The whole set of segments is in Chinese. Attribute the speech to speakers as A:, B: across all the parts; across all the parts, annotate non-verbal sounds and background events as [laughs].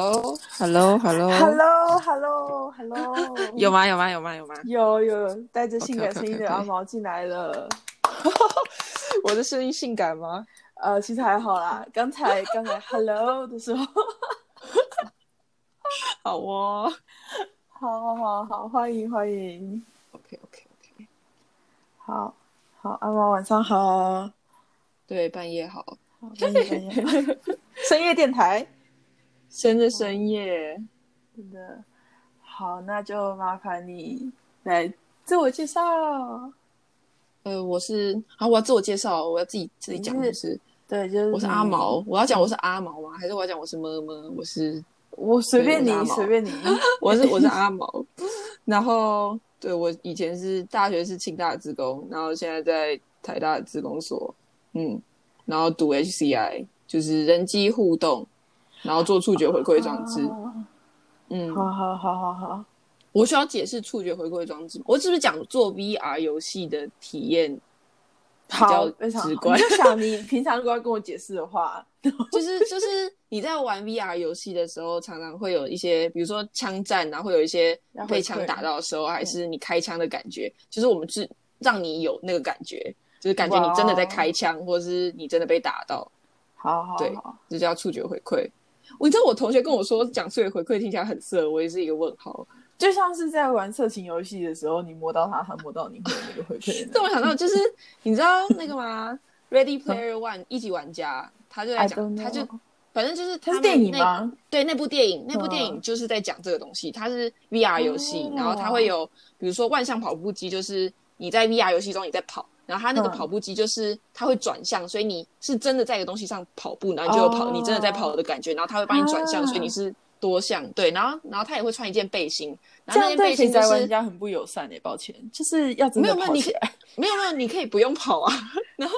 A: Hello，Hello，Hello，
B: Hello，Hello，Hello，
A: 哦 [laughs] 有吗？有吗？有吗？有吗？
B: 有有带着性感
A: OK，OK，OK，
B: 声音的阿毛进来了。
A: 我的声音性感吗？
B: 呃，其实还好啦，刚才刚才 Hello 的时候， [laughs]
A: 好哦。
B: 好好好好，欢迎欢迎，
A: OK OK OK，
B: 好好阿毛晚上好，
A: 对，半夜好，
B: 好半夜半夜深夜电台，
A: 深夜深夜。
B: 真的好，那就麻烦你来自我介绍。
A: 呃，我是好，我要自我介绍，我要自己自己讲，
B: 你
A: 就是是
B: 对，就是
A: 我是阿
B: 你，
A: 毛，我要讲我是阿毛吗？还是我要讲我是么么？我是
B: 我随便你
A: 对我是阿，毛
B: 随
A: [laughs]
B: 便你。
A: 我是我是阿
B: [laughs]
A: 毛，然后对我以前是大学是清大的职工，然后现在在台大的职工所，嗯，然后读 HCI 就是人机互动，然后做触觉回馈装置，嗯，
B: [laughs] 哦好好好好好，
A: 我需要解释触觉回馈装置吗，我是不是讲做 VR 游戏的体验？
B: 好，
A: 比较
B: 非常好
A: 直观
B: 你就想你平常如果要跟我解释的话，
A: 就是就是你在玩 VR 游戏的时候，常常会有一些，比如说枪战啊，会有一些
B: 要回
A: 被
B: 馈
A: 枪打到的时候，还是你开枪的感觉，就是我们是让你有那个感觉，就是感觉
B: 哇哦
A: 你真的在开枪，或者是你真的被打到，
B: 好好
A: 对
B: 好，
A: 这叫触觉回馈。我你知道我同学跟我说讲触觉回馈听起来很色，我也是一个问号。
B: 就像是在玩色情游戏的时候，你摸到它，它摸到你会有那个回馈的。
A: 但我想到就是你知道那个吗 [laughs] ？Ready Player One 一级玩家，他就在
B: I
A: 讲，
B: don't
A: 啊他就
B: know
A: 反正就是他
B: 它是
A: 们
B: 电影
A: 那
B: 吗？
A: 对，那部电影，那部电影
B: 嗯
A: 就是在讲这个东西，它是 VR 游戏，
B: 哦
A: 然后它会有，比如说万向跑步机，就是你在 VR 游戏中你在跑，然后它那个
B: 嗯
A: 跑步机就是它会转向，所以你是真的在一个东西上跑步，然后你就有跑，
B: 哦
A: 你真的在跑的感觉，然后它会帮你转向，
B: 啊
A: 所以你是多项，对，然后然后它也会穿一件背心，然后那
B: 这样
A: 件
B: 对
A: 背
B: 肥
A: 心就
B: 宅玩
A: 是
B: 家很不友善诶、欸抱歉，就是要真
A: 没
B: 的
A: 有没有，
B: 跑
A: 你可
B: 起
A: 以
B: 来
A: 没有没有，你可以不用跑啊，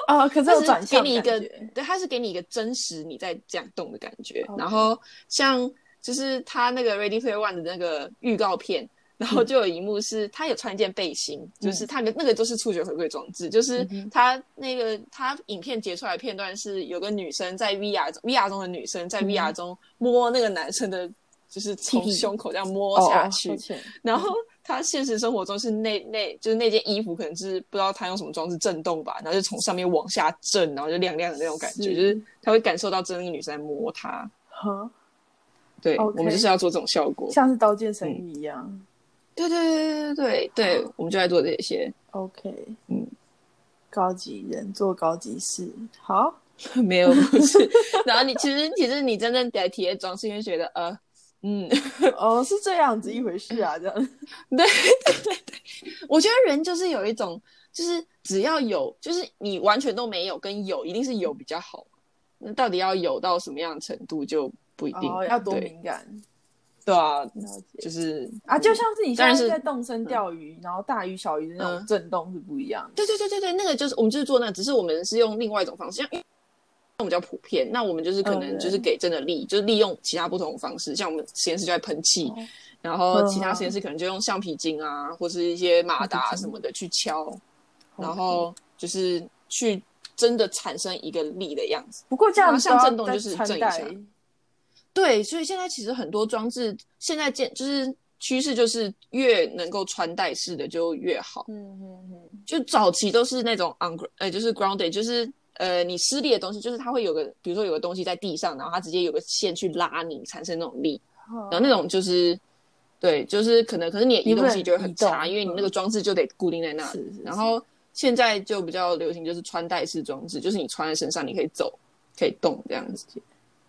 B: 啊、可是
A: 它
B: 有
A: 是
B: 转
A: 给
B: 向
A: 你一
B: 的
A: 个
B: 感觉，
A: 对，它是给你一个真实你在这样动的感觉。
B: OK
A: 然后像就是他那个 Ready Player One 的那个预告片，然
B: 嗯
A: 后就有一幕是他有穿一件背心，就是他的那个都是触觉回馈装置，就是
B: 嗯哼
A: 他那个他影片截出来的片段是有个女生在 VR 中 VR 中的女生在
B: 嗯
A: VR 中摸那个男生的，就是从
B: 屁屁
A: 胸口这样摸
B: 哦，
A: 下去
B: 抱，歉
A: 然后他现实生活中是那那就是那件衣服可能是不知道他用什么装置震动吧，然后就从上面往下震，然后就亮亮的那种感觉，
B: 是
A: 就是他会感受到真的女生在摸他。
B: 哈，
A: 对
B: OK
A: 我们就是要做这种效果。
B: 像是刀剑神域一样。
A: 对对对对对对，对我们就在做这些。 [laughs]
B: OK，
A: 嗯，
B: 高级人做高级事，好，
A: 没有不
B: [laughs]
A: 是，然后你其实其实你真正来体验装饰，因为觉得呃嗯，
B: 哦，是这样子一回事啊，这样，
A: 我觉得人就是有一种，就是只要有，就是你完全都没有跟有，一定是有比较好。那到底要有到什么样的程度就不一定，
B: 哦，要多
A: 对
B: 敏感，
A: 对啊，
B: 了解
A: 就是
B: 啊，就像是你
A: 嗯当
B: 现
A: 然
B: 在
A: 是
B: 在动身钓鱼，然后大鱼小鱼的那
A: 嗯
B: 种震动是不一样的。
A: 对对对对对，那个就是我们就是做那个，只是我们是用另外一种方式，像因为那种比较普遍，那我们就是可
B: 嗯
A: 能
B: 对
A: 就是给真的力，就是利用其他不同的方式，像我们实验室就在喷气，
B: 哦
A: 然后其他
B: 嗯
A: 实验室可能就用橡皮筋啊，或是一些马达啊
B: 橡皮筋
A: 什么的去敲，嗯然
B: OK
A: 后就是去真的产生一个力的样子。
B: 不过这
A: 然
B: 样
A: 后像震动就是
B: 穿
A: 震一
B: 戴
A: 下对，所以现在其实很多装置现在见就是趋势，就是越能够穿戴式的就越好。
B: 嗯嗯嗯，
A: 就早期都是那种 on gr- 呃，就是 grounded，就是呃你失力的东西，就是它会有个，比如说有个东西在地上，然后它直接有个线去拉你，产生那种力，
B: 好
A: 然后那种就是。对，就是可能，可是你的移动嗯性就会很差，
B: 移动
A: 因为你那个装置就得固定在那里。
B: 是是是
A: 然后现在就比较流行，就是穿戴式装置，就是你穿在身上，你可以走，可以动这样子。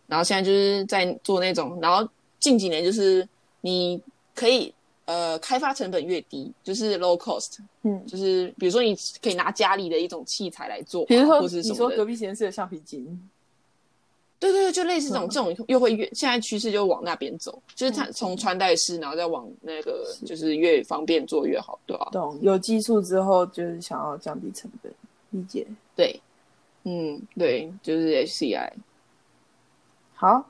A: 然后现在就是在做那种，然后近几年就是你可以呃开发成本越低，就是 low cost，
B: 嗯，
A: 就是比如说你可以拿家里的一种器材来做，
B: 比如说
A: 或是
B: 你
A: 什
B: 说
A: 么
B: 隔
A: 的，
B: 壁实验室的橡皮筋，
A: 对对对，就类似这种
B: 嗯
A: 这种又会越现在趋势就往那边走，就是它
B: 嗯
A: 从穿戴式，然后再往那个就是越方便做越好，对吧、
B: 懂？有技术之后就是想要降低成本，理解。
A: 对，嗯，对，就是 HCI。
B: 好，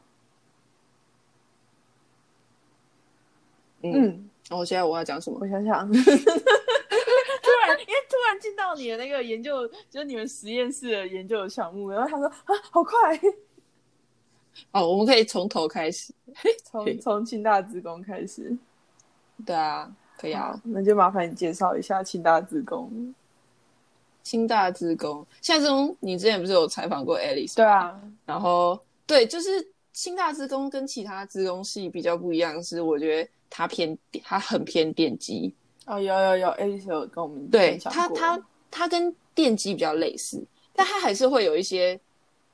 A: 嗯，
B: 嗯，
A: 然后现在我要讲什么？
B: 我想想，突然因为突然进到你的那个研究，就是你们实验室的研究的项目，然后他说啊，好快，
A: 哦，我们可以从头开始。
B: 从从清大职工开始。
A: 对啊，可以啊。
B: 那就麻烦你介绍一下清大职工。
A: 清大职工，夏志忠，你之前不是有采访过 Alice？
B: 对啊，
A: 然后对，就是清大职工跟其他职工系比较不一样，是我觉得它偏它很偏电机。
B: 哦，有有有，Alice 有跟我们
A: 对
B: 分享
A: 它
B: 过
A: 它它跟电机比较类似，但它还是会有一些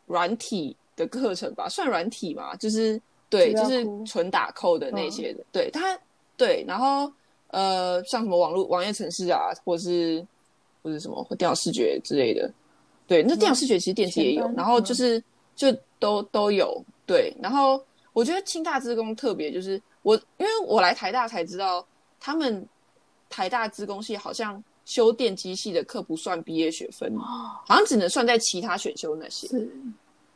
A: 软体的课程吧，算软体嘛，就是对，
B: 资
A: 就
B: 料
A: 是
B: 库
A: 纯打扣的那
B: 嗯
A: 些的。对它对，然后呃，像什么网络网页程式啊，或是或是什么或电脑视觉之类的。对，那电脑视觉其实电机也
B: 嗯前
A: 有，
B: 端
A: 然后
B: 嗯
A: 就是就都都有。对，然后我觉得清大职工特别就是我，因为我来台大才知道，他们台大职工系好像修电机系的课不算毕业学分，好像只能算在其他选修那些。
B: 哦是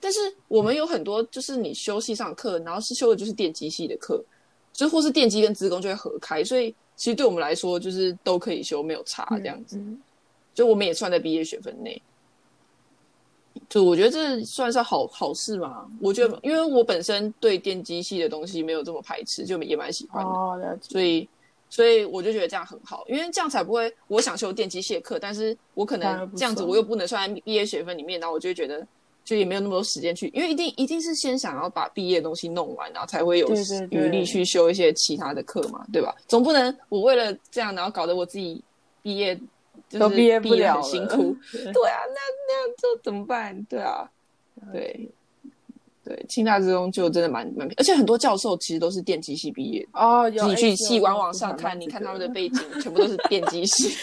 A: 但是我们有很多就是你修系上课，然后是修的就是电机系的课，就或是电机跟职工就会合开，所以其实对我们来说就是都可以修，没有差啊这样子。
B: 嗯
A: 就我们也算在毕业学分内。就我觉得这算是好好事嘛。我
B: 嗯
A: 觉得，因为我本身对电机系的东西没有这么排斥，就也蛮喜欢的，
B: 哦，了解。
A: 所以所以我就觉得这样很好，因为这样才不会我想修电机系的课，但是我可
B: 反而
A: 能
B: 不
A: 这样子
B: 算
A: 我又不能算在毕业学分里面，然后我就会觉得就也没有那么多时间去，因为一定一定是先想要把毕业的东西弄完，然后才会有
B: 对对对
A: 余力去修一些其他的课嘛，对吧？总不能我为了这样，然后搞得我自己毕业。就是
B: 都毕业不
A: 毕业
B: 了
A: 很
B: 了
A: 辛
B: [laughs]
A: 苦，对啊，那那样就怎么办？对啊，对对，清大之中就真的蛮蛮，而且很多教授其实都是电机系毕业的。
B: 哦，有
A: 你去
B: Alice 有
A: 系
B: 跟
A: 官
B: 我
A: 网
B: 分
A: 上
B: 享
A: 看，
B: 到
A: 你
B: 这
A: 看
B: 个
A: 他
B: [laughs]
A: 们的背景 [laughs] 全部都是电机系。
B: 气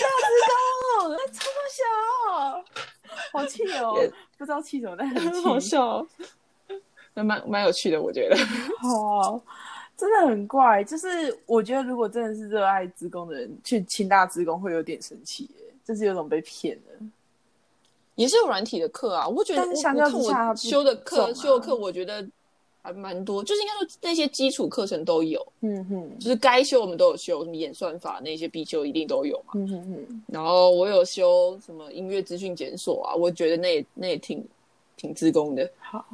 B: 到知道，那超小，好气哦
A: [laughs] 也！
B: 不知道气什么，但
A: [laughs] 很 [laughs]
B: 很
A: 好
B: 气。
A: 笑、哦，那蛮蛮有趣的，我觉得。
B: 好，真的很怪。就是我觉得，如果真的是热爱职工的人去清大职工，会有点生气耶，就是有种被骗的。
A: [laughs] 也是有软体的课啊，我觉得
B: 但是
A: 我
B: 相较之
A: 我看
B: 下
A: 我
B: 不
A: 修的课、
B: 重啊
A: 修的课，我觉得还蛮多，就是应该说那些基础课程都有，
B: 嗯哼，
A: 就是该修我们都有修，什么演算法那些必修一定都有嘛。
B: 嗯哼哼，
A: 然后我有修什么音乐资讯检索啊，我觉得那也那也挺挺自工的。
B: 好，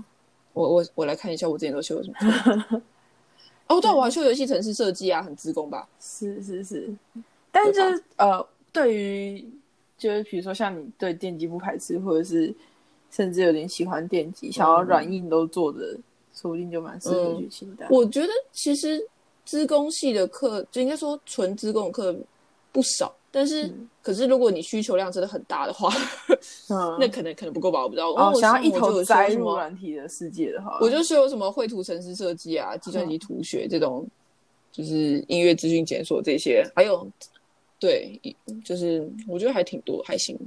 A: 我我我来看一下我之前都修了什么课。
B: [laughs]
A: 哦，对啊，我还修游戏城市设计啊，很自工吧？
B: 是是是，但就是呃，对于就是比如说像你对电机不排斥，或者是甚至有点喜欢电机，想要软硬都做的，说不定就蛮适合
A: 嗯
B: 去清大。
A: 我觉得其实资工系的课，就应该说纯资工的课不少，但是、
B: 嗯
A: 可是如果你需求量真的很大的话，
B: 嗯
A: [laughs] 那可能可能不够吧，我不知道。
B: 哦，
A: 因为我
B: 想
A: 像
B: 要一
A: 我就
B: 头
A: 有
B: 栽
A: 修什
B: 入嗯
A: 么，
B: 软体的世界的话，
A: 我就修什么绘图城市设计啊、计
B: 嗯
A: 算机图学这种，就是音乐资讯检索这些，还有对，就是我觉得还挺多，还行。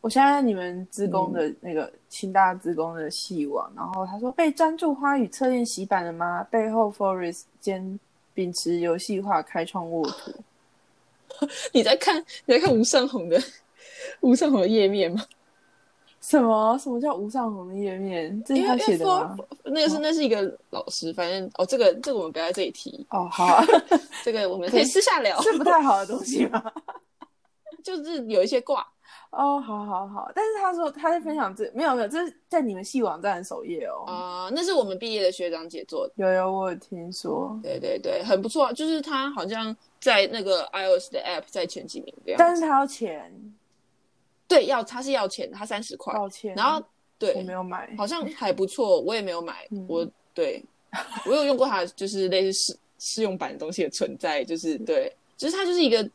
B: 我现在你们职工
A: 嗯
B: 的那个清大职工的系网，然后他说被专注花语测验洗版了吗？背后 Forest 兼秉持游戏化开创沃土，
A: 啊你在看你在看吴胜宏的吴胜宏的页面吗？
B: 什么什么叫无上红的页面？这
A: 因
B: 是
A: 为
B: 他
A: 因为
B: 写的吗？哦
A: 说那个是那是一个老师，反正哦，这个这个我们不要在这里提，
B: 哦，好、
A: [laughs]
B: 啊，
A: 这个我们可以私下聊。
B: 是不太好的东西吗？
A: 就是有一些挂，
B: [laughs] 哦，好好好，但是他说他在分享这没有没有，这是在你们系网站的首页哦。
A: [laughs] 啊、那是我们毕业的学长姐做的，
B: 有有，我有听说，
A: 对对对，很不错啊，就是他好像在那个 iOS 的 App 在前几名这样，
B: 但是他要钱，
A: 对要他是要钱，他三十块，
B: 抱歉，
A: 然后
B: 哦我
A: 对
B: 没有买。
A: 好像还不错，我也没有买，
B: 嗯
A: 我对我有用过它，就是类似试试用版的东西的存在，就是对，就是它就是一个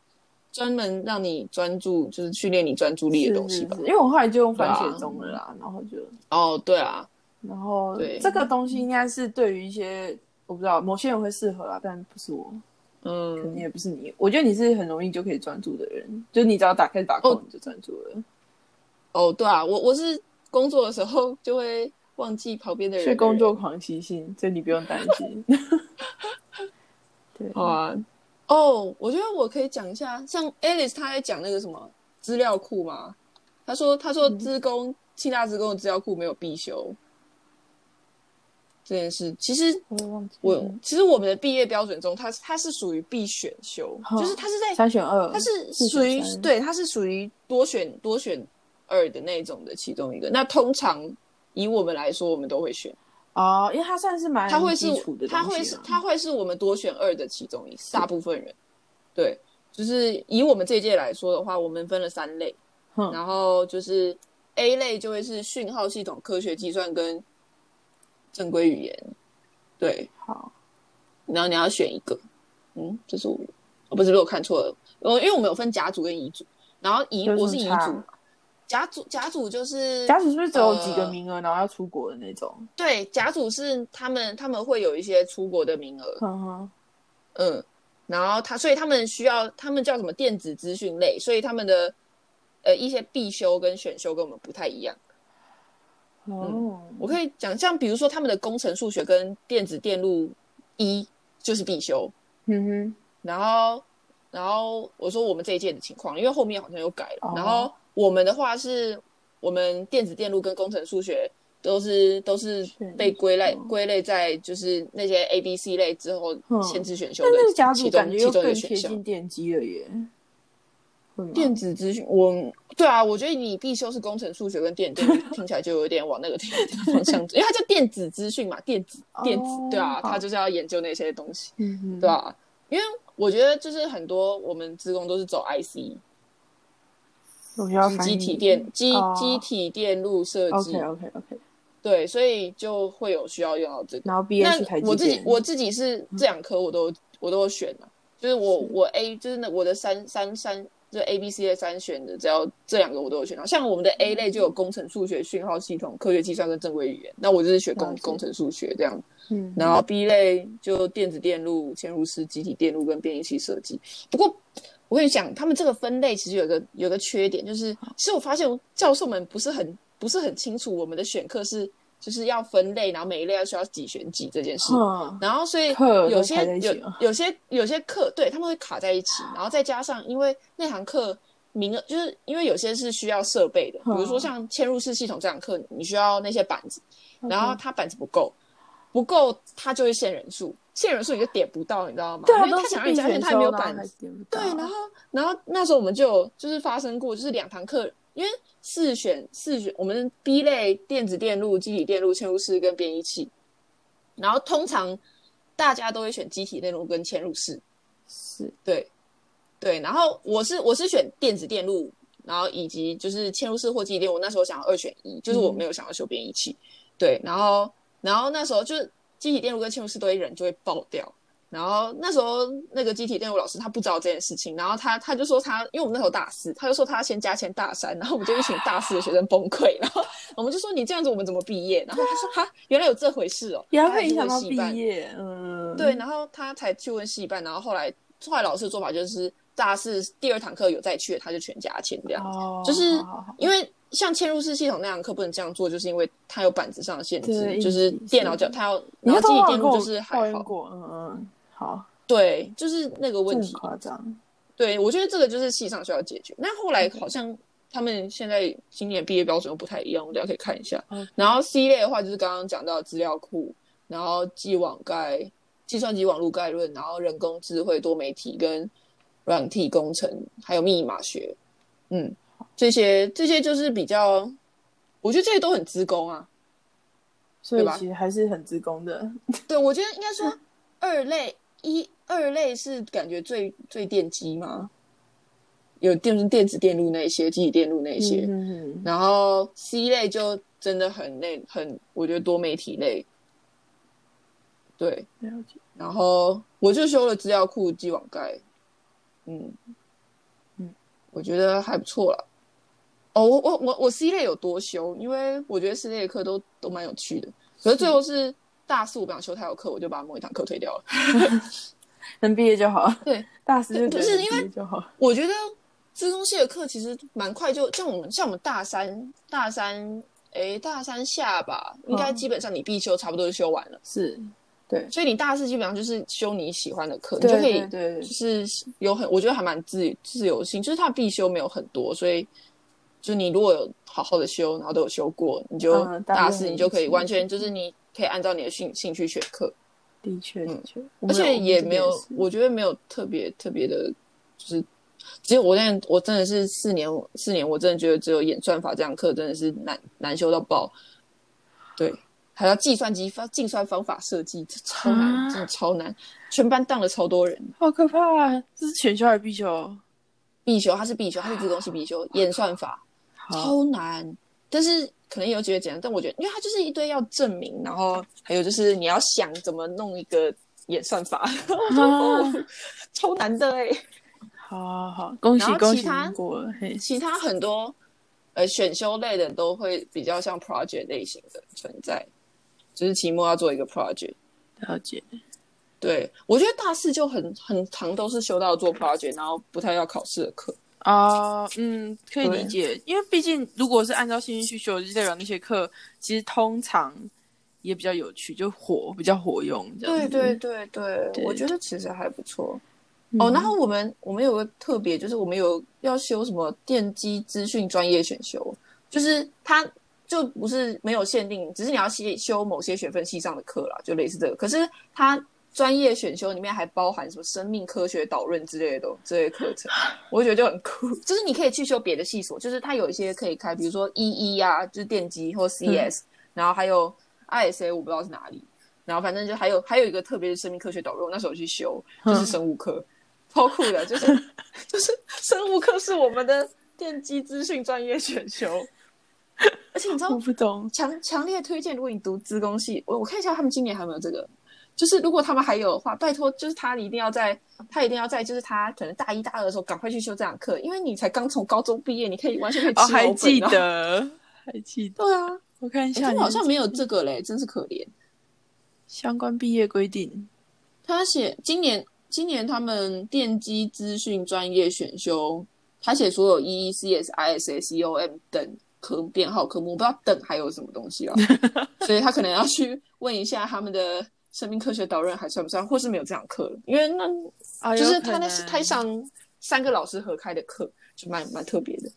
A: 专门让你专注，就是训练你专注力的东西吧
B: 是。是是因为我后来就用番
A: 对啊
B: 茄钟了啦，然后就，
A: 哦，对啊，
B: 然后
A: 对
B: 这个东西应该是对于一些我不知道某些人会适合啦，但不是我，
A: 嗯
B: 你，也不是你，我觉得你是很容易就可以专注的人，就你只要打开打
A: 哦
B: 空你就专注了。
A: 哦，对啊，我我是工作的时候就会忘记旁边的人
B: 是
A: 的
B: 工作
A: 人
B: 狂习性，所以你不用担心。 [laughs] 对，
A: 好啊。哦，我觉得我可以讲一下，像 Alice 她在讲那个什么资料库嘛，她说她
B: 嗯
A: 说资工清大资工的资料库没有必修这件事，其实
B: 我也忘记
A: 我、
B: 了
A: 其实我们的毕业标准中，它它是属于必选修，
B: 哦
A: 就是它是在
B: 三选二，
A: 它是
B: 四
A: 属于
B: 选三
A: 对，它是属于多选多选二的那种的其中一个。那通常以我们来说，我们都会选。
B: 哦，因为它算是蛮
A: 他会是
B: 基础的东西
A: 他
B: 嘛
A: 会是他会是我们多选二的其中一大部分人，对，就是以我们这一届来说的话，我们分了三类，
B: 哼
A: 然后就是 A 类就会是讯号系统、科学计算跟正规语言，对，
B: 好
A: 然后你要选一个，嗯，这是我，哦，不是，不是我看错了，我因为我们有分甲组跟乙组，然后乙
B: 有什
A: 我
B: 么
A: 是乙
B: 差
A: 组，甲组甲组就是
B: 家属是不是只有几个
A: 呃
B: 名额，然后要出国的那种？
A: 对甲组是他们他们会有一些出国的名额，
B: 哼哼，
A: 嗯，然后他所以他们需要他们叫什么电子资讯类，所以他们的呃一些必修跟选修跟我们不太一样。
B: 哦，
A: 我可以讲，像比如说他们的工程数学跟电子电路一就是必修，
B: 嗯哼，
A: 然后，然后我说我们这一届的情况，因为后面好像又改了。
B: 哦
A: 然后我们的话是，我们电子电路跟工程数学都是都是
B: 选
A: 被归类
B: 修
A: 归类在就是那些 A、B、C 类之后
B: 嗯
A: 限制选修
B: 但是
A: 的
B: 家
A: 其
B: 属
A: 中
B: 感觉
A: 其
B: 又
A: 中一
B: 更
A: 个选
B: 贴
A: 项。
B: 近电机了耶，会吗？
A: 电子资讯，我对啊，我觉得你必修是工程数学跟电子电路，听起来就有点往那个电子方向走，因为它叫电子资讯嘛，电子电子，
B: 哦
A: 对啊，
B: 好
A: 它就是要研究那些东西。
B: 嗯哼，
A: 对啊，因为我觉得就是很多我们职工都是走 IC，
B: 我需要
A: 就是
B: 翻
A: 机
B: 译
A: 体电机
B: 哦
A: 机体电路设计
B: OK OK OK，
A: 对，所以就会有需要用到这个。
B: 然后 B
A: 那
B: H 台积
A: 我自己
B: 电
A: 我自己是这两科我都我都有选了、就是我我 A 就是那我的三三三就 A B C 的三选的，只要这两个我都有选到。像我们的 A 类
B: 嗯
A: 就有工程数学、讯号系统、科学计算跟正规语言，那我就是学工
B: 了解
A: 工程数学这样
B: 嗯，
A: 然后 B 类就电子电路、嵌入式集体电路跟变异器设计。不过我跟你讲，他们这个分类其实有一个有一个缺点，就是其实我发现教授们不是很不是很清楚我们的选课是就是要分类，然后每一类要需要几选几这件事。
B: 哼，
A: 然后所以
B: 嗯课都
A: 有些
B: 排在一起
A: 有
B: 了
A: 有些有些课对他们会卡在一起，然后再加上因为那堂课名额就是因为有些是需要设备的，比如说
B: 嗯
A: 像嵌入式系统这堂课，你需要那些板子，然后
B: OK
A: 它板子不够，不够它就会限人数，限人数你就点不到，你知道吗？
B: 对啊，
A: 因为
B: 都
A: 他
B: 是
A: 想让
B: 必
A: 你加
B: 选
A: 选，他也没有
B: 修，然后
A: 板
B: 还
A: 子。
B: 是点不
A: 对
B: 到，，
A: 然后然后那时候我们就有就是发生过，就是两堂课，因为四选四选，我们 B 类电子电路、机体电路、嵌入式跟编译器，然后通常大家都会选机体电路跟嵌入式，
B: 是
A: 对对，然后我是我是选电子电路，然后以及就是嵌入式或机体电路，我那时候想要二选一，就是我
B: 嗯
A: 没有想要修编译器，对，然后然后那时候就是机体电路跟嵌入式对人就会爆掉。然后那时候那个机体电路老师他不知道这件事情，然后他他就说他，因为我们那时候大四，他就说他要先加签大三，然后我们就一群大四的学生崩溃，然后我们就说你这样子我们怎么毕业？然后他说哈，原来有这回事哦，
B: 也
A: 然
B: 要
A: 后他
B: 会
A: 还
B: 影
A: 去
B: 响
A: 问
B: 到
A: 系
B: 毕
A: 办
B: 业，嗯，
A: 对，然后他才去问戏班，然后后来后来老师的做法就是大四第二堂课有再去的，他就全加签这样。
B: 哦，
A: 就是
B: 好好好
A: 因为像嵌入式系统那堂课不能这样做，就是因为它有板子上的限制，
B: 对
A: 就是
B: 一起
A: 电脑叫
B: 是
A: 它要，
B: 你
A: 然后
B: 那
A: 机
B: 时候
A: 体
B: 好
A: 电
B: 像跟
A: 路
B: 我
A: 就是
B: 抱
A: 还
B: 怨
A: 好，
B: 过，嗯嗯，好，
A: 对，就是那个
B: 这
A: 问
B: 很
A: 题。
B: 夸张，
A: 对，我觉得这个就是系上需要解决。那后来好像他们现在今年毕业标准又不太一样，我们等一下可以看一下。
B: OK
A: 然后 C 类的话，就是刚刚讲到的资料库，然后既网概、计算机网络概论，然后人工智慧、多媒体跟软体工程，还有密码学，嗯，这些这些就是比较，我觉得这些都很资工啊。
B: 所
A: 对
B: 以
A: 吧
B: 其实还是很自工的，
A: 对，我觉得应该说二类一二类是感觉最最电机嘛，有电电子电路那些，机体电路那些，
B: 嗯，
A: 然后 C 类就真的很累，很我觉得多媒体类，对，
B: 了解，
A: 然后我就修了资料库机网盖，嗯
B: 嗯，
A: 我觉得还不错了。哦，我我我我 C 类有多修，因为我觉得 C 类的课都都蛮有趣的，可是最后是大四我不想修太有课，我就把某一堂课退掉了。
B: 能毕业就好，
A: 对，
B: [laughs] 大四就
A: 不
B: 觉得
A: 是
B: 能
A: 因
B: 毕
A: 为
B: 业就好，
A: 我觉得资中系的课其实蛮快就，像我们像我们大三大三诶大三下吧，应该
B: 嗯
A: 基本上你必修差不多就修完了，
B: 是，对，
A: 所以你大四基本上就是修你喜欢的课，你
B: 对
A: 就可
B: 对
A: 以
B: 对
A: 就，是有很我觉得还蛮自自由性，就是它的必修没有很多，所以就你如果有好好的修，然后都有修过，你就
B: 嗯大部分
A: 大四你就可以
B: 是
A: 完全就是你可以按照你的兴兴趣选课，
B: 的确的
A: 嗯
B: 确，
A: 而且也没有
B: 我们，
A: 我觉得没有特别特别的，就是只有我现在我真的是四年四年，我真的觉得只有演算法这堂课真的是难难修到爆。对，还要计算机方计算方法设计，这超难，
B: 啊
A: 真的超难，全班当了超多人。
B: 好可怕、啊！这是选修还是必修？
A: 必修，它是必修，它是自动系必修，演算法
B: 好，
A: 超难，但是可能有几个简单，但我觉得，因为它就是一堆要证明，然后还有就是你要想怎么弄一个演算法， [laughs]
B: 啊
A: 超难的哎、
B: 好好好，恭喜
A: 然后
B: 恭
A: 其
B: 喜
A: 他
B: 您过了，嘿，
A: 其他很多呃选修类的都会比较像 project 类型的存在，就是期末要做一个 project。
B: 了解。
A: 对我觉得大四就很很常都是修到做 project，然后不太要考试的课。
B: 啊、嗯，可以
A: 对
B: 理解，因为毕竟如果是按照兴趣需求，就代表那些课其实通常也比较有趣，就火比较火用这样子。
A: 对对
B: 对
A: 我觉得其实还不错。
B: 嗯
A: 哦，然后我们我们有个特别，就是我们有要修什么电机资讯专业选修，就是它就不是没有限定，只是你要修修某些学分系上的课啦，就类似这个。可是它专业选修里面还包含什么生命科学导论之类的东这些课程，我觉得就很酷。就是你可以去修别的系所，就是它有一些可以开，比如说 EE 啊，就是电机或 CS，、然后还有 ISA，我不知道是哪里。然后反正就还有还有一个特别的生命科学导论，我那时候去修就是生物课，超酷的，
B: [laughs]
A: 就是就是生物课是我们的电机资讯专业选
B: [laughs]
A: 修，而且你知道
B: 我不懂，
A: 强强烈推荐，如果你读资工系，我我看一下他们今年还有没有这个。就是如果他们还有的话，拜托，就是他一定要在，他一定要在，就是他可能大一大二的时候赶快去修这堂课，因为你才刚从高中毕业，你可以完全可以吃
B: 哦，还
A: 老本
B: 记
A: 啊。
B: 得，还记得，
A: 对啊，
B: 我看一
A: 诶
B: 下，嗯
A: 他们好像没有这个嘞，真是可怜。
B: 相关毕业规定。
A: 他写今年今年他们电机资讯专业选修，他写所有 E E C S I S A C O M 等科编号科目，我不知道等还有什么东西了，所以他可能要去问一下他们的生命科学导论还算不算，或是没有这堂课了，因为那
B: 啊
A: 就是
B: 有可
A: 他那是
B: 能
A: 他上三个老师合开的课，就蛮蛮特别的。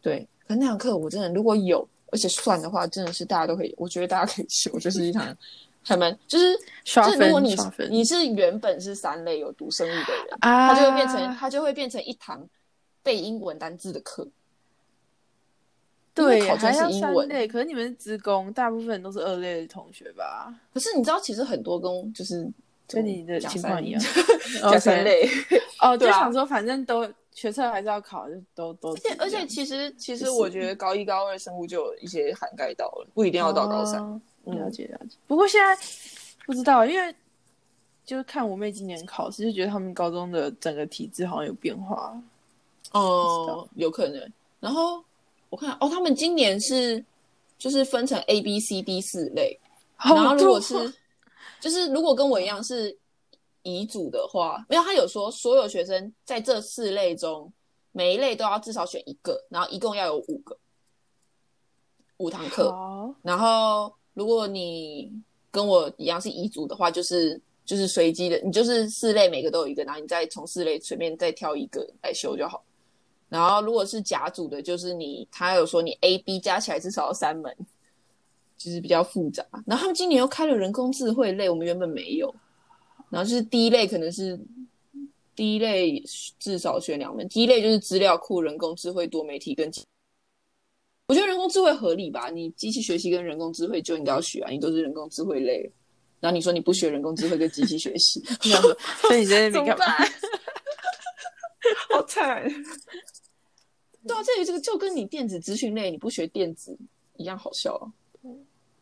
A: 对，可那堂课我真的如果有，而且算的话，真的是大家都可以，我觉得大家可以修，就是一堂还蛮就是
B: 刷
A: 就是如果
B: 分
A: 你
B: 刷分
A: 你是原本是三类有读生物的人，
B: 啊，
A: 它就会变成它就会变成一堂背英文单字的课。因
B: 对
A: 为考
B: 还
A: 卷
B: 要
A: 是英
B: 三
A: 文
B: 类，可是你们是职工，大部分都是二类的同学吧？
A: 可是你知道，其实很多跟就是
B: 跟你的
A: 讲
B: 情
A: 三
B: 况一样
A: 讲三类。
B: [laughs] 哦，就
A: 对啊
B: 想说反正都学测还是要考，就都都
A: 而且而且，其实其实我觉得高一高二生物就有一些涵盖到了，不一定要到高三。嗯
B: 哦了解了解。不过现在不知道，因为就是看我妹今年考试，就觉得他们高中的整个体制好像有变化。不知
A: 哦
B: 道，
A: 有可能。然后我看哦，他们今年是就是分成 A、B、C、D 四类，然后如果是
B: 好多啊
A: 就是如果跟我一样是乙组的话，没有他有说所有学生在这四类中，每一类都要至少选一个，然后一共要有五个五堂课。
B: 好
A: 然后如果你跟我一样是乙组的话，就是就是随机的，你就是四类每个都有一个，然后你再从四类随便再挑一个来修就好。然后如果是甲组的，就是你他有说你 A、B 加起来至少要三门，就是比较复杂。然后他们今年又开了人工智慧类，我们原本没有。然后就是第一类可能是第一类至少选两门，第一类就是资料库、人工智慧、多媒体跟我觉得人工智慧合理吧？你机器学习跟人工智慧就应该要学啊，你都是人工智慧类。然后你说你不学人工智慧跟机器学
B: [laughs]
A: 习，
B: 我想说所以你在那边干嘛？？ [laughs]
A: 好惨！ [laughs] 对啊，这里这个就跟你电子资讯类你不学电子一样好笑、啊，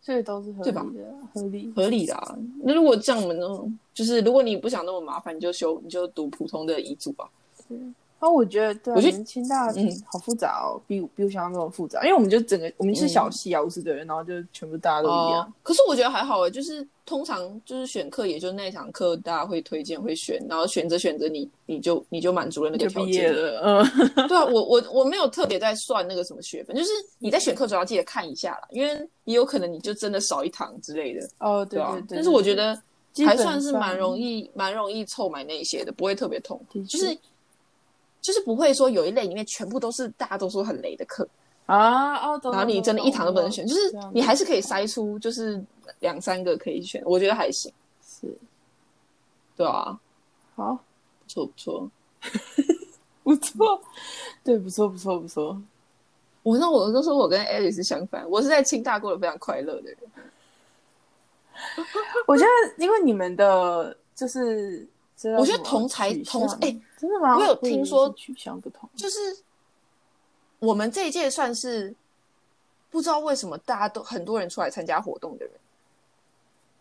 B: 所以都是合
A: 对吧
B: 理的，合理。
A: 合理的啊。那如果这样我们呢？就是如果你不想那么麻烦，你就修你就读普通的遗嘱吧。
B: 然后我觉得，对、啊，
A: 我觉得
B: 你们清大
A: 嗯
B: 好复杂哦，比比我想象中的复杂。因为我们就整个我们是
A: 嗯
B: 小系啊，五十个人，然后就全部大家都一样。
A: 哦，可是我觉得还好诶，就是通常就是选课，也就那一堂课大家会推荐会选，然后选着选着你你就你就满足哦了那个
B: 就
A: 条
B: 毕业
A: 件。
B: 了，
A: [laughs]
B: 嗯，
A: 对啊，我我我没有特别在算那个什么学分，就是你
B: 嗯
A: 在选课的时候要记得看一下啦，因为也有可能你就真的少一堂之类的，
B: 哦，对
A: 啊。
B: 对对。
A: 但是我觉得
B: 基
A: 还
B: 本
A: 算是蛮
B: 上
A: 容易蛮容易凑满那一些的，不会特别痛
B: 的，
A: 就
B: 确
A: 是就是不会说有一类里面全部都是大家都说很雷的课，
B: 啊，哦，懂
A: 然后你真的一堂都不能选，，
B: 懂
A: 就是
B: 这样
A: 你还是可以筛出就是两三个可以选，我觉得还行，
B: 懂懂是
A: 对啊，
B: 好，
A: 不错不错。 [laughs]
B: 不错，对，不错，不错，不错，
A: 我那我都说我跟 Alice 相反，我是在清大过得非常快乐的人。
B: 我觉得，因为你们的就是，这叫
A: 我觉得
B: 什么
A: 同才
B: 取
A: 同
B: 向
A: 哎
B: 真的吗？
A: 我有
B: 以为
A: 听说
B: 是取向不同，
A: 就是我们这一届算是不知道为什么大家都很多人出来参加活动的人，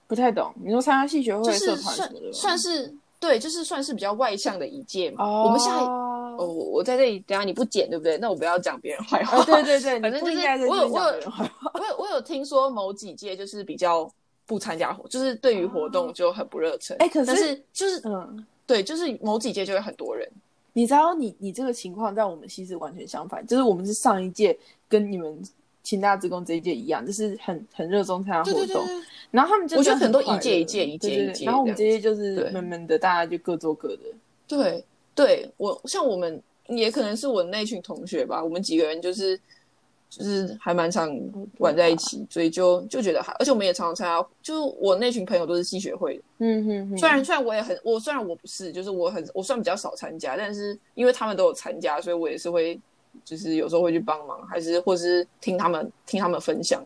B: 不太懂。你说参加戏学会、
A: 就是
B: 社团什
A: 算
B: 么的吗，
A: 算是对，就是算是比较外向的一届嘛。
B: 哦。
A: 我们下一哦，我我在这里，等一下你不剪对不对？那我不要讲别人坏话。
B: 啊，对
A: [laughs]
B: 对对，
A: 反正
B: 你不
A: 就是
B: 应该在这
A: 我有
B: 边讲
A: 我有
B: 别人坏话
A: [laughs] 我有我有听说某几届就是比较不参加活，就是对于活动就很不热忱。
B: 哎可是
A: 但哦是就是
B: 嗯，
A: 对，就是某几届就会很多人。
B: 你知道你你这个情况在我们系是完全相反，就是我们是上一届跟你们清大职工这一届一样，就是很很热衷参加活
A: 对对对
B: 动，
A: 对
B: 然后他们就
A: 我觉得
B: 很
A: 很多
B: 快乐
A: 一届一届一届
B: 对对对
A: 一届
B: 然后我们
A: 这
B: 这
A: 样
B: 届就是
A: 对
B: 闷闷的，大家就各做各的。
A: 对对，我像我们也可能是我那群同学吧，我们几个人就是就是还蛮常玩在一起，所以就就觉得还，而且我们也常常参加，就是我那群朋友都是系学会的。
B: 嗯哼哼
A: 虽然虽然我也很我虽然我不是，就是我很我算比较少参加，但是因为他们都有参加，所以我也是会就是有时候会去帮忙，还是或是听他们听他们分享，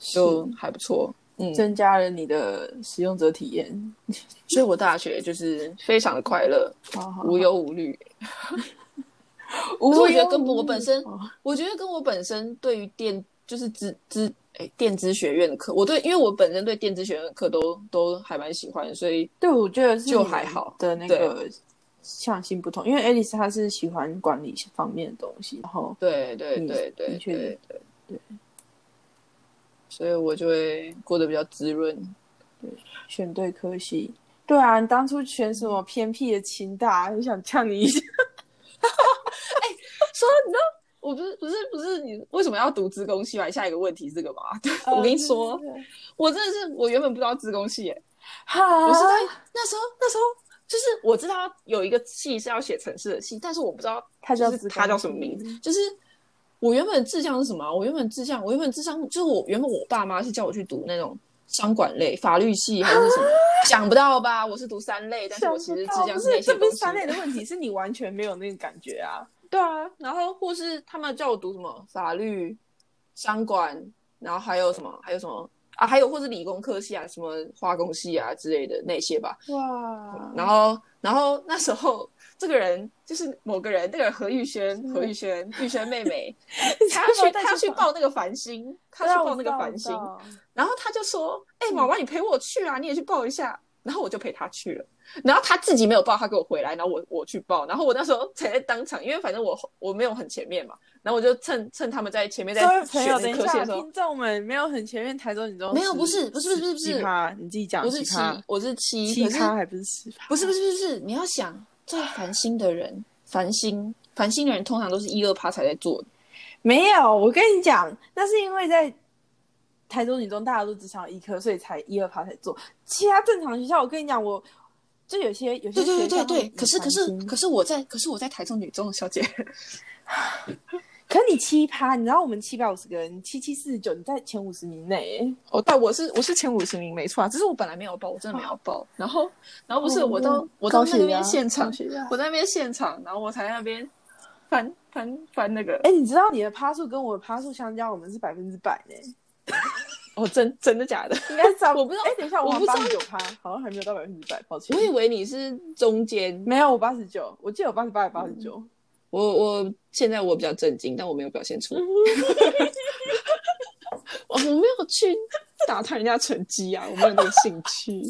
A: 就还不错。嗯，
B: 增加了你的使用者体验，
A: 所以我大学就是非常的快乐，
B: 好好
A: 无忧无虑。
B: 无
A: 是我觉得
B: 忧
A: 跟
B: 无
A: 我本
B: 虑
A: 身
B: 哦
A: 我觉得跟我本身对于电就是资资哎电资学院的课，我对因为我本身对电资学院的课都都还蛮喜欢，所以
B: 对，我觉得是
A: 就
B: 你们
A: 还好
B: 的那个向性不同，因为爱丽丝她是喜欢管理方面的东西，然后
A: 对对
B: 嗯
A: 对对
B: 的
A: 对
B: 确
A: 对对，所以我就会过得比较滋润。
B: 选对科系。对啊，你当初选什么偏僻的清大，我想呛你一下。
A: 说你知道，我不是不是不是你为什么要读资工系吗？下一个问题是这个吗？ [laughs] [laughs]
B: 呃
A: 我跟你说，我真的是我原本不知道资工系耶、
B: [laughs] 哈，
A: 我是在那时候那时候就是我知道有一个系是要写城市的系，但是我不知道
B: 它
A: 就
B: 叫
A: 是
B: 自
A: 它
B: 贡
A: 叫什么
B: 系
A: 名字，就是。我原本志向是什么啊、我原本志向，我原本志向就是我原本我爸妈是叫我去读那种商管类、法律系还是什么，想不到吧？我是读三类，但是
B: 啊想
A: 我
B: 不
A: 其实志
B: 到，
A: 向
B: 不
A: 是那
B: 是
A: 些
B: 这不
A: 东
B: 是
A: 西。
B: 三类的问题，是你完全没有那个感觉啊。
A: [laughs] 对啊，然后或是他们叫我读什么法律、商管，然后还有什么，还有什么啊，还有或是理工科系啊，什么化工系啊之类的那些吧。
B: 哇， [laughs]
A: 然后，然后那时候这个人就是某个人，那个何玉轩，何玉轩，
B: 嗯
A: 玉轩妹
B: [laughs]
A: 妹，她要去，
B: 带
A: 她要去
B: 去
A: 报那个繁星，她
B: 对啊
A: 去
B: 我
A: 报那
B: 知
A: 个
B: 道我
A: 繁
B: 知
A: 星，
B: 道
A: 然后她就说：“哎、妈妈，你陪我去啊，你也去报一下。”然后我就陪她去了。然后她自己没有报，她给我回来，然后我我去报，然后我那时候才在当场，因为反正我我没有很前面嘛，然后我就趁趁他们在前面在
B: 各位朋
A: 选
B: 友，
A: 那
B: 等一
A: 科系
B: 下，啊
A: 的时候，
B: 听众们没有很前面，台中女中
A: 没有
B: 十
A: 不是不是不是不是
B: 十七趴，你自己讲
A: 我是
B: 几
A: 七
B: 趴，
A: 我是七，
B: 七
A: 可是
B: 趴还不是十趴？
A: 不是不是不是，你要想在繁星的人，繁星繁星的人通常都是一二趴才在做的，
B: 没有，我跟你讲，那是因为在台中女中大家都只上一科，所以才一二趴才做。其他正常学校，我跟你讲，我就有些有些
A: 对对
B: 学
A: 对
B: 校
A: 对对。
B: 很
A: 可是可
B: 烦
A: 是
B: 心
A: 可是我在可是我在台中女中小姐，
B: 可你七趴，你知道我们七百五十个人，七七四十九，你在前五十名内耶。
A: 哦，但我是我是前五十名没错啊，只是我本来没有报，我真的没有报。然后然后不是
B: 哦
A: 我到我
B: 高
A: 到
B: 血
A: 那边
B: 压
A: 现
B: 高
A: 场
B: 血压，
A: 我在那边现场，然后我才在那边翻翻翻那个
B: 哎、你知道你的趴数跟我的趴数相加，我们是百分之百呢，
A: 哦，真真的假的？
B: 应该是差不多
A: 我不知道
B: 哎、等一下，
A: 我
B: 好
A: 不
B: 像
A: 知
B: 八
A: 道
B: 十九趴，好像还没有到百分之百，抱歉
A: 我。以为你是中间，
B: 没有，我八十九，我记得我八十八还八十九。
A: 我我现在我比较震惊，但我没有表现 [laughs] 出来。我我没有去打探人家成绩啊，我没有那个兴趣。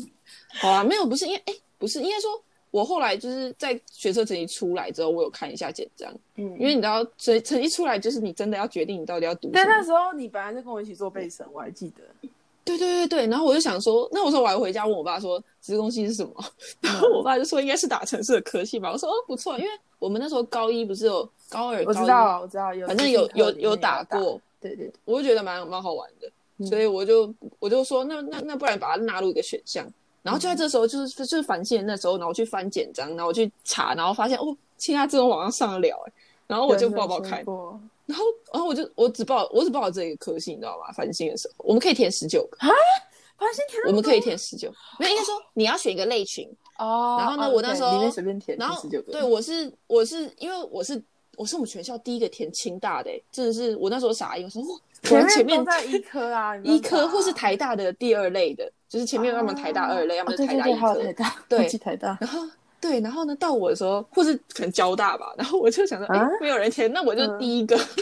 A: 好啊，没有，不是因为哎、不是应该说，我后来就是在学测成绩出来之后，我有看一下简章，
B: 嗯，
A: 因为你知道，成成绩出来就是你真的要决定你到底要读什
B: 但
A: 么
B: 那。时候你本来就跟我一起做背审，我还记得。
A: 对对对对，然后我就想说，那我说我还回家问我爸说，职工系是什么？ [laughs] 然
B: 嗯
A: 后我爸就说应该是打城市的科系吧。我说哦不错，因为我们那时候高一不是有高二，
B: 我知
A: 高一
B: 道，我知道，有
A: 嗯反正有
B: 私信课
A: 有
B: 里面
A: 有
B: 有
A: 打过，
B: 对对对，
A: 我就觉得蛮蛮好玩的，
B: 嗯
A: 所以我就我就说那那那不然把它纳入一个选项。然后就在
B: 嗯
A: 这时候，就是就是繁星的那时候，然后我去翻简章，然后我去查，然后发现哦，清大这种网上上得了、欸，然后我就
B: 有人
A: 报
B: 有
A: 报
B: 说
A: 看，
B: 过
A: 然后然后我就我只报我只报了这一个科系，你知道吗？繁星的时候，我们可以填十九个，
B: 反正填
A: 我们可以填十九，没有应该说你要选一个类群，
B: 哦
A: 然后呢
B: 哦
A: 我那
B: 对
A: 时候
B: 里面随便填，
A: 然后
B: 十九个，
A: 对，我是我是因为我是我是我们全校第一个填清大的、欸，真的是我那时候傻眼，我说哇我
B: 前
A: 前面
B: 都在医科啊，
A: 医科或是台大的第二类的，就是前面要么台大二类，要
B: 哦
A: 么就
B: 对
A: 台
B: 对
A: 大
B: 对，
A: 医科。
B: 还有台大，
A: 对
B: 忘记台大，
A: 然后对，然后呢，到我的时候，或是可能交大吧，然后我就想说，哎、
B: 啊
A: 没有人填，那我就
B: 嗯
A: 第一个， [laughs]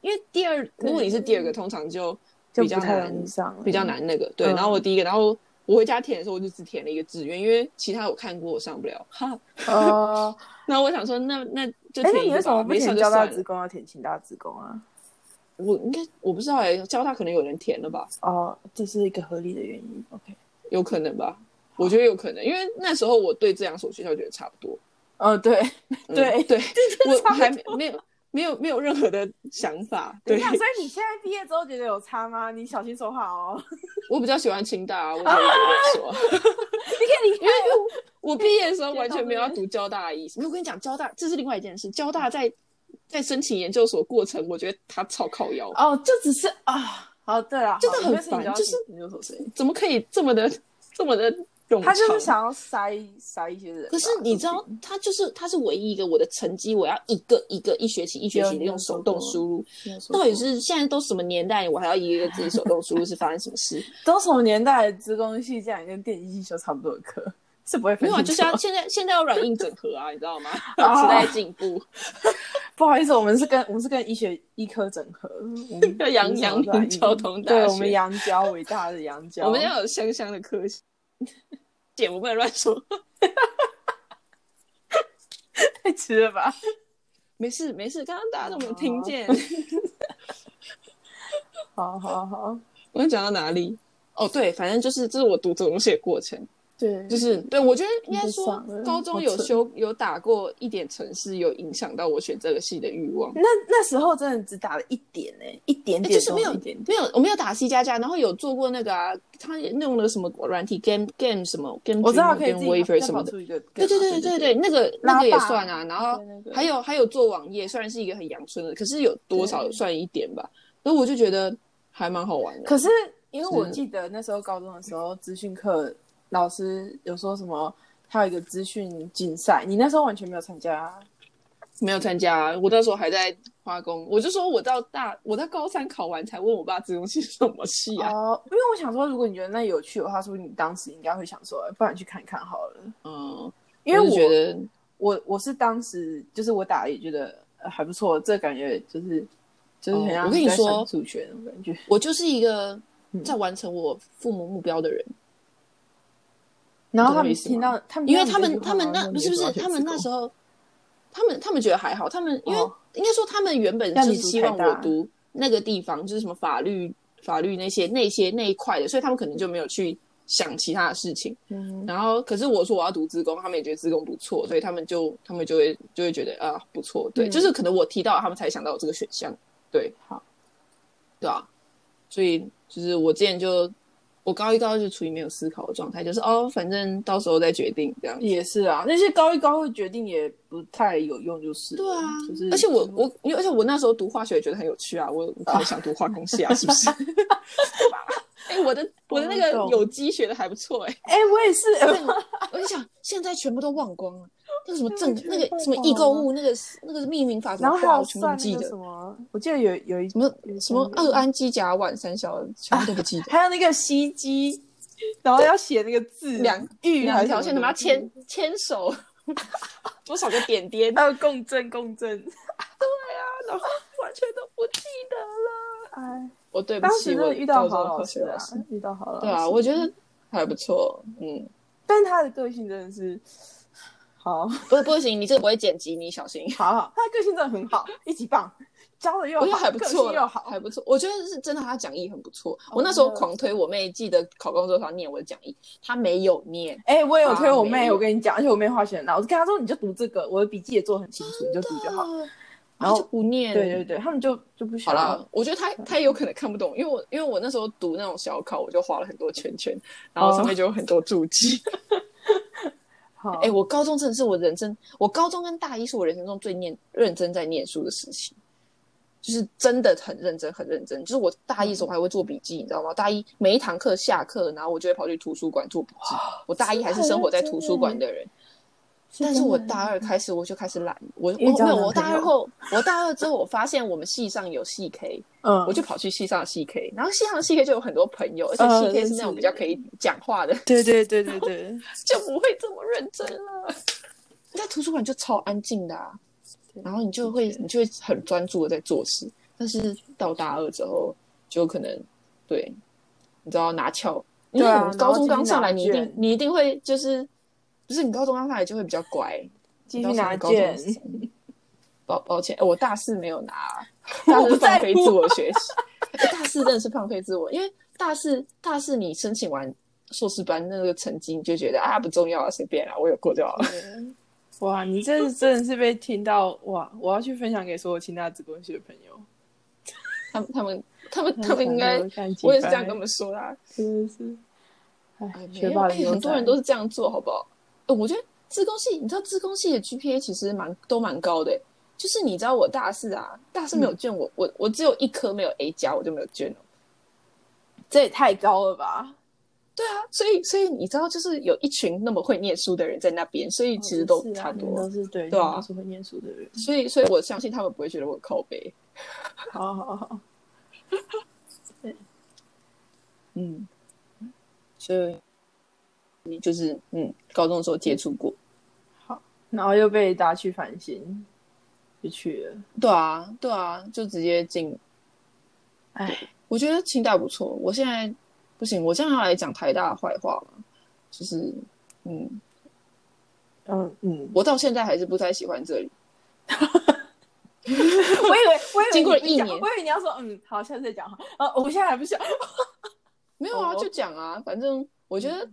A: 因为第二，如果你是第二个，通常就
B: 就
A: 比较
B: 不太
A: 难
B: 容易上了，
A: 比较难那个。对，
B: 嗯
A: 然后我第一个，然后我回家填的时候，我就只填了一个志愿，因为其他我看过我上不
B: [laughs]
A: 了。哈，
B: 哦。
A: 然后我想说，那那 [laughs] 就
B: 哎，那
A: 填一
B: 你为
A: 个
B: 什
A: 吧，
B: 么不
A: 没上
B: 填
A: 就
B: 交大
A: 算
B: 职
A: 了。
B: 工，要啊填清大职工啊？
A: 我应该我不知道哎、交大可能有人填了吧，
B: 哦，这是一个合理的原因。OK，
A: 有可能吧。我觉得有可能，因为那时候我对这两所学校觉得差不多。
B: 哦，对，
A: 嗯
B: 对
A: 对，我还没没有没有没有任何的想法。
B: [laughs] 等
A: 对
B: 一，下，所以你现在毕业之后觉得有差吗？你小心说话
A: [laughs]
B: 哦。
A: 我比较喜欢清大啊，我只是这么说。
B: 你 [laughs] 看，
A: 我毕业的时候完全没有要读交大的意思。没有我跟你讲，交大这是另外一件事。交大在在申请研究所过程，我觉得他超靠腰
B: 你，哦，就只是啊，好，对了，
A: 真的
B: 好
A: 很
B: 没事你
A: 烦
B: 要
A: 就是
B: 研究所谁？
A: 怎么可以这么的这么的冗长？
B: 他就是想要塞塞一些人吧。啊
A: 可是你知道，他就是他是唯一一个我的成绩，我要一个一个一学期一学期的用手动输入。
B: 说不定，
A: 到底是现在都什么年代，我还要一个一个自己手动输入，是发生什么
B: [laughs]
A: 事？
B: 都什么年代的职工系，竟然跟电机系修差不多的课，是不会
A: 没
B: 分
A: 有啊，
B: 清
A: 就
B: 楚
A: 是要现在现在要软硬整合啊，你知道
B: [laughs]
A: 吗？
B: 啊
A: 时代进步，
B: 不好意思，我们是跟我们是跟医学医科整
A: [laughs]
B: 合，我们
A: 要阳
B: 我们什么都
A: 阳明交通大
B: 对
A: 学
B: 我们阳交伟大的阳交，
A: 我们要有香香的科系。 [laughs] 姐，我不能乱说。
B: 太吃了吧？
A: 没事没事，刚刚大家都没有
B: 哦
A: 听见。 [laughs]
B: 好好好，
A: 我们讲到哪里？哦，对，反正就是这是我读这东西的过程，
B: 对，
A: 就是对我觉得应该
B: 很
A: 说
B: 爽了
A: 高中有修有打过一点城市，有影响到我选这个系的欲望。
B: 那那时候真的只打了一点呢、一点
A: 哎
B: 点、
A: 就是没有
B: 一点
A: 没
B: 点。
A: 有，我没有打 C 加加，然后有做过那个啊，他也弄了什么软体 game game 什么 game，
B: 我知道可以
A: 跟
B: 自己
A: wafer
B: 再
A: 什么
B: 跑
A: 的。
B: 出一个，
A: 对对对对对，那个那个
B: 拉
A: 也
B: 霸
A: 算啊。然后
B: 对那个
A: 还有还有做网页，虽然是一个很阳春的，可是有多少
B: 对
A: 算一点吧。然后我就觉得还蛮好玩的。
B: 可是因为我
A: 是
B: 记得那时候高中的时候，资讯课老师有说什么，还有一个资讯竞赛，你那时候完全没有参加啊、
A: 没有参加，啊我那时候还在花工，我就说我到大，我到高三考完才问我爸这东西是什么系啊。
B: 哦，因为我想说，如果你觉得那有趣的话，说不定你当时应该会想说，不然去看看好了。
A: 嗯，
B: 因为
A: 我就觉
B: 我
A: 得
B: 我我是当时就是我打了也觉得、呃还不错，这感觉就是就是很
A: 哦
B: 像
A: 我跟你
B: 在
A: 说
B: 闪数学那种感觉。
A: 我就是一个
B: 嗯
A: 在完成我父母目标的人，
B: 然后他
A: 懂我
B: 们
A: 意思
B: 听
A: 吗
B: 到他们
A: 因
B: 听
A: 为
B: 到
A: 他
B: 你
A: 们
B: 这句话
A: 他们
B: 然
A: 那
B: 后
A: 不是不
B: 说
A: 是
B: 你就
A: 他们那
B: 说
A: 时候，他们他们觉得还好，他们因为、
B: 哦
A: 应该说他们原本
B: 让
A: 就
B: 你
A: 是
B: 读
A: 希
B: 台
A: 望
B: 大
A: 我读那个地方，就是什么法律法律那些那些那一块的，所以他们可能就没有去想其他的事情。
B: 嗯
A: 然后，可是我说我要读职工，他们也觉得职工不错，所以他们就他们就会就会觉得啊不错，对，
B: 嗯
A: 就是可能我提到他们才想到有这个选项，对，
B: 好，
A: 对啊，所以就是我之前就我高一高二就处于没有思考的状态，就是哦，反正到时候再决定这样。
B: 也是啊，那些高一高二决定也不太有用，就是
A: 对啊，
B: 就是
A: 而且我我因为而且我那时候读化学也觉得很有趣啊，我我可能想读化工系啊，是 [laughs] 不是？哎、我的我的那个
B: 我懂
A: 有机学的还不错哎、
B: 哎、我也是，
A: 我就想，现在全部都忘光了，那个什么正
B: 对全
A: 那
B: 部
A: 个什么
B: 忘
A: 易购
B: 光了
A: 物，那个那个命名法什
B: 然
A: 么
B: 后还
A: 话，
B: 有
A: 我全部都
B: 算
A: 不记
B: 那
A: 得。
B: 个
A: 什
B: 什么，我记得有有一
A: 么
B: 有一
A: 什么
B: 段
A: 二氨基甲烷三小，全部都不记
B: [laughs]
A: 得。
B: 还有那个吸鸡，然后要写那个字，
A: 两
B: 玉
A: 两条线，他
B: 什
A: 妈
B: 么
A: 牵牵手， [laughs] 多少个点
B: [laughs]
A: 点，
B: 还有共振
A: [laughs]
B: 共振，
A: 然后完全都不记得了。
B: 哎，
A: 我对不
B: 当
A: 起，
B: 时真
A: 我
B: 的遇
A: 高
B: 到
A: 中
B: 好
A: 的
B: 老
A: 化
B: 师
A: 学
B: 啊
A: 老师。，
B: 遇到好老师，
A: 对啊，我觉得还不错。嗯，
B: 但他的个性真的是好
A: 不不行，你这个不会剪辑，你小心。
B: 好好，他的个性真的很好，一级棒，教 [laughs] 的又
A: 我觉得
B: 好，
A: 还不
B: 个
A: 错
B: 性又好
A: 还，不错。我觉得是真的，他讲义很不错。
B: 哦
A: 我那时候
B: 真的
A: 狂推我妹，记得考公之后她念我的讲义，她没有念。
B: 哎、我也有推我
A: 啊没
B: 妹，
A: 有
B: 我跟你讲，而且我妹化学很烂，我就跟她说你就读这个，我的笔记也做得很清楚，你就读就好。然
A: 然
B: 后
A: 后就不念。
B: 啊对对对，他们就就不
A: 好
B: 想要
A: 啦，我觉得他他也有可能看不懂，因为我因为我那时候读那种小考，我就画了很多圈圈，然
B: 哦
A: 后上面就有很多注记。
B: 好，
A: 哎、我高中真的是我人生，我高中跟大一是我人生中最念认真在念书的时期，就是真的很认真，很认真。就是我大一的时候还会做笔记，你知道吗？大一每一堂课下课，然后我就会跑去图书馆做笔记。我大一还是生活在图书馆的人，但是我大二开始我就开始懒，我
B: 因为
A: 我
B: 交
A: 没有，
B: 男
A: 我大
B: 朋友
A: 二后，我大二之后，我发现我们系上有系 K，
B: 嗯，
A: 我就跑去系上的系 K，然后系上的系 K 就有很多朋友，而且
B: 呃
A: 系 K 是那种
B: 是
A: 比较可以讲话的，
B: 对对对对 [laughs] 对，
A: 就不会这么认真了。你在图书馆就超安静的啊，然后你就会你就会很专注的在做事，但是到大二之后就可能对，你知道拿翘，因为
B: 对啊
A: 我们高中刚上来，
B: 然后
A: 你
B: 继
A: 一
B: 续拿
A: 定
B: 卷
A: 你一定会就是不是你高中刚上来就会比较乖，
B: 继续拿
A: 高中
B: 剑，
A: 生。抱抱歉，我大四没有
B: [laughs]
A: 拿，大
B: 不
A: 四
B: 在
A: 放
B: 乎
A: 飞自我
B: [laughs]
A: 学习。哎大四真的是放飞自我，因为大四大四你申请完硕士班那个成绩，你就觉得啊不重要啊，随便啊，我有过就好了。
B: 哇，你这是真的是被听到哇！我要去分享给所有清大子工系的朋友，
A: 他们他们他们他们应该，我
B: [laughs] 我
A: 也是这样跟他们说啦。
B: 真的是，哎
A: 哎，，没
B: 学
A: 有，
B: 霸
A: 哎
B: 的，
A: 很多人都是这样做，好不好？呃我觉得自工系，你知道自工系的 GPA 其实蛮都蛮高的，欸就是你知道我大四啊，大四没
B: 嗯
A: 有卷，我我我只有一科没有 A 加，我就没有卷了。
B: 这也太高了吧？
A: 对啊，所以所以你知道，就是有一群那么会念书的人在那边，所
B: 哦
A: 以其实都
B: 啊
A: 差不多。
B: 都是对，
A: 对啊
B: 都是会念书的 [laughs] 人。
A: 所以所以我相信他们不会觉得我靠背。
B: 好好好，
A: 嗯，所以你就是嗯，高中的时候接触过。
B: 然后又被打去反省，就去了。
A: 对啊，对啊，就直接进。
B: 哎，
A: 我觉得清大不错。我现在不行，我这样要来讲台大的坏话嘛，就是嗯，
B: 嗯嗯，
A: 我到现在还是不太喜欢这里。
B: [laughs] 我以为我以为
A: 经过了
B: 你不
A: 一
B: 讲
A: 年
B: 我以为你要说嗯好，下次再讲哈。呃，我现在还不想，
A: 没有啊，
B: 哦嗯
A: 就讲啊，反正我觉得，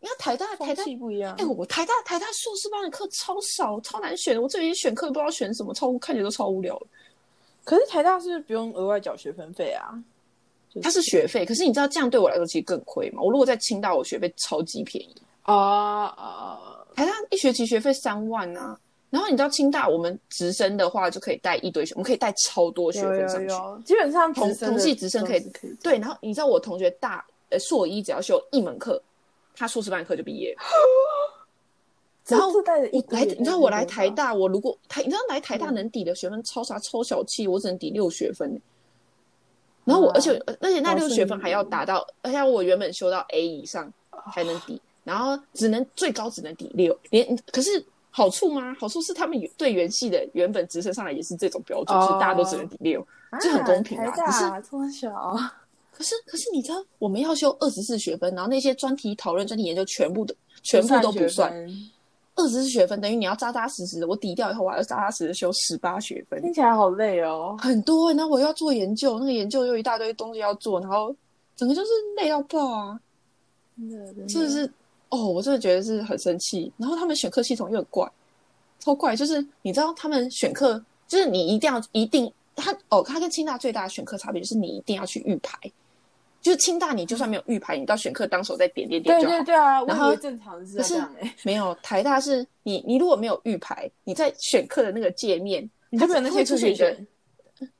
A: 你看台大台
B: 风
A: 大
B: 气不一样
A: 哎、。我台大台大硕士班的课超少，超难选的。我这里选课不知道选什么，超无看起来都超无聊的。
B: 可是台大是不用额外缴学分费啊，就
A: 它是学费，可是你知道这样对我来说其实更亏嘛？我如果在清大，我学费超级便宜，
B: 啊啊
A: 台大一学期学费三万啊。然后你知道清大我们直升的话就可以带一堆学，我们可以带超多学
B: 有
A: 分
B: 有
A: 上去。
B: 有，基本上
A: 同
B: 直升的
A: 同系直升可以
B: 都是可以
A: 对，然后你知道我同学大呃硕一只要修一门课，他硕士班的课就毕业了。然后
B: 这带着一
A: 我
B: 股
A: 来，
B: 也
A: 你知道
B: 是
A: 我
B: 没
A: 来
B: 办
A: 台
B: 法，
A: 大，我如果台，你知道来台
B: 嗯
A: 大能抵的学分超啥超小气，我只能抵六学分。然后我，
B: 啊
A: 而且呃而且那
B: 哇
A: 六
B: 是
A: 学分
B: 你
A: 还要达到，而且我原本修到 A 以上才能抵，
B: 啊
A: 然后只能最高只能抵六，连可是好处吗？好处是他们对原系的原本直升上来也是这种标准，就是大家都只
B: 哦
A: 能抵六。这很公平啊
B: 台大这么小，
A: 可是可是你知道我们要修二十四学分，然后那些专题讨论、专题研究全部都全部都不算，
B: 学分，
A: 二十四学分等于你要扎扎实实的，我抵掉以后，我还要扎扎实实修十八学分，
B: 听起来好累哦。
A: 很多、欸。那我又要做研究，那个研究又一大堆东西要做，然后整个就是累到爆啊！
B: 真的，
A: 真的是，哦，我真的觉得是很生气。然后他们选课系统又很怪，超怪，就是你知道他们选课，就是你一定要一定他哦，他跟清大最大的选课差别就是你一定要去预排，就是清大你就算没有预排，你到选课当时候再点点点
B: 对
A: 就好。
B: 对对啊，我
A: 然
B: 以
A: 后
B: 为正常是要这 [laughs] 样哎，
A: 没有，台大是你你如果没有预排，你在选课的那个界面，
B: 你
A: 它
B: 就没有那
A: 它
B: 些
A: 会出
B: 出
A: 现
B: 去
A: 一个
B: 选，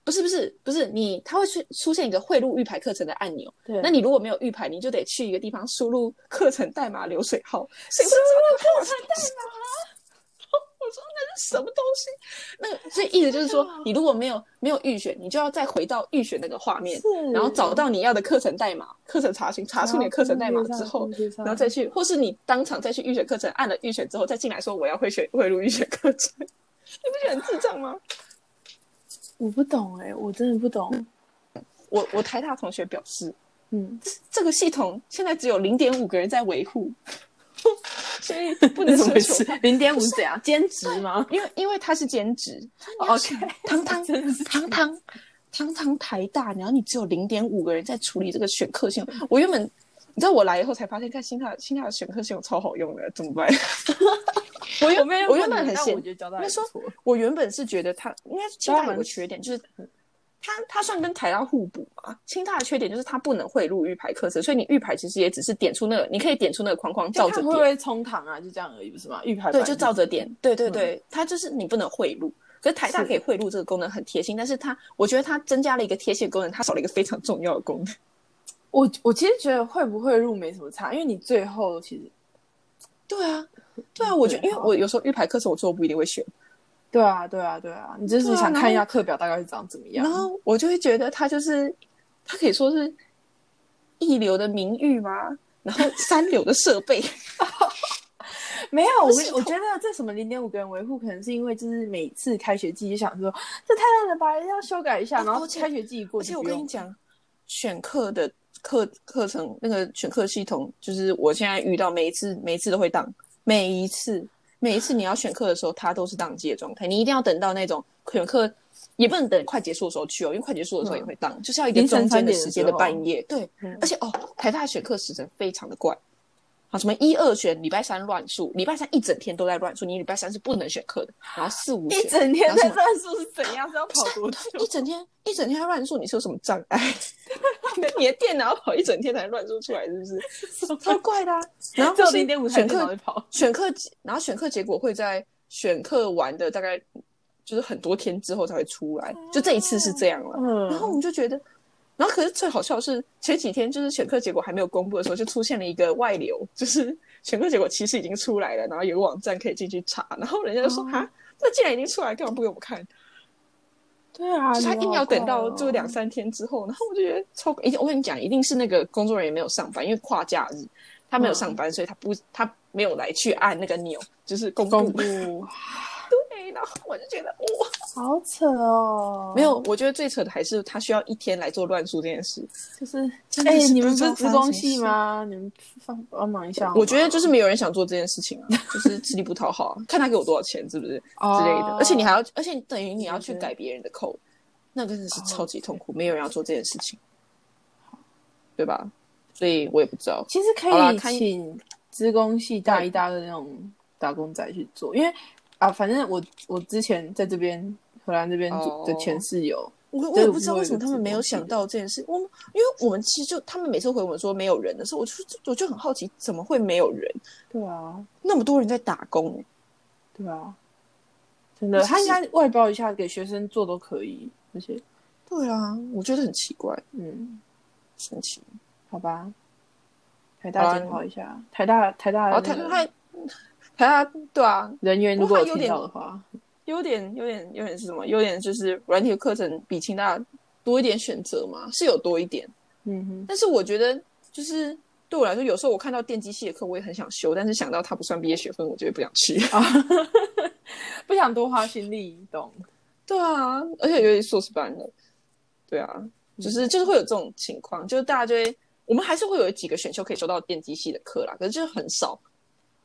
A: 不是不是不是你，它会出出现一个汇入预排课程的按钮。
B: 对，
A: 那你如果没有预排，你就得去一个地方输入课程代码流水号。谁会知道课程代码？我说那是什么东西？那个所以意思就是
B: [laughs]
A: 说，你如果没有没有预选，你就要再回到预选那个画面，
B: 是哦
A: 然后找到你要的课程代码，课程查询查出你的课程代码之后，，然后再去，或是你当场再去预选课程，按了预选之后再进来说我要会选会录预选课程，你不觉得很智障吗？
B: 我不懂哎，我真的不懂，
A: [laughs] 我我台大同学表示，
B: 嗯，
A: [laughs] 这个系统现在只有零点五个人在维护，所以不 [laughs] 能奢求。？
B: [laughs] 零点五是怎样？兼职吗
A: 因为因为他是兼职，
B: ？OK，
A: 堂堂
B: [laughs] 真的是
A: 堂堂堂堂台大，然后你只有零点五个人在处理这个选课系统。我原本你知道我来以后才发现，看新大新大的选课系统超好用的，怎么办？ [laughs] 我原
B: 我没有
A: 我
B: 问
A: 原
B: 你，
A: 本很
B: 但
A: 嫌
B: 我觉得交代
A: 应该
B: 还
A: 说
B: 不错。
A: 我原本是觉得他应该清大有个
B: 蛮
A: 缺点，就是他他算跟台大互补嘛。清大的缺点就是他不能汇入预排课程，所以你预排其实也只是点出那个，你可以点出那个框框，
B: 就
A: 照
B: 看
A: 着
B: 会不
A: 点，
B: 会冲堂啊？就这样而已，不是吗？预排
A: 对，
B: 版
A: 就照着点，对对对，他就是你不能汇入。可嗯是台大
B: 是
A: 可以汇入这个功能很贴心，但是它我觉得它增加了一个贴心的功能，它少了一个非常重要的功能。
B: 我我其实觉得会不会入没什么差，因为你最后其实
A: 对啊，对啊，我觉得因为我有时候预排课程，我说我不一定会选，
B: 对啊，对啊，对啊，你就是
A: 对啊
B: 想
A: 然
B: 看一
A: 后
B: 下课表大概是长怎么样
A: 然。后我就会觉得他就是他可以说是一流的名誉吗？然后三流的设备，
B: 没有，我
A: 不是
B: 我觉得这什么零点五个人维护，可能是因为就是每次开学季就想说这太烂了吧，要修改一下，
A: 哦
B: 然后
A: 而且
B: 开学季一过
A: 而且
B: 就
A: 我
B: 不
A: 跟
B: 用
A: 你。讲，选课的课课程那个选课系统，就是我现在遇到每一次每一次都会当，每一次每一次你要选课的时候，它都是当机的状态，你一定要等到那种选课。也不能等快结束的时候去哦，因为快结束的时候也会当，就是要一个
B: 嗯凌晨
A: 中间
B: 3
A: 的
B: 点的
A: 时间
B: 时
A: 的
B: 候
A: 半夜。对，
B: 嗯
A: 而且哦，台大选课时程非常的怪，啊，什么一二选，礼拜三乱数，礼拜三一整天都在乱数，你礼拜三是不能选课的，然后四五选
B: 一整天
A: 然后什
B: 在
A: 么
B: 算数是怎样？是 [laughs] 要跑多久？
A: 一整天一整天在乱数，你是有什么障碍？ [laughs] 你的电脑跑一整天才乱数出来，是不
B: [laughs]
A: 是？超怪的、啊。然后
B: 只有
A: 是
B: 零点五台
A: 选
B: 电脑
A: 课
B: 会跑。
A: 选课，然后选课结果会在选课完的大概就是很多天之后才会出来，就这一次是这样了。
B: 嗯
A: 然后我们就觉得，然后可是最好笑的是前几天就是选课结果还没有公布的时候，就出现了一个外流，就是选课结果其实已经出来了，然后有个网站可以进去查，然后人家就说
B: 哦
A: 啊，那既然已经出来，干嘛不给我们看？
B: 对啊，
A: 就是他
B: 你
A: 硬
B: 们
A: 要
B: 好
A: 等
B: 怪
A: 到
B: 哦
A: 就两三天之后，然后我就觉得超，一定我跟你讲，一定是那个工作人员没有上班，因为跨假日，他没有
B: 嗯
A: 上班，所以他不他没有来去按那个钮，就是公
B: 公
A: 布。
B: 布，
A: [laughs] 对，然后我就觉得哇，
B: 好扯哦。
A: 没有，我觉得最扯的还是他需要一天来做乱数这件事。
B: 就是
A: 真的
B: 哎、
A: 是
B: 你们
A: 不
B: 不
A: 知道
B: 是
A: 发
B: 职
A: 生
B: 工
A: 什
B: 系
A: 么
B: 吗？你们帮帮忙一下好吗。
A: 我觉得就是没有人想做这件事情啊，就是吃力不讨好啊，看他给我多少钱是不是之类的
B: 哦。
A: 而且你还要，而且等于你要去
B: 对对哦
A: 改别人的扣，那真的是超级痛苦，没有人要做这件事情，对吧？所以我也不知道。
B: 其实可
A: 好啦
B: 以
A: 看
B: 请职工系大一、大二的那种打工仔去做，因为啊，反正我我之前在这边荷兰这边
A: 哦
B: 做的前室友，
A: 我我
B: 对
A: 也
B: 我
A: 不知道为什么他们没有想到这件事。我们因为我们其实就他们每次回我们说没有人的时候，我就我就很好奇，怎么会没有人？
B: 对啊，
A: 那么多人在打工、欸
B: 对啊，真的，
A: 就是
B: 他应该外包一下给学生做都可以，而且
A: 对啊，我觉得很奇怪，
B: 嗯，
A: 神奇。
B: 好吧，台
A: 好
B: 大
A: 啊
B: 检讨一下，台大哦台大
A: 然后
B: 的
A: 他
B: 那个
A: 他他对啊，
B: 人员
A: 不
B: 如
A: 过
B: 果
A: 他有
B: 有听
A: 点
B: 到的话，
A: 优点优点优点是什么？优点就是软体课程比清大多一点选择嘛，是有多一点。
B: 嗯哼，
A: 但是我觉得就是对我来说，有时候我看到电机系的课，我也很想修，但是想到它不算毕业学分，我就会不想去。
B: [laughs] 不想多花心力，懂？
A: 对啊，而且尤其硕士班的，对啊，就是就是会有这种情况，就是大家就会，我们还是会有几个选修可以修到电机系的课啦，可是就是很少，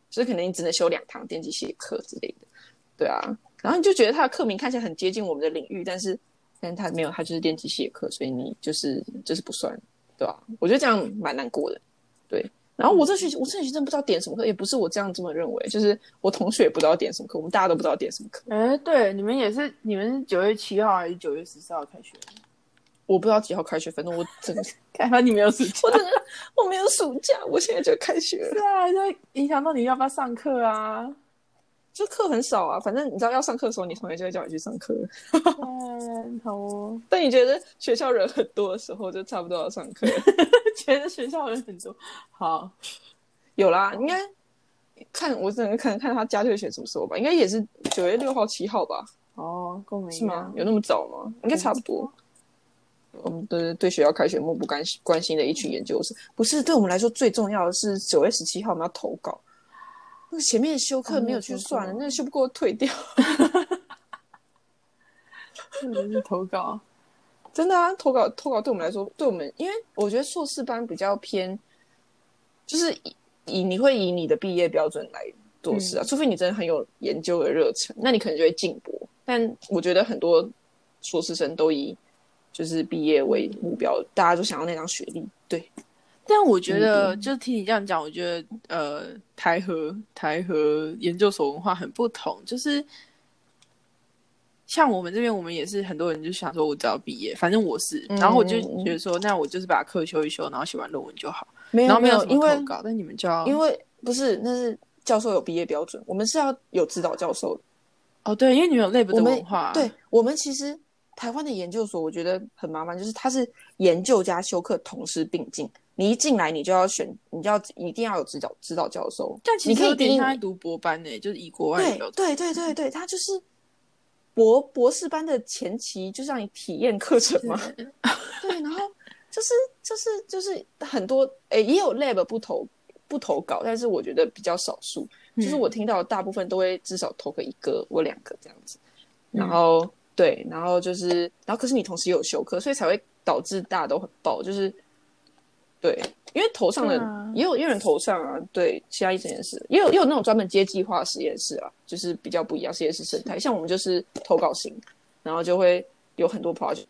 A: 就是可能你只能修两堂电机系的课之类的，对啊，然后你就觉得他的课名看起来很接近我们的领域，但是但是他没有，他就是电机系的课，所以你就是就是不算，对啊，我觉得这样蛮难过的，对。然后我这学期我这学期真的不知道点什么课，也不是我这样这么认为，就是我同学也不知道点什么课，我们大家都不知道点什么课。
B: 哎，对，你们也是，你们是九月七号还是九月十四号开学？
A: 我不知道几号开学，反正我整个
B: 看来你没有暑假
A: 我真的我没有暑假，我现在就开学了，
B: 对啊，就会影响到你要不要上课啊。
A: 就课很少啊。反正你知道要上课的时候，你同学就会叫你去上课。
B: 嗯，好哦。
A: 但你觉得学校人很多的时候，就差不多要上课。
B: 觉得学校人很多，好，
A: 有啦，应该看我只能看看他家就会选什么时候吧，应该也是九月六号、七号吧，
B: 哦，跟我们一
A: 是吗
B: 样？。
A: 有那么早吗？应该差不多。我们对对学校开学漠不关心关心的一群研究生，不是对我们来说最重要的是九月十七号我们要投稿，那个前面的修课
B: 哦
A: 没有去算了，
B: 没有
A: 那个修
B: 修过
A: 不过退掉。
B: 特别是投稿，
A: 真的啊，投稿投稿对我们来说，对我们，因为我觉得硕士班比较偏，就是以以你会以你的毕业标准来做事啊，
B: 嗯
A: 除非你真的很有研究的热忱，那你可能就会进博。但我觉得很多硕士生都以就是毕业为目标，大家就想要那张学历。对，
B: 但我觉得，就听你这样讲，我觉得，呃，台和台和研究所文化很不同，就是像我们这边，我们也是很多人就想说，我只要毕业，反正我是，
A: 嗯
B: 然后我就觉得说，那我就是把课修一修，然后写完论文就好，
A: 没
B: 然后没有什
A: 因
B: 么
A: 为
B: 投稿，但你们就要，
A: 因为不是那是教授有毕业标准，我们是要有指导教授的。
B: 哦，对，因为你们有内部
A: 我
B: 的
A: 们
B: 文化，啊
A: 对我们其实台湾的研究所，我觉得很麻烦，就是它是研究加修课同时并进，你一进来你就要选，你就要一定要有指导指导教授，
B: 但其
A: 你
B: 实
A: 可以
B: 有
A: 第
B: 点
A: 一
B: 像在读博班呢、就是以国外的
A: 对
B: 角度
A: 对对对
B: [laughs]
A: 对，他就是博博士班的前期，就是让你体验课程嘛。对，然后就是就是就是很多诶、也有 lab 不投不投稿，但是我觉得比较少数。就是
B: 嗯
A: 我听到的大部分都会至少投个一个或两个这样子，然
B: 嗯
A: 后、对，然后就是然后可是你同时也有修课，所以才会导致大家都很爆，就是对，因为头上的、
B: 对啊
A: 也有也有人头上啊，对，其他实验室也有也有那种专门接计划实验室啊，就是比较不一样实验室生态，像我们就是投稿型，然后就会有很多 project。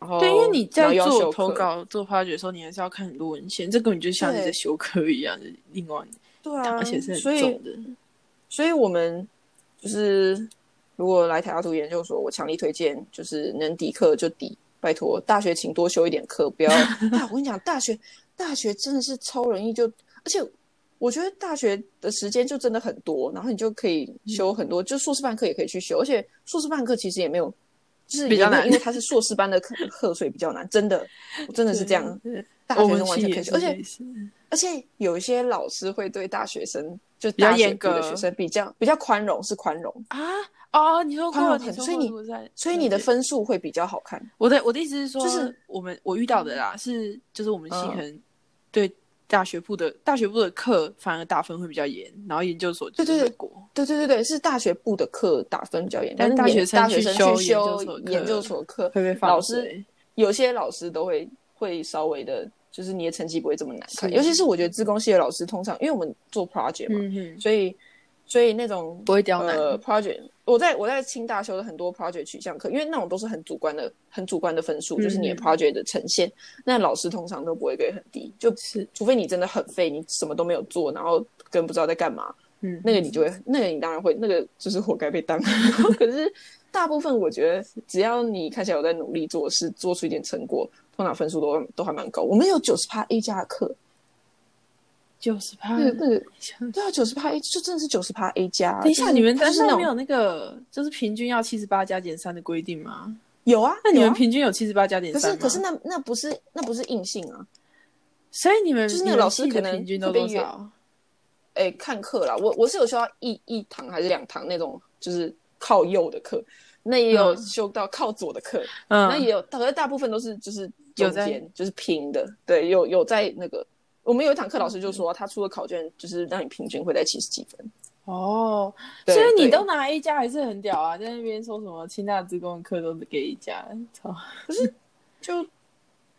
A: 然后
B: 对，因为你
A: 然
B: 在
A: 后又要
B: 做
A: 修
B: 投
A: 课，
B: 稿、做发掘的时候，你还是要看很多文献，这根本就像你
A: 对
B: 在修课一样，就是另外，
A: 对啊，
B: 而且是很
A: 所以
B: 重的。
A: 所以我们就是如果来台大读研究所，我强力推荐，就是能抵课就抵，拜托大学请多修一点课，不
B: [laughs]
A: 要。啊、我跟你讲，大学大学真的是超容易就，而且我觉得大学的时间就真的很多，然后你就可以
B: 嗯
A: 修很多，就硕士班课也可以去修，而且硕士班课其实也没有。就是
B: 比较
A: 也没有
B: 难
A: 因为它是硕士班的课，课所以比较难，真
B: [laughs]
A: 的，我真的是这样。
B: 对，啊
A: 大
B: 我
A: 学
B: 们
A: 生完全可以
B: 系
A: 修，而
B: 也是
A: 且
B: 类似
A: 而且有一些老师会对大学生，就
B: 比较
A: 大学
B: 严
A: 部的
B: 格
A: 学生比较比较宽容，是宽容，
B: 啊哦，你说
A: 宽
B: 过，
A: 容
B: 你
A: 很
B: 说
A: 啊所以
B: 过
A: 你
B: 我在
A: 所以你的
B: 了解
A: 分数会比较好看。
B: 我的我的意思是说，
A: 就是
B: 我们我遇到的啦，是就是我们系
A: 嗯
B: 可能对大学部的大学部的课反而打分会比较严，然后研究所就是
A: 对对对
B: 很过
A: 对对对对，是大学部的课打分比较严，
B: 但
A: 是
B: 大学
A: 研
B: 生
A: 大学
B: 去
A: 生
B: 修
A: 去
B: 研究
A: 修
B: 所课
A: 研究所课，
B: 会被
A: 老
B: 放
A: 师
B: 水。
A: 有些老师都会会稍微的，就是你的成绩不会这么难看。
B: 是
A: 尤其是我觉得自工系的老师，通常因为我们做 project 嘛，
B: 嗯哼，
A: 所以所以那种
B: 不会刁难。
A: 呃，project，我在我在清大修的很多 project 取向课，因为那种都是很主观的、很主观的分数，就是你的
B: 嗯
A: project 的呈现，那老师通常都不会给很低，就是除非你真的很废，你什么都没有做，然后跟不知道在干嘛，
B: 嗯，
A: 那个你就会，那个你当然会，那个就是活该被当。 [laughs] 可是大部分我觉得，只要你看起来有在努力做事，做出一点成果，通常分数都都还蛮高。我们有九十趴 A 加的课，
B: 九十趴。
A: 那个那个
B: 等
A: 对啊，九十趴 A 就真的是九十趴 A 加。啊
B: 一下，
A: 就是
B: 你们
A: 它
B: 单
A: 是那
B: 位
A: 种
B: 没有那个就是平均要七十八加减三的规定吗？
A: 有啊？
B: 那你
A: 有
B: 们
A: 啊
B: 平均有七十八加减
A: 可
B: 三
A: 是
B: 吗？
A: 可是那那不是那不是硬性啊，
B: 所以你们
A: 就是那
B: 你
A: 个
B: 们
A: 老师
B: 系
A: 可
B: 的
A: 能
B: 平均
A: 会
B: 都
A: 被
B: 多
A: 约
B: 少？
A: 哎、看课啦，我我是有修到一一堂还是两堂那种，就是靠右的课，那也有
B: 嗯
A: 修到靠左的课，那也
B: 嗯，
A: 有，可是大部分都是就是
B: 有
A: 中
B: 在
A: 间就是平的，对，有有在那个。我们有一堂课，老师就说啊他出的考卷就是让你平均会在七十几分，
B: 哦，
A: 对
B: 所以你
A: 对
B: 都拿 A 加还是很屌啊，在那边说什么清大职工的课都给 A 加，操！
A: 就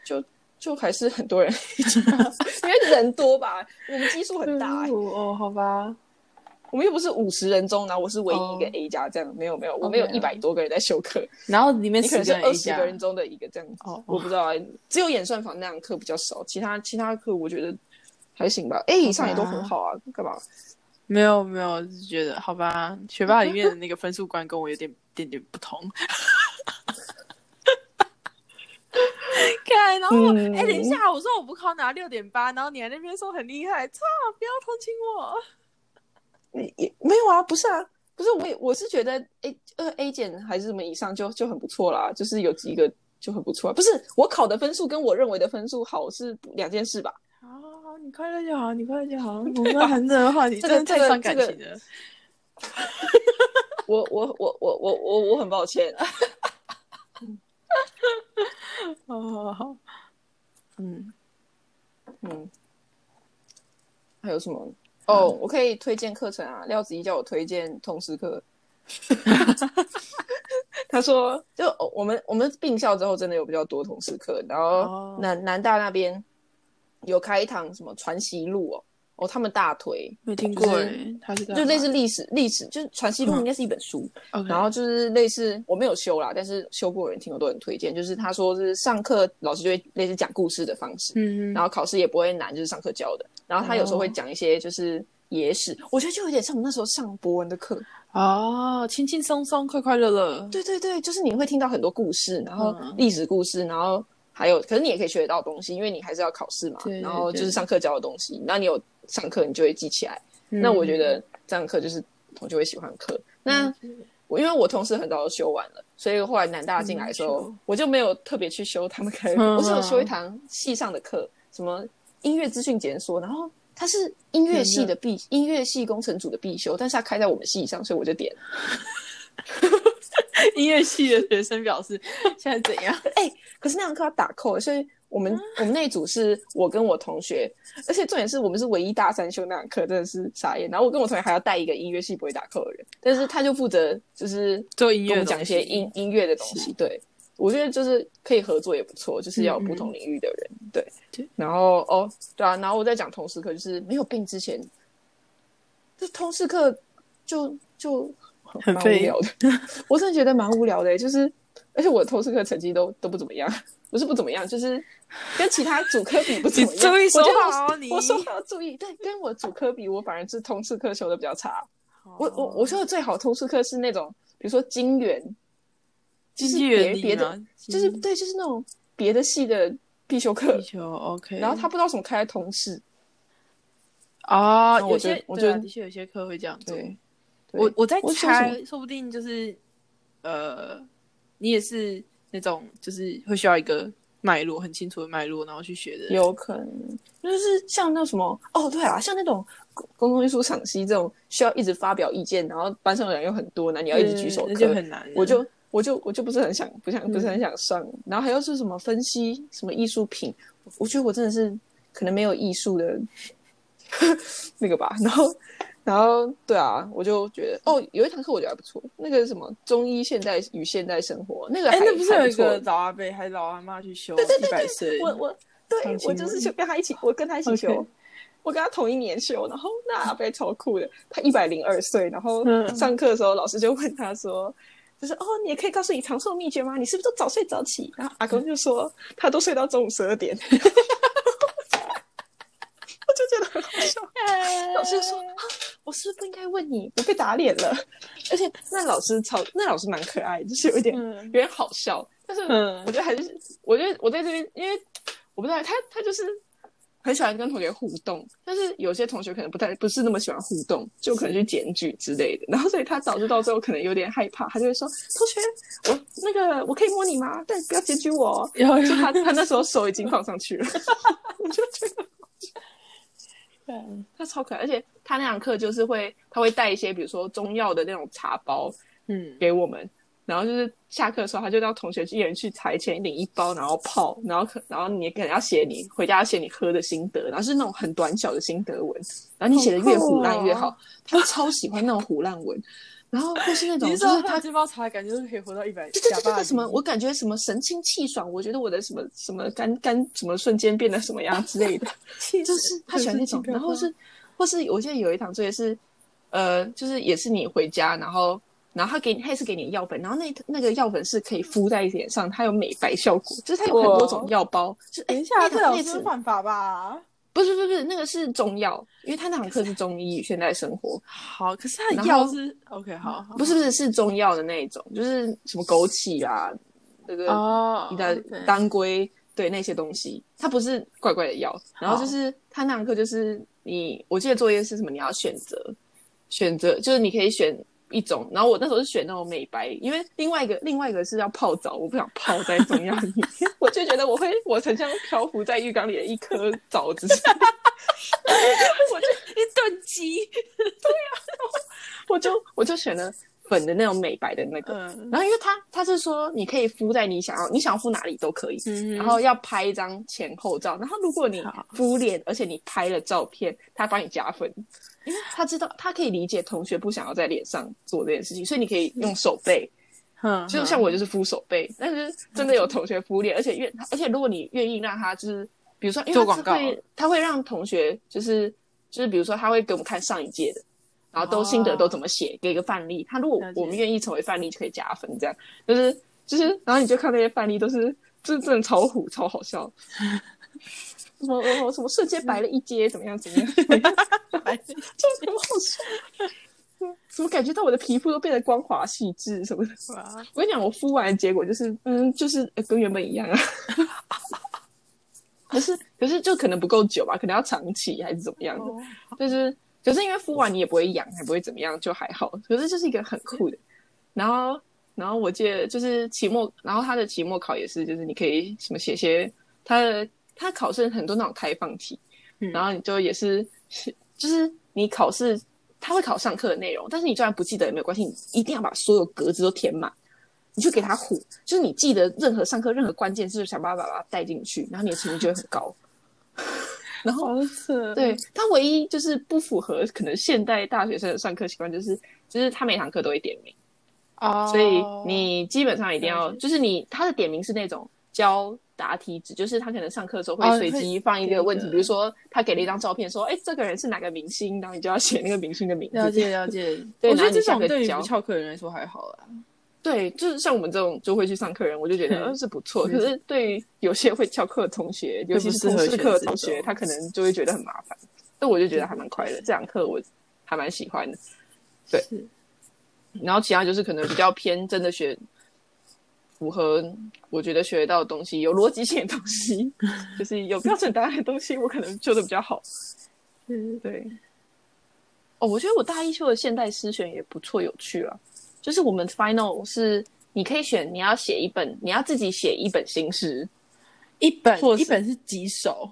A: 就就还是很多人 [laughs] 一起骂，因为人多吧，我们基数很大、欸，
B: 哦，好吧，
A: 我们又不是五十人中，然后我是唯一一个
B: 哦
A: A 加这样，没有没有，我们有
B: OK
A: 一百多个人在修课，
B: 然后里面
A: 你可
B: 十
A: 能是
B: 个人 A
A: 二十
B: 加
A: 个，人中的一个这样子。
B: 哦
A: 我不知道啊，只有演算法那堂课比较少，其他其他课我觉得还行吧。A 以上也都很好啊，干嘛？
B: 没有没有，就是觉得好吧，学霸里面的那个分数观跟我有点点点不 [laughs] 同。看，然后我哎、
A: 嗯
B: 等一下，我说我不考拿六点八，然后你还在那边说很厉害，操，不要同情我。
A: 也也没有啊，不是啊，不是我也我是觉得 A 呃 A 减还是什么以上就就很不错啦，就是有几个就很不错、啊。不是我考的分数跟我认为的分数好是两件事吧？
B: 好好好，你快乐就好，你快乐就 [laughs] 好。我们谈这个话题
A: 这
B: 真
A: 个
B: 的太伤感
A: 这个
B: 情了。
A: 我我我我我我我很抱歉，
B: 好哦好好，嗯，
A: 嗯，还有什么？
B: 嗯
A: 哦，我可以推荐课程啊。廖子怡叫我推荐通识
B: [laughs]
A: 课，他说就哦我们我们并校之后真的有比较多通识课，然后
B: 哦
A: 南、南大那边有开一堂什么传习录哦，哦他们大推，
B: 没听
A: 就
B: 过
A: 是
B: 哎，他是干
A: 就类
B: 嘛
A: 似历史历史，就是传习录
B: 嗯
A: 应该是一本书，
B: OK，
A: 然后就是类似我没有修啦，但是修过的人听我都很推荐，就是他说是上课老师就会类似讲故事的方式，
B: 嗯
A: 然后考试也不会难，就是上课教的。然后他有时候
B: 哦
A: 会讲一些就是野史，我觉得就有点像我们那时候上博文的课。
B: 哦，轻轻松松，快快乐乐，
A: 对对对，就是你会听到很多故事，然后
B: 嗯
A: 历史故事，然后还有，可是你也可以学得到东西，因为你还是要考试嘛。
B: 对对
A: 然后就
B: 对
A: 是上课教的东西，那你有上课你就会记起来。那
B: 嗯
A: 我觉得这样课就是同学会喜欢的课。那我因为我同事很早就修完了，所以后来南大进来的时候，
B: 嗯
A: 我就没有特别去修他们开的
B: 嗯
A: 课，我只有修一堂系上的课，什么音乐资讯检索，然后它是音乐系的必音乐系工程组的必修，但是它开在我们系上，所以我就点了。
B: 音乐系的学生表示， [laughs] 现在怎
A: [laughs]
B: 样？
A: 可是那堂课要打扣，所以我
B: 啊
A: 们、我们那一组是我跟我同学，而且重点是我们是唯一大三修那堂课，真的是傻眼。然后我跟我同学还要带一个音乐系不会打扣的人，但是他就负责就是
B: 做音
A: 跟我
B: 乐
A: 们讲一些音音乐的东西。对，我觉得就是可以合作也不错，就是要有不同领域的人。对，
B: 嗯对
A: 然后哦，对啊，然后我在讲通识课，就是没有病之前，这通识课就就
B: 很
A: 蛮无
B: 废
A: 聊的， [laughs] 我真的觉得蛮无聊的、欸就是而且我的通识课成绩都都不怎么样，不是不怎么样，就是跟其他主科比不怎么样。
B: 你注意说
A: 我觉啊得我
B: 话哦你
A: 我说话要注意，对，跟我主科比，我反而是通识课修的比较差。我我我
B: 我
A: 说的最好通识课是那种，比如说金元，就是
B: 音
A: 别
B: 乐啊
A: 别的，就是对，就是那种别的系的必修课
B: 地，球 OK，
A: 然后他不知道什么开在通识，
B: 啊，
A: 那
B: 有
A: 我觉得
B: 些
A: 我
B: 对啊
A: 觉得
B: 的确有些课会这样做。
A: 对，
B: 我我在
A: 我想什
B: 猜，说不定就是呃，你也是那种就是会需要一个脉络很清楚的脉络，然后去学的。
A: 有可能就是像那什么哦，对啊，像那种公公共艺术赏析这种需要一直发表意见，然后班上的人又很多，那你要一直举手
B: 那
A: 课
B: 就很难啊了。
A: 我就我就我就不是很想不
B: 嗯
A: 想不是很想上，然后还有是什么分析什么艺术品，我觉得我真的是可能没有艺术的 [laughs] 那个吧，然后然后对啊，我就觉得哦，有一堂课我觉得还不错，那个什么中医现代与现代生活那个还，
B: 哎，那不是有一
A: 还
B: 个
A: 错
B: 老阿伯还是老阿妈去修
A: 对对
B: 一
A: 对
B: 百
A: 对
B: 岁？
A: 我我对
B: 上
A: 我
B: 新闻
A: 就是去跟他一起，我跟他一起修
B: OK
A: 我跟他同一年修，然后那阿贝超酷的，他一百零二岁，然后
B: 嗯
A: 上课的时候老师就问他说。就是哦，你也可以告诉你长寿秘诀吗？你是不是都早睡早起？然后阿公就说他都睡到中午十二点， [laughs] 我就觉得很好笑。老师说啊，我是不是不应该问你？我被打脸了。 [laughs] 而且那老师超，那老师蛮可爱，就是有一点
B: 嗯
A: 有点好笑，但是
B: [laughs]
A: [laughs]
B: 嗯
A: 我觉得还是，我觉得我在这边，因为我不知道他他就是很喜欢跟同学互动，但是有些同学可能不太不是那么喜欢互动，就可能去检举之类的，然后所以他导致到最后可能有点害怕，他就会说同学，我那个我可以摸你吗？但不要检举我哦。
B: 有
A: 就他他那时候手已经放上去了， [laughs] 我就觉得他超可爱，而且他那堂课就是会他会带一些比如说中药的那种茶包，
B: 嗯，
A: 给我们，然后就是下课的时候，他就让同学一人去采前领一包，然后泡，然后可然后你可能要写你回家要写你喝的心得，然后是那种很短小的心得文，然后你写的越
B: 好酷
A: 胡
B: 哦
A: 烂越好，他超喜欢那种胡烂文，然后或是那种
B: 你
A: 就
B: 知道
A: 是
B: 他
A: 他。
B: 这包茶感觉就是可以活到一百，
A: 对对对对对，什么？我感觉什么神清气爽，我觉得我的什么什么肝肝什么瞬间变得什么样之类的，就是他喜欢那种，然
B: 啊
A: 后是，或是我记得有一堂作业是，呃，就是也是你回家，然后然后他给你，他也是给你药粉，然后那那个药粉是可以敷在脸上，它有美白效果，就是它有很多种药包，就是哎
B: 等一下，
A: 那
B: 这
A: 堂
B: 老
A: 那
B: 师
A: 次
B: 犯法吧？
A: 不是不是不是那个是中药，因为他那堂课是中医与现代生活，
B: 好，可是他的
A: 然
B: 药
A: 后
B: 是 OK，好，好
A: 不是不是是中药的那一种，就是什么枸杞啦、那个
B: 哦，
A: 你的
B: OK
A: 当归，对那些东西，它不是怪怪的药。然后就是它那堂课就是你，我记得作业是什么？你要选择，选择就是你可以选一种。然后我那时候是选那种美白，因为另外一个另外一个是要泡澡，我不想泡在中药里面，我就觉得我会我很像漂浮在浴缸里的一颗枣子。我就
B: 一炖鸡，
A: 我就我就选了粉的那种美白的那个。
B: 嗯
A: 然后因为它它是说你可以敷在你想要你想要敷哪里都可以，
B: 嗯
A: 然后要拍一张前后照，然后如果你
B: 好
A: 敷脸，而且你拍了照片，他帮你加分，因为他知道他可以理解同学不想要在脸上做这件事情，所以你可以用手背，
B: 哼
A: 就像我就是敷手背，但是真的有同学敷脸，而且愿而且如果你愿意让他就是，比如说因为
B: 做
A: 他是
B: 广告
A: 会他会让同学就是就是比如说他会给我们看上一届的。然后都心得都怎么写，给一个范例。他如果
B: 了解
A: 我们愿意成为范例，就可以加分。这样就是就是，然后你就看那些范例都是，就是真的超虎，超好笑。 [laughs] 什么我我什么瞬间白了一阶，怎么样怎 [laughs] 么样，
B: 白
A: [laughs]
B: 色
A: 就很好笑。 [laughs] 怎么感觉到我的皮肤都变得光滑细致什么的？
B: 吧，
A: 我跟你讲，我敷完的结果就是，嗯，就是呃跟原本一样啊。 [laughs] 可是，可是就可能不够久吧，可能要长期还是怎么样
B: 哦
A: 的？就是，可是因为敷完你也不会痒，还不会怎么样，就还好。可是就是一个很酷的。然后，然后我记得就是期末，然后他的期末考也是，就是你可以什么写些他的他考试很多那种开放题，
B: 嗯
A: 然后你就也是是就是你考试他会考上课的内容，但是你就算不记得也没有关系，你一定要把所有格子都填满。你就给他唬，就是你记得任何上课任何关键字，想办法把它带进去，然后你的成绩就会很高。 [laughs] 然后
B: 好扯，
A: 对他唯一就是不符合可能现代大学生的上课习惯，就是就是他每堂课都会点名，
B: 哦，
A: 所以你基本上一定要
B: 了解
A: 就是你他的点名是那种教答题纸，就是他可能上课的时候
B: 哦
A: 会随机放一
B: 会
A: 个问题，
B: 给一个
A: 比如说他给了一张照片，说哎这个人是哪个明星，然后你就要写那个明星的名
B: 了
A: 字。
B: 解了 [laughs] 解，
A: 对
B: 我
A: 然
B: 觉得
A: 后
B: 这
A: 你下
B: 种
A: 课
B: 对于
A: 教
B: 不翘课的人来说还好啦。
A: 对，就是像我们这种就会去上课的人，我就觉得
B: 嗯
A: 呃是不错。
B: 是
A: 可是对于有些会翘课的同学，尤其是通
B: 不适合
A: 识课的同
B: 选这
A: 学，
B: 种
A: 他可能就会觉得很麻烦。但我就觉得还蛮快乐，这堂课我还蛮喜欢的。对
B: 是
A: 然后其他就是可能比较偏真的学，符合我觉得学得到的东西，有逻辑性的东西， [laughs] 就是有标准答案的东西，我可能修的比较好。
B: 是，
A: 对，哦，我觉得我大一修的现代诗选也不错，有趣啊。就是我们 final 是你可以选你要写一本，你要自己写一本新诗，
B: 一本
A: 或
B: 一
A: 是
B: 本是几首？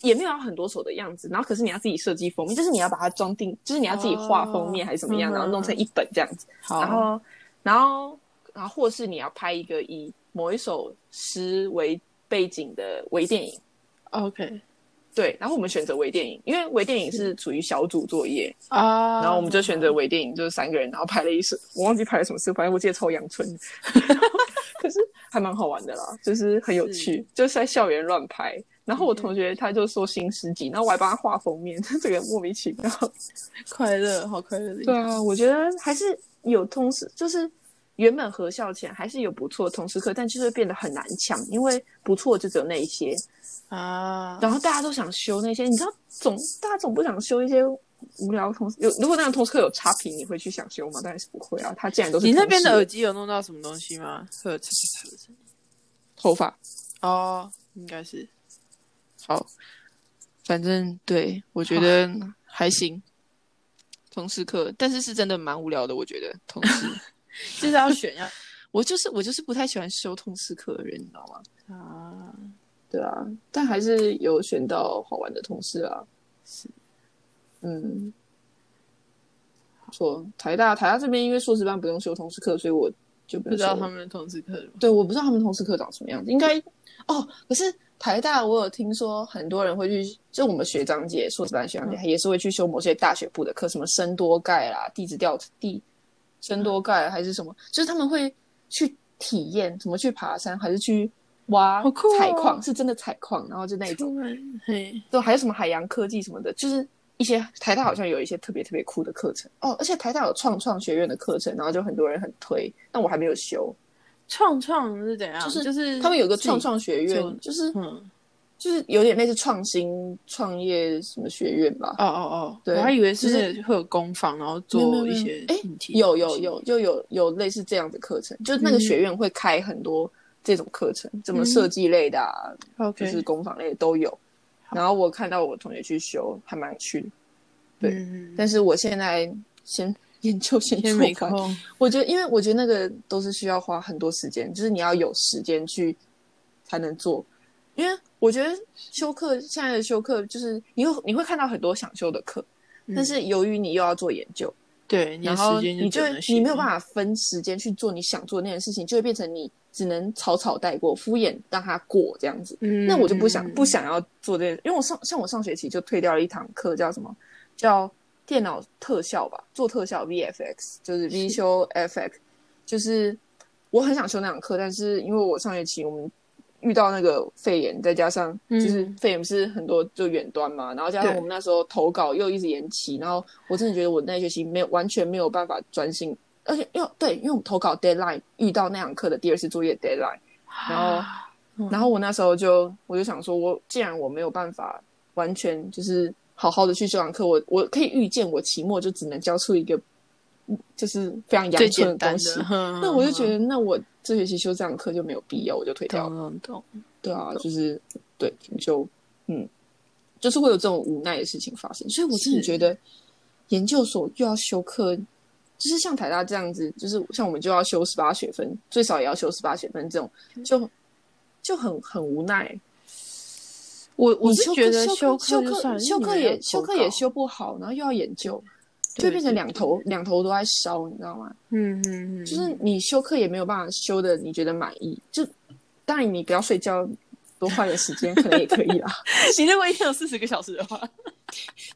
A: 也没有要很多首的样子，然后可是你要自己设计封面，就是你要把它装订，就是你要自己画封面还是怎么样，
B: 哦
A: 然后弄成一本这样子。
B: 好，
A: 然后，然后，然后，或是你要拍一个以某一首诗为背景的微电影，
B: OK
A: 对。然后我们选择微电影，因为微电影是属于小组作业，
B: 啊，
A: 然后我们就选择微电影，就是三个人，然后拍了一首，我忘记拍了什么事，反正我记得抽阳春， [laughs] 可是还蛮好玩的啦，就是很有趣，就是在校园乱拍。然后我同学他就说新诗集，然后我还帮他画封面， [laughs] 这个莫名其妙。
B: 快乐，好快乐的一
A: 对
B: 天，
A: 啊，我觉得还是有通识，就是原本合校前还是有不错的通识课，但就是变得很难抢，因为不错就只有那一些，
B: 啊，
A: 然后大家都想修那些，你知道总大家总不想修一些无聊的通识。有如果那个通识课有差评，你会去想修吗？当然是不会啊，他既然都是
B: 你那
A: 通
B: 边
A: 识
B: 的耳机有弄到什么东西吗？ [laughs] 会有嚓嚓嚓的声音
A: 头发
B: 哦，应该是
A: 好，反正对我觉得还行。通识课，但是是真的蛮无聊的，我觉得通 [laughs] 识。
B: 就是要选要
A: 我就是我就是不太喜欢修通识课的人，你知道吗？
B: [laughs] 啊，
A: 对啊，但还是有选到好玩的同事啊。是，嗯，不错。台大台大这边因为硕士班不用修通识课，所以我就不
B: 不知道他
A: 们。
B: 们的通识课了吗
A: 对，我不知道他们同事课长什么样子，应该哦。可是台大我有听说很多人会去，就我们学长姐、硕士班学长姐、
B: 嗯
A: 也是会去修某些大学部的课，什么生多钙啦、地质调地生多钙还是什么，就是他们会去体验怎么去爬山，还是去挖
B: 好酷哦
A: 采矿，是真的采矿，然后就那种，
B: 突然哎嘿，
A: 就还有什么海洋科技什么的，就是。一些台大好像有一些特别特别酷的课程哦，而且台大有创创学院的课程，然后就很多人很推，但我还没有修。
B: 创创是怎样？
A: 就是
B: 啊就是
A: 他们有个
B: 自己
A: 创，创学
B: 做
A: 院，就是
B: 嗯，
A: 就是有点类似创新创业什么学院吧。
B: 哦哦哦，
A: 对
B: 我还以为是
A: 就
B: 那
A: 是
B: 个会有工坊，然后
A: 没有
B: 做
A: 没有
B: 一些
A: 没有哎
B: 硬体的
A: 有
B: 东
A: 有
B: 西，
A: 有，就有有类似这样的课程，就是那
B: 嗯
A: 个学院会开很多这种课程，怎么设计类的啊，就
B: OK，
A: 是工坊类的都有。然后我看到我同学去修，还蛮有趣的。对
B: 嗯，
A: 但是我现在先研究先
B: 先
A: 做
B: 没
A: 完，
B: 空，
A: 我觉得，因为我觉得那个都是需要花很多时间，就是你要有时间去才能做。因为我觉得修课现在的修课，就是你会你会看到很多想修的课，
B: 嗯
A: 但是由于你又要做研究，
B: 对，你的
A: 然后
B: 时间
A: 你
B: 就
A: 就
B: 只能
A: 你没有办
B: 法，
A: 法分时间去做你想做那件事情，就会变成你只能草草带过，敷衍让它过这样子。
B: 嗯
A: 那我就不想不，想要做这件，因为我上像我上学期就推掉了一堂课，叫什么？叫电脑特效吧，做特效 VFX，就是 Visual FX，就是我很想修那堂课，但是因为我上学期我们遇到那个肺炎，再加上
B: 嗯
A: 就是肺炎不是很多就远端嘛，然后加上
B: 对
A: 我们那时候投稿又一直延期，然后我真的觉得我那一学期没有完全没有办法专心，而且因为对，因为我们投稿 deadline 遇到那堂课的第二次作业 deadline。然后然后我那时候就我就想说，我既然我没有办法完全就是好好的去这堂课，我我可以预见我期末就只能交出一个嗯就是非常
B: 最
A: 阳春
B: 简单
A: 东
B: 的嗯
A: 西。，
B: 那
A: 那我就觉得，那我这学期修这堂课就没有必要，我就退掉
B: 懂
A: 了。
B: 懂懂，
A: 对啊，就是对，就嗯，就是会有这种无奈的事情发生。所以我真的
B: 是
A: 觉得，研究所又要修课，就是像台大这样子，就是像我们就要修十八学分，
B: 嗯
A: 最少也要修十八学分，这种就就很很无奈。
B: 我我
A: 你
B: 是
A: 修
B: 觉
A: 课
B: 得
A: 修
B: 课就算
A: 课
B: 了，
A: 修
B: 因为
A: 课
B: 你们
A: 也
B: 要
A: 修
B: 投
A: 课也
B: 稿，
A: 修不好，然后又要研究，就
B: 对
A: 变成
B: 对
A: 两头两头都在烧，你知道吗？
B: 嗯嗯嗯，
A: 就是你修课也没有办法修的，你觉得满意，就当然你不要睡觉，多花点时间可能也可以啦。
B: 你如果一天有四十个小时的
A: [laughs]
B: 话，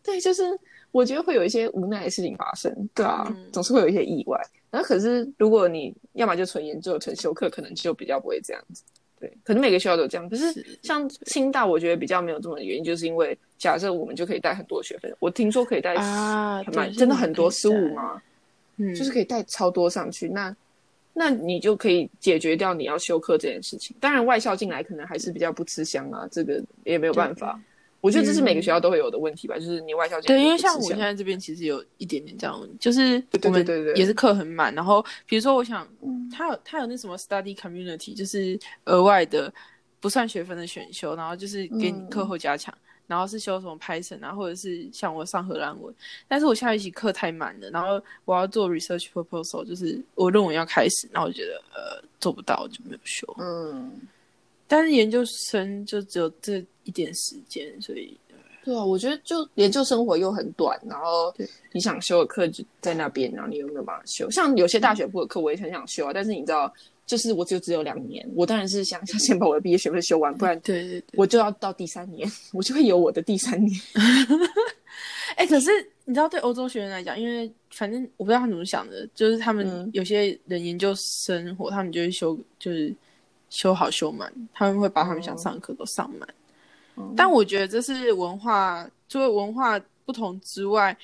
A: 对，就是我觉得会有一些无奈的事情发生，对啊，
B: 嗯
A: 总是会有一些意外。然后可是如果你要么就纯研究、纯修课，可能就比较不会这样子。对，可能每个学校都有这样，可是
B: 是
A: 像清大，我觉得比较没有这么的原因，就是因为假设我们就可以带很多学分，我听说可以带
B: 啊
A: 很蛮
B: 对
A: 真的很多
B: 是
A: 十
B: 你可以
A: 五
B: 带
A: 嘛，
B: 嗯，
A: 就是可以带超多上去，那那你就可以解决掉你要休课这件事情。当然，外校进来可能还是比较不吃香啊，这个也没有办法。我觉得这是每个学校都会有的问题吧，就是你外校进来
B: 嗯对，因为
A: 就不吃
B: 像我
A: 香
B: 现在这边其实有一点点这样的问题，就是
A: 对
B: 我们
A: 对嗯对对
B: 也是课很满，然后比如说我想，他有他有那什么 study community，就是额外的不算学分的选修，然后就是给你
A: 嗯
B: 课后加强，然后是修什么 Python 啊，或者是像我上荷兰文，但是我下学期课太满了，然后我要做 research proposal，就是我论文要开始，然后我觉得呃做不到就没有修，
A: 嗯，
B: 但是研究生就只有这一点时间，所以
A: 对啊，我觉得就研究生活又很短，然后
B: 对
A: 你想修的课就在那边，然后你又没有办法修。像有些大学部的课我也很想修啊，但是你知道，就是我就只有两年，我当然是想 [laughs] 先把我的毕业学分修完，不然
B: 对对对。
A: 我就要到第三年，我就会有我的第三年。
B: 哎、可是你知道，对欧洲学生来讲，因为反正我不知道他们怎么想的，就是他们
A: 嗯
B: 有些人研究生活，他们就会修，就是修好修满，他们会把他们想上的课都上满。
A: 嗯
B: 但我觉得这是文化，除了文化不同之外，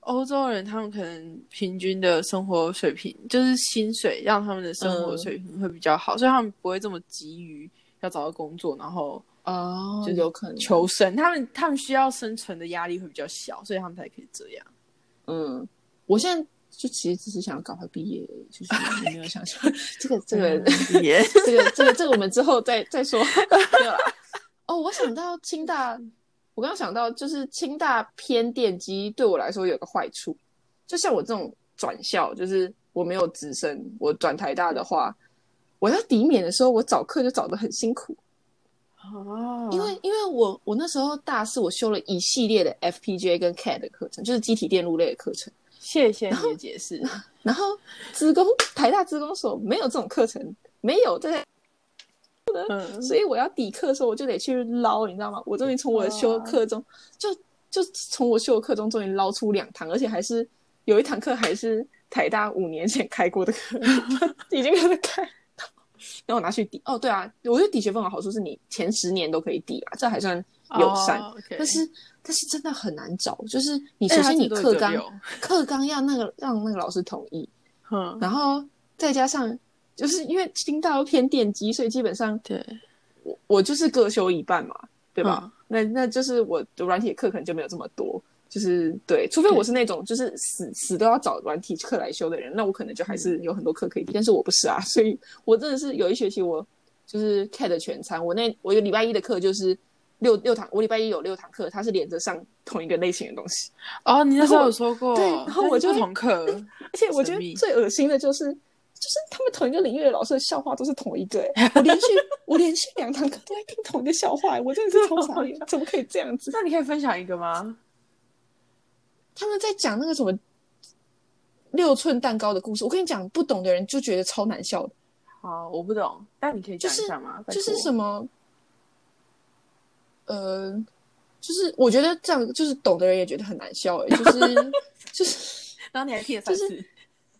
B: 欧洲人他们可能平均的生活水平，就是薪水让他们的生活
A: 嗯
B: 水平会比较好，所以他们不会这么急于要找到工作，然后
A: 哦，
B: 就是
A: 有可能
B: 求生。他们他们需要生存的压力会比较小，所以他们才可以这样。
A: 嗯，我现在就其实只是想要赶快毕业而 [laughs] 已，就是也没有想说 [laughs] 这个这个、
B: 也
A: 这个这个这个我们之后再再说。 [laughs] 没有啦。哦，我想到清大，我刚刚想到就是清大偏电机对我来说有个坏处，就像我这种转校，就是我没有直升，我转台大的话，我在抵免的时候，我找课就找的很辛苦。
B: 哦
A: 因为因为我我那时候大四，我修了一系列的 FPGA 跟 CAD 的课程，就是机体电路类的课程。
B: 谢谢你的解释，
A: 然后职工台大职工所没有这种课程，没有在，
B: 嗯，
A: 所以我要抵课的时候，我就得去捞，你知道吗？我终于从我的
B: 哦
A: 修课中，就就从我修的课中，终于捞出两堂，而且还是有一堂课还是台大五年前开过的课， [laughs] 已经没有在开。然后我拿去抵，哦，对啊，我觉得抵学分的好处是你前十年都可以抵啊，这还算友善。
B: 哦，OK
A: 但是但是真的很难找，就是你
B: 哎
A: 首
B: 它
A: 先
B: 这
A: 你
B: 个
A: 课
B: 就
A: 纲
B: 有
A: 课纲要那个让那个老师同意，
B: 嗯，
A: 然后再加上就是因为清大又偏电机，所以基本上
B: 对，
A: 我我就是各修一半嘛，对吧？
B: 嗯
A: 那那就是我的软体课可能就没有这么多，就是对，除非我是那种就是死死都要找软体课来修的人，那我可能就还是有很多课可以比，但是我不是啊，所以我真的是有一学期我就是 CAD 全餐，我那我有礼拜一的课就是。六六堂，我礼拜一有六堂课，它是连着上同一个类型的东西，
B: 哦，你那时候有说过，
A: 对然后
B: 但是
A: 我就
B: 不同课，
A: 而且我觉
B: 神
A: 得
B: 秘
A: 最恶心的就是，就是他们同一个领域的老师的笑话都是同一个、 [laughs] 欸。我连续我连续两堂课都在听同一个笑话、欸我真的是超傻眼， [laughs] 怎么可以这样子？
B: 那你可以分享一个吗？
A: 他们在讲那个什么六寸蛋糕的故事，我跟你讲，不懂的人就觉得超难笑的，
B: 好，我不懂，但你可以讲一下吗？
A: 就是什
B: 么？
A: 么，呃，就是我觉得这样，就是懂的人也觉得很难笑、欸，就是 [laughs] 就是。
B: 然后你还听了三次，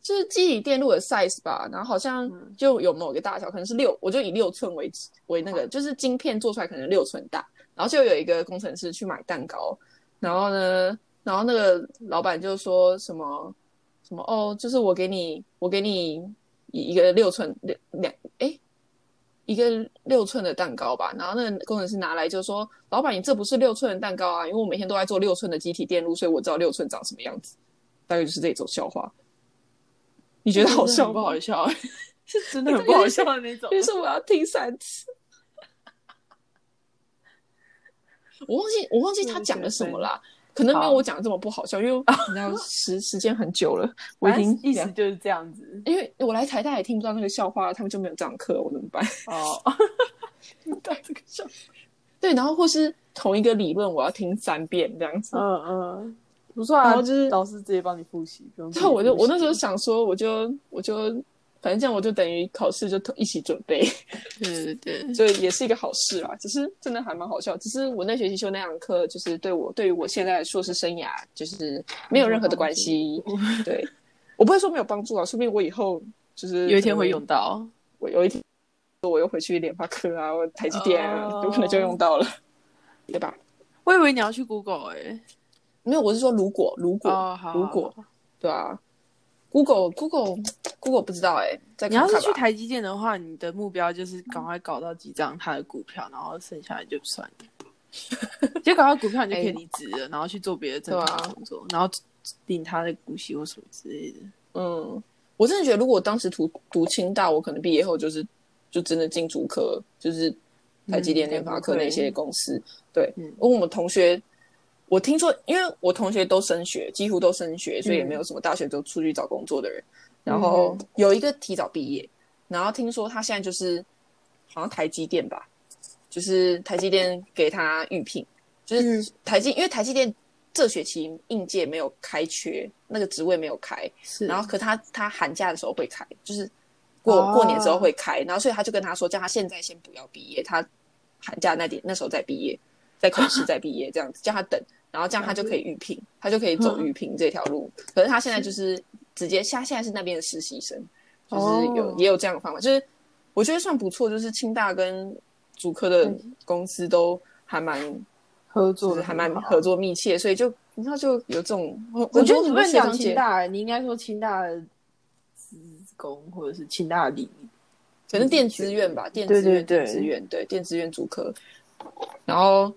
A: 就是机体电路的 size 吧，然后好像
B: 嗯
A: 就有某个大小，可能是六，我就以六寸为为那个，就是晶片做出来可能六寸大，然后就有一个工程师去买蛋糕，然后呢，然后那个老板就说什么什么哦，就是我给你我给你一一个六寸两两诶，一个六寸的蛋糕吧，然后那个工程师拿来就说，老板你这不是六寸的蛋糕啊，因为我每天都在做六寸的机体电路，所以我知道六寸长什么样子，大概就是这种笑话。你觉得好笑吗
B: 真的很不？好笑？是真的很不好笑的那种
A: 比。如说我要听三次。 [laughs] 我忘记我忘记他讲了什么啦，可能没有
B: 好
A: 我讲的这么不好笑，因 [laughs] 为你知道时时间很久了，我已
B: 反正
A: 经
B: 意思就是这
A: [laughs]
B: 样子
A: 因为我来台大也听不到那个笑话，他们就没有这样课，我怎么办？
B: 哦。
A: 对，这个笑，对，然后或是同一个理论我要听三遍这样子。 [laughs]
B: 嗯嗯，不错啊，
A: 然后就是
B: 老师直接帮你复习，不用自
A: 对，
B: 己复习。
A: 我就我那时候想说，我就我就反正这样，我就等于考试就一起准备，
C: 对对对，
A: 所以也是一个好事啦。只是真的还蛮好笑，只是我那学期修那堂课，就是对我对于我现在的硕士生涯就是没有任何的关系。对，我不会说没有帮助啊， [laughs] 说不定我以后就是
B: 有一天会用，到，
A: 我有一天我又回去联发科啊，我台积电啊
B: 哦
A: 有可能就用到了，对吧？
B: 我以为你要去 Google 哎，
A: 没有，我是说如果如果、
B: 哦，好，
A: 如果对啊，Google Google Google 不知道哎、再
B: 你要
A: 看看
B: 是去
A: 吧
B: 台积电的话，你的目标就是赶快搞到几张他的股票，然后剩下来就算了。
A: [laughs]
B: 就搞到股票，你就可以离职了，然后去做别的正常
A: 对
B: 的
A: 啊
B: 工作，然后领他的股息或什么之类的。
A: 嗯，我真的觉得，如果我当时读读清大，我可能毕业后就是就真的进主科，就是台积电、
B: 嗯
A: 联发科
B: 对
A: 那些公司。对，
B: 嗯
A: 因为我们同学，我听说，因为我同学都升学，几乎都升学，所以也没有什么大学就出去找工作的人。然后有一个提早毕业，然后听说他现在就是好像台积电吧，就是台积电给他预聘，就是台积，因为台积电这学期应届没有开缺，那个职位没有开。
B: 是
A: 然后可他他寒假的时候会开，就是过、
B: 哦
A: 过年之后会开，然后所以他就跟他说，叫他现在先不要毕业，他寒假那点那时候再毕业，再考
B: [laughs]
A: 试再毕业这样子，叫他等，然后这样他就可以预聘，他就可以
B: 嗯
A: 走预聘这条路。可是他现在就是直接他现在是那边的实习生，就是有、
B: 哦
A: 也有这样的方法，就是我觉得算不错，就是清大跟主科的
B: 嗯
A: 公司都还蛮
B: 合
A: 就
B: 作
A: 是
B: 的
A: 还蛮合作密切，所以就。那就有这种，我
B: 我觉得你不能
A: 想
B: 讲清大，你应该说清大的职工或者是清大的理
A: 可能电资院吧，电
B: 对
A: 资院，
B: 对对
A: 电资院，对，电资院主科。然后，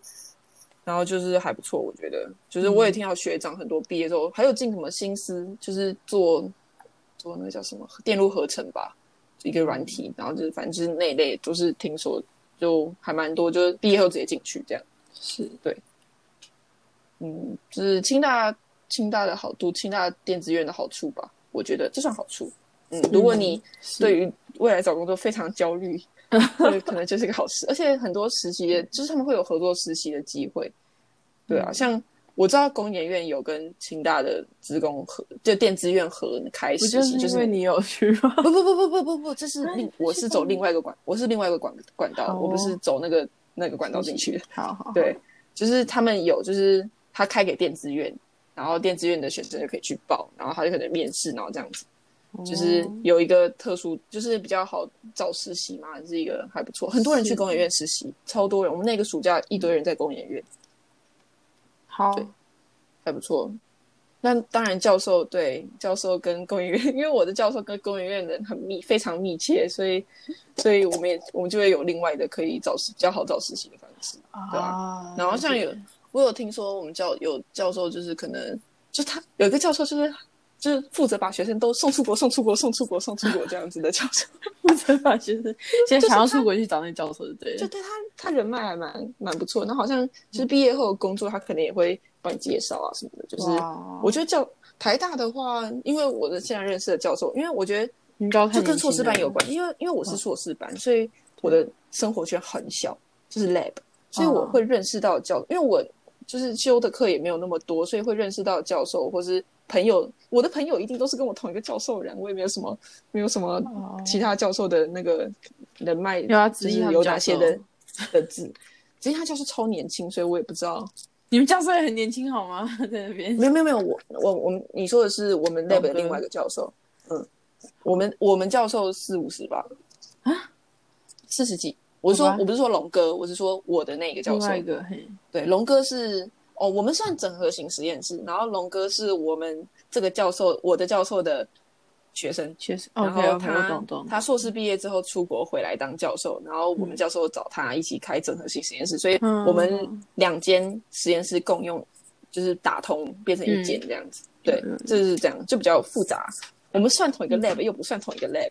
A: 然后就是还不错，我觉得，就是我
B: 嗯
A: 也听到学长很多毕业之后，还有进什么新思，就是做做那个叫什么电路合成吧，一个软
B: 嗯
A: 体，然后就是反正就是那一类，就是听说就还蛮多，就是毕业后直接进去这样。
B: 是
A: 嗯，就是清大清大的好处，清大电子院的好处吧，我觉得这算好处。嗯，如果你对于未来找工作非常焦
B: [laughs]
A: 虑，这可能就是个好事。而且很多实习的，就是他们会有合作实习的机会。对
B: 嗯
A: 啊，像我知道工研院有跟清大的职工合，就电资院合开
B: 不
A: 实
B: 就是
A: 习，就
B: 因 [laughs]
A: 是
B: 为啊你有去吗？
A: 不不不不不不不，这是另我是走另外一个管，我是另外一个管管道，
B: 哦
A: 我不是走那个那个管道进去的。
B: 好好，
A: 对，就是他们有，就是他开给电资院，然后电资院的学生就可以去报，然后他就可能面试，然后这样子，
B: 好
A: 就是
B: 哦
A: 有一个特殊，就是比较好找实习嘛，是一个还不错。很多人去工研院实习，超多人，我们那个暑假一堆人在工研院，
B: 好
A: 对还不错。那当然，教授对教授跟工研院， [laughs] 因为我的教授跟工研院的人很密，非常密切，所以，所以我们也我们就会有另外的可以找实比较好找实习的方式。对
B: 啊
A: 然后
B: [laughs]
A: 像有我有听说我们教有教授就是可能就他有一个教授就是就是负责把学生都送出国送出国送出国送出国这样子的教授，
B: 不责把学 [laughs] 生现在想要出国去找那教授，对了，
A: 就对他他人脉还蛮蛮不错。那好像就是毕业后的工作，他可能也会帮你介绍啊什么的。就是
B: 哇
A: 我觉得教台大的话，因为我的现在认识的教授，因为我觉得
B: 应该
A: 就跟硕士班有关，因为因为我是硕士班，所以我的生活圈很小，就是 lab，所以我会认识到教，因为我就是修的课也没有那么多，所以会认识到教授或是朋友。我的朋友一定都是跟我同一个教授人，我也没有什么没有什么
B: 哦
A: 其他教授的那个人脉，
B: 有啊
A: 就
B: 质疑
A: 是
B: 他们
A: 有
B: 教
A: 哪些
B: 授
A: 的的字。只是他教授超年轻，所以我也不知道。
B: 你们教授也很年轻好吗？ [laughs] 在那边
A: 没有没有没有，我我我们你说的是我们 lab 的另外一个教授，嗯，我们我们教授四五十吧，啊，四十几。我说
B: 好吧
A: 我不是说龙哥，我是说我的那个教
B: 另
A: 授
B: 外，一个嘿，
A: 对，龙哥是哦，我们算整合型实验室，然后龙哥是我们这个教授我的教授的学生，
B: 确实
A: 然
B: ，OK
A: 后
B: OK，
A: 他
B: 我懂懂，
A: 他硕士毕业之后出国回来当教授，然后我们教授找他一起开整合性实验室，所以
B: 嗯
A: 我们两间实验室共用，就是打通变成一间这样子。对
B: 嗯，
A: 就是这样，就比较复杂。我们算同一个 lab，、又不算同一个 lab。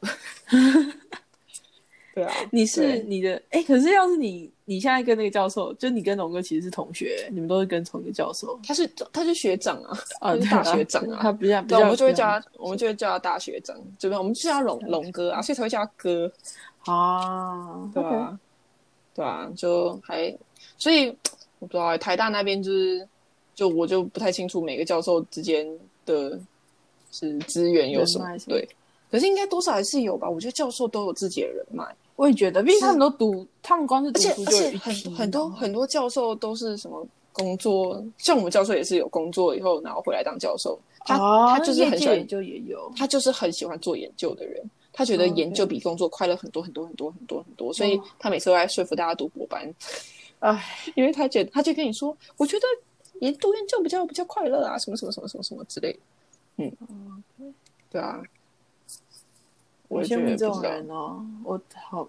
A: 对啊，
B: 你是
A: 对
B: 你的哎，可是要是你你现在跟那个教授，就你跟龙哥其实是同学，你们都是跟同一个教授
A: 他是他是学长啊，
B: 啊
A: 就是
B: 对
A: 大
B: 啊
A: 学长啊
B: 他比较比
A: 对，
B: 较，
A: 我们就会叫
B: 比
A: 他，我们就会叫他大学长，对吧？我们就叫他龙龙哥啊，所以才会叫他哥。
B: 较啊，
A: 对啊，对啊，就还所以我不知道欸、台大那边就是，就我就不太清楚每个教授之间的是资源有什
B: 人脉
A: 么
B: 什么
A: 对，可是应该多少还是有吧。我觉得教授都有自己的人脉，
B: 我也觉得，毕竟他们都读，他们光是
A: 而
B: 读
A: 且
B: 书
A: 而
B: 就有
A: 且
B: 一批
A: 很很多
B: 然后
A: 很多教授都是什么工作，像我们教授也是有工作以后，然后回来当教授，他、
B: 哦
A: 他就是
B: 业
A: 很喜
B: 界
A: 欢
B: 研，究也有，
A: 他就是很喜欢做研究的人。他觉得
B: 哦
A: 研究
B: 对
A: 比工作快乐很多很多很多很多很多，所以
B: 哦
A: 他每次都在说服大家读博
B: [laughs]
A: 班，
B: 哎，
A: 因为他觉得他就跟你说，我觉得研读研究比较比较快乐啊，什么什么什么什么什么之类的，嗯，对啊，
B: 哦我
A: 也觉
B: 羡
A: 得
B: 慕这
A: 不
B: 种
A: 知道，
B: 人哦，我好，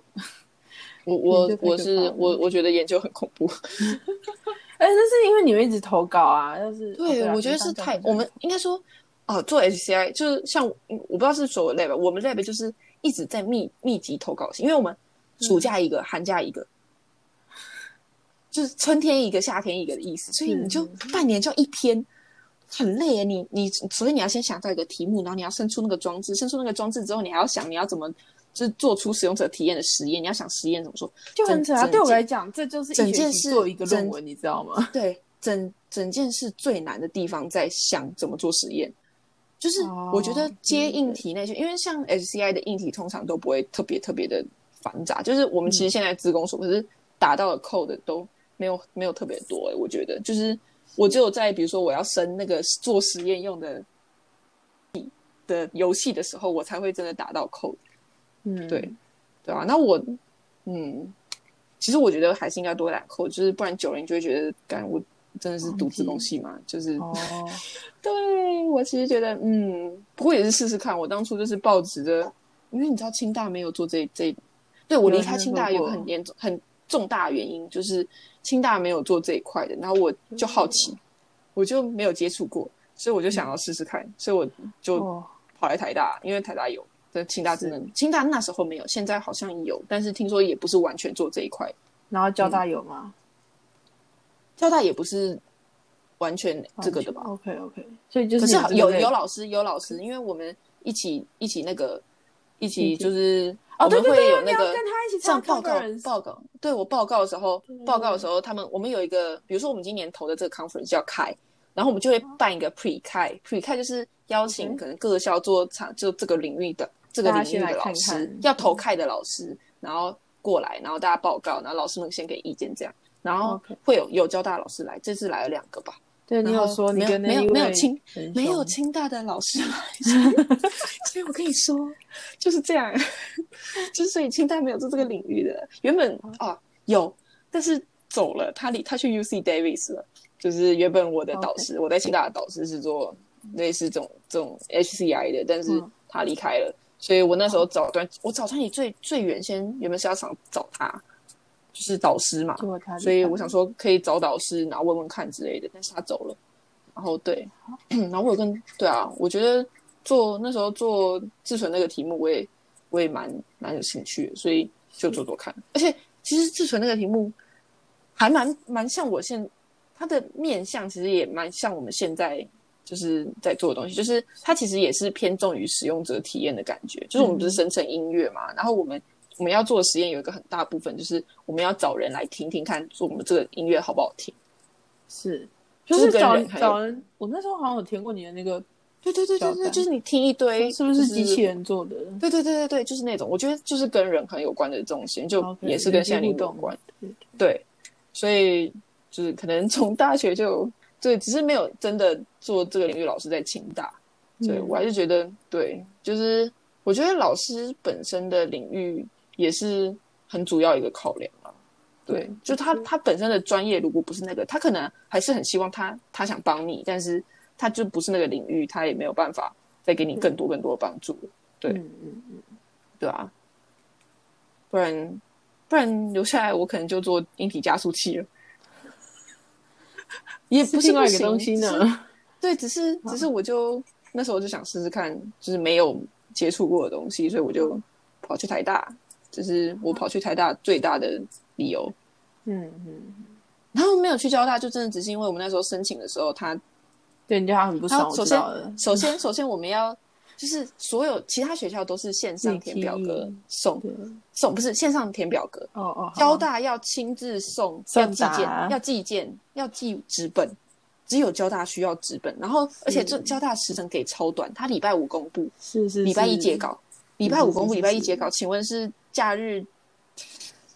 A: 我我
B: [laughs] 研究太
A: 我
B: 可
A: 是
B: 怕
A: 我我觉得研究很恐怖，
B: 哎，那是因为你们一直投稿啊，要是
A: 对，
B: 哦啊
A: 我觉得
B: 你
A: 是
B: 当教
A: 太
B: 授
A: 我们应该说啊，做 HCI 就是像嗯我不知道是所有 lab，我们 lab 就是一直在密密集投稿信，因为我们暑假一个，寒假一个。就是春天一个，夏天一个的意思，所以你就半年就一篇，很累耶。你你首先你要先想到一个题目，然后你要生出那个装置，生出那个装置之后，你还要想你要怎么就是做出使用者体验的实验，你要想实验怎么做，
B: 就很扯啊。
A: 整
B: 对我
A: 整
B: 来讲，这就是一
A: 整
B: 学
A: 件
B: 期
A: 事
B: 做一个论
A: 整
B: 文，你知道吗？
A: 对，整整件事最难的地方在想怎么做实验，就是
B: 哦
A: 我觉得接
B: 嗯
A: 硬体那些，因为像 HCI 的硬体通常都不会特别特别的繁杂，就是我们其实现在自工所可是打到的 code 都没有没有特别多、欸，我觉得就是我只有在比如说我要升那个做实验用的 [laughs] 的游戏的时候，我才会真的打到 code。
B: 嗯，
A: 对对啊，那我，嗯，其实我觉得还是应该多打扣，就是不然久了你就会觉得，干我真的是读自贡系嘛，就是，
B: 哦，
A: 对我其实觉得，嗯，不过也是试试看。我当初就是抱持着，因为你知道清大没有做这这，对我离开清大有个很严重很重大的原因，就是清大没有做这一块的，然后我就好
B: 嗯
A: 奇，我就没有接触过，所以我就想要试试看，所以我就
B: 哦
A: 跑来台大，因为台大有，但清大真的，清大那时候没有，现在好像有，但是听说也不是完全做这一块，
B: 然后交大有吗？
A: 交大也不是完全这个的吧？
B: ？OK OK，所以就
A: 可
B: 是
A: 哦是
B: 你这个
A: 有
B: 类
A: 有老师有老师，因为我们一起一起那个一
B: 一
A: 起
B: 起
A: 就是
B: 哦，
A: 我
B: 对
A: 们
B: 对
A: 会
B: 对，
A: 有
B: 你
A: 那
B: 要
A: 个
B: 跟他一起
A: 上
B: 上
A: 报告报告，对我报告的时候
B: 对，
A: 报告的时候，他们我们有一个，比如说我们今年投的这个 conference 要开，然后我们就会办一个 pre 开，pre 开就是邀请
B: 哦 OK
A: 可能各校做场就这个领域的这个
B: 大家
A: 领域
B: 先
A: 的
B: 来
A: 老
B: 看
A: 师
B: 看嗯
A: 要投开的老师，然后过来，然后大家报告，然后老师们先给意见这样，然后
B: OK
A: 会有有交大老师来，这次来了两个吧，
B: 对你
A: 然
B: 有
A: 后
B: 说你
A: 没有
B: 跟那
A: 没有
B: 一
A: 没有
B: 位
A: 亲
B: 仁
A: 没有
B: 兄
A: 清大的老师
B: [laughs]
A: 来，所以所以我跟你说就是这样， [laughs] 之所以清大没有做这个领域的，原本
B: 哦
A: 啊有，但是走了，他离他去 U C Davis 了，就是原本我的导师我在清大的导师是做类似这种这种 H C I 的，但是
B: 嗯哦
A: 他离开了，所以我那时候早端我早端也最最原先原本是要想找他，就是导师嘛，
B: 结果他离
A: 所以
B: 开
A: 我想说可以找导师，然后问问看之类的，但是他走了。然后对，然后我有跟对啊，我觉得做那时候做志纯那个题目，我也我也蛮蛮有兴趣的，所以就做做看。而且其实志纯那个题目还蛮蛮像我现它的面向，其实也蛮像我们现在就是在做的东西，就是它其实也是偏重于使用者体验的感觉。就是我们不是生成音乐嘛，然后我们我们要做的实验有一个很大部分就是我们要找人来听听看，说我们这个音乐好不好听。
B: 是就
A: 就是
B: 是
A: 跟
B: 找
A: 人还有
B: 找人，我那时候好像有填过你的那个，
A: 对对对对
B: 小
A: 对，
B: 感
A: 就是你听一堆，
B: 是不是机器
A: 人？
B: 人做的？
A: 对对对对对，就是那种，我觉得就是跟人很有关的这种实验，就
B: OK，
A: 也是跟
B: 人机
A: 现在
B: 互
A: 灵有
B: 动
A: 关。
B: 对
A: 对，所以就是可能从大学就对，只是没有真的做这个领域老师在清大，所以
B: 嗯
A: 我还是觉得对，就是我觉得老师本身的领域也是很主要一个考量啊。对，就他他本身的专业如果不是那个，他可能还是很希望他他想帮你，但是他就不是那个领域，他也没有办法再给你更多更多的帮助。对
B: 嗯嗯嗯，
A: 对啊，不然不然留下来我可能就做硬体加速器了，也不
B: 是
A: 是
B: 另外一
A: 不
B: 个
A: 行
B: 东西
A: 只
B: 呢。
A: 是对，只是
B: 嗯
A: 只是我就那时候我就想试试看，就是没有接触过的东西，所以我
B: 嗯
A: 就跑去台大，这、是我跑去台大最大的理由。
B: 嗯嗯，
A: 然后没有去交大，就真的只是因为我们那时候申请的时候，他
B: 对，你对他很不爽，
A: 他
B: 我
A: 首
B: 知
A: 先
B: 道了。
A: 首先首先我们要就是所有其他学校都是线上填表格
B: 你
A: 送
B: 对，
A: 送，不是线上填表格，
B: 哦哦，好
A: 交大要亲自送，
B: 送
A: 要寄件
B: 达，
A: 要寄件，要寄纸本，只有交大需要纸本。然后，而且这交大时程给超短，他礼拜五公布，
B: 是是
A: 礼拜一
B: 是
A: 截稿，礼拜五公布，
B: 是是
A: 礼拜一截稿。请问是假日？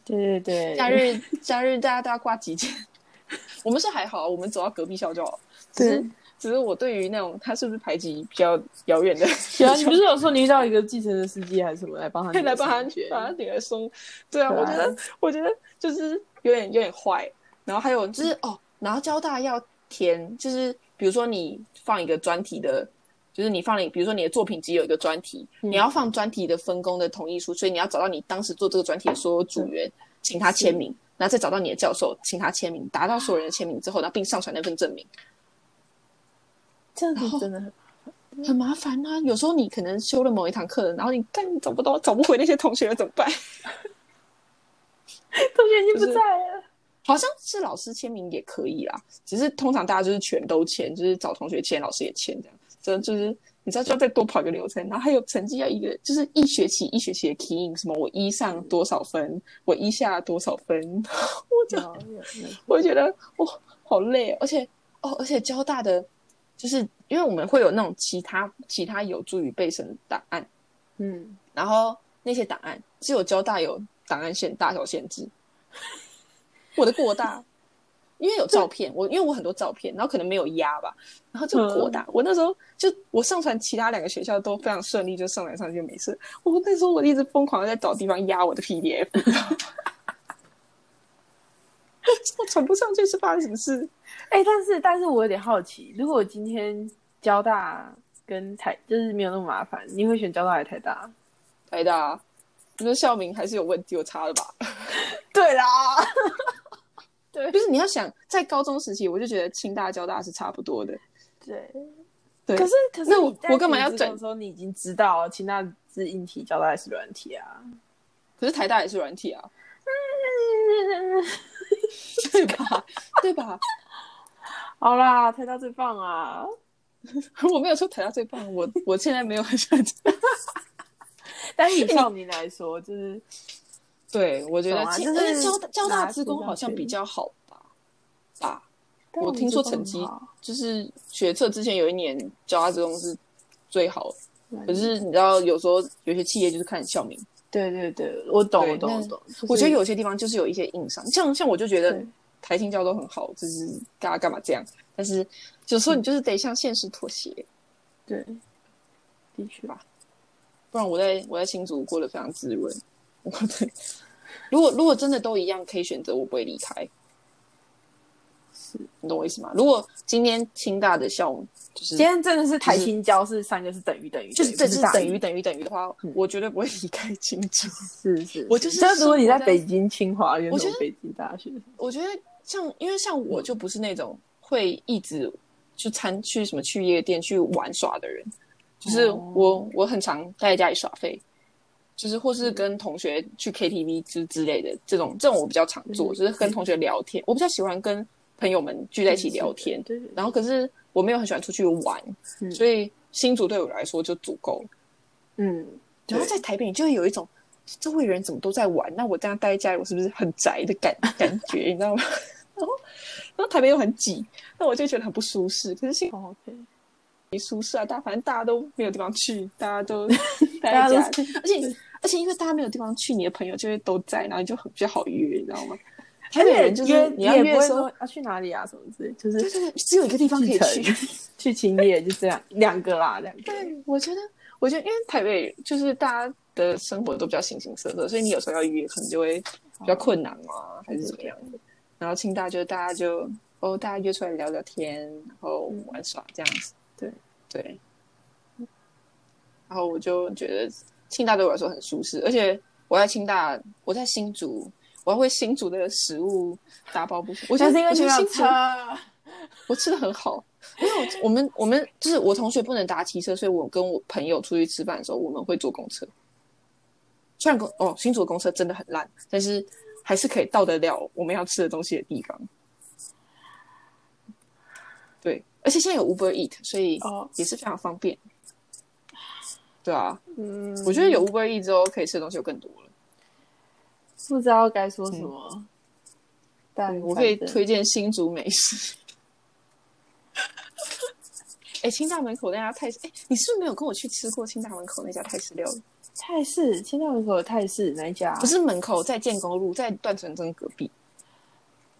B: 对对对，
A: 假日假日大家都要挂几件？ [laughs] 我们是还好，我们走到隔壁校就好。只
B: 对
A: 是，只是我对于那种他是不是排挤比较遥远的
B: 对啊，你不是有说你遇到一个计程的司机还是什么来 [laughs] 帮他
A: 可以来帮他
B: 解决
A: 把他女儿送。对啊，
B: 对啊
A: 我觉得我觉得就是有点有点坏。然后还有就是哦，然后交大要填，就是比如说你放一个专题的，就是你放了，比如说你的作品集有一个专题，
B: 嗯
A: 你要放专题的分工的同意书，所以你要找到你当时做这个专题的所有组员，请他签名，然后再找到你的教授，请他签名，达到所有人的签名之后，然后并上传那份证明。
B: 这样子真 [laughs] 的很
A: 很麻烦啊。有时候你可能修了某一堂课，然后你但你找不到，找不回那些同学了怎么办？
B: 同学已经
A: 不在
B: 了，
A: 好像是老师签名也可以啦，只是通常大家就是全都签，就是找同学签，老师也签这样。真的就是你知道就要再多跑一个流程，然后还有成绩要一个，就是一学期一学期的 key in，什么我一上多少分，我一下多少分， [laughs]
B: 有有有
A: 我觉得哇、好累哦，而且哦，而且交大的就是因为我们会有那种其他其他有助于备审的档案，
B: 嗯，
A: 然后那些档案只有交大有档案限大小限制， [laughs] 我的过大，因为有照片，我因为我很多照片，然后可能没有压吧，然后就过
B: 嗯
A: 大。我那时候就我上传其他两个学校都非常顺利，就上传上去就没事。我那时候我一直疯狂的在找地方压我的 PDF，你知道吗我传不上去是发生什么事？
B: 哎，但是但是我有点好奇，如果今天交大跟台就是没有那么麻烦，你会选交大还是台大？
A: 台大，那校名还是有问题，有差的吧？
B: 对啦，
A: 就是你要想，在高中时期，我就觉得清大、交大是差不多的。
B: 对
A: 对，
B: 可是可是
A: 那我
B: 你在
A: 我干嘛要
B: 填志工
A: 整
B: 的时候你已经知道清大是硬体，交大是软
A: [laughs]
B: 体啊。
A: 可是台大也是软体 [laughs] 啊，对吧？对吧？
B: 好啦，台大最棒啊！
A: 我没有说台大最棒，我 [laughs] 我现在没有很喜欢。
B: 但以少年来说，就是
A: 对，我觉得
B: 懂啊
A: 其
B: 就
A: 而
B: 是
A: 且交大交
B: 拿
A: 大职工好像比较好吧？吧，我听说成绩就是学测之前有一年交大职工是最好的，可是你知道有时候有些企业就是看校名，
B: 对对对，我懂
A: 对
B: 我懂
A: 那
B: 我懂，就是
A: 我觉得有些地方就是有一些硬伤，像像我就觉得
B: 对
A: 台青教都很好，就是大家干嘛这样？但是有时候你就是得向现实妥协。
B: 对，的确吧，
A: 不然我在我在新竹过得非常滋润。 [laughs] 我对，如果如果真的都一样，可以选择，我不会离开。
B: 是
A: 你懂我意思吗？如果今天清大的校就是
B: 今天真的是台青交是三个是等于等于，
A: 就是这
B: 这
A: 是等于等于等于的话
B: 嗯，
A: 我绝对不会离开清竹。
B: 是是，
A: 我就是
B: 但如果你在
A: 生活在
B: 北京清华，有
A: 我觉
B: 种
A: 得
B: 北京大学，
A: 我觉得像因为像我就不是那种会一直去参去什么去夜店去玩耍的人，就是
B: 哦
A: 我、我很常待在家里耍废，就是或
B: 嗯
A: 是跟同学去 KTV 之之类的这种这种我比较常做，
B: 嗯嗯
A: 就是跟同学聊天，我比较喜欢跟朋友们聚在一起聊天，
B: 对对，对
A: 然后可是我没有很喜欢出去玩，
B: 嗯
A: 所以新竹对我来说就足够了。
B: 嗯，
A: 然后
B: 对
A: 在台北，你就会有一种周围人怎么都在玩，那我这样待在家里，我是不是很宅的感感觉？你知道吗？ [laughs] 然后，然后台北又很挤，那我就觉得很不舒适。可是新竹
B: 哦 OK，
A: 没舒适啊，大家反正大家都没有地方去，大家
B: [laughs]
A: 都待
B: 大家
A: 在
B: 都
A: 家里，而且而且因为大家没有地方去，你的朋友就会都在，然后你就很比较好约，你知道吗？台北人就是
B: 约
A: 你要
B: 也
A: 约的
B: 不会
A: 时候，
B: 说要去哪里啊什么之类，就
A: 对
B: 是
A: 对对，只有一个地方可以
B: 继
A: 去
B: 承。 [laughs] 去青叶就这样两个啦，两个，
A: 对，我觉得，我觉得，因为台北就是大家的生活都比较形形色色，所以你有时候要约，可能就会比较困难啊，还是怎么样的。然后清大就大家就哦，大家约出来聊聊天，然后
B: 嗯
A: 玩耍这样子。
B: 对
A: 对。
B: 嗯
A: 然后我就觉得清大对我来说很舒适，而且我在清大，我在新竹，我要为新竹的食物打包不行。我觉
B: 但
A: 得
B: 是因为
A: 我觉
B: 你
A: 得
B: 没有
A: 新竹
B: 车，
A: 我吃的很好，因为我我们我们就是我同学不能搭汽车，所以我跟我朋友出去吃饭的时候，我们会坐公车。虽然公哦新竹的公车真的很烂，但是还是可以到得了我们要吃的东西的地方。对，而且现在有 Uber Eat，所以
B: 哦
A: 也是非常方便。对啊，
B: 嗯，
A: 我觉得有 Uber E 之后可以吃的东西就更多了。
B: 不知道该说什么，但
A: 嗯我可以
B: 反正
A: 推荐新竹美食。 [laughs] 哎、清大门口那家泰式，哎、你是不是没有跟我去吃过清大门口那家泰式料理？
B: 泰式，清大门口的泰式哪一家啊？
A: 不是门口，在建工路，在段纯真隔壁。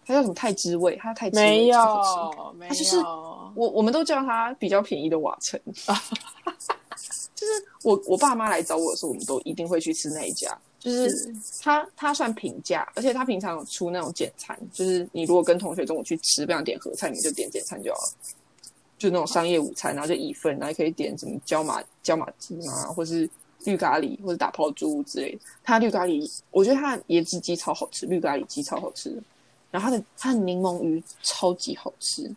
A: 它叫什么泰之味？它泰之味
B: 没
A: 超好吃
B: 有，没有，
A: 它就是我我们都叫它比较便宜的瓦城。 [laughs] 就是我我爸妈来找我的时候，我们都一定会去吃那一家。就是它它算平价，而且它平常有出那种简餐，就是你如果跟同学中午去吃，不想点合菜，你就点简餐就好了。就那种商业午餐，然后就一份，然后可以点什么椒麻椒麻鸡嘛，或是绿咖喱，或是打抛猪之类的。它绿咖喱，我觉得它的椰汁鸡超好吃，绿咖喱鸡超好吃的。然后它的它的柠檬鱼超级好吃，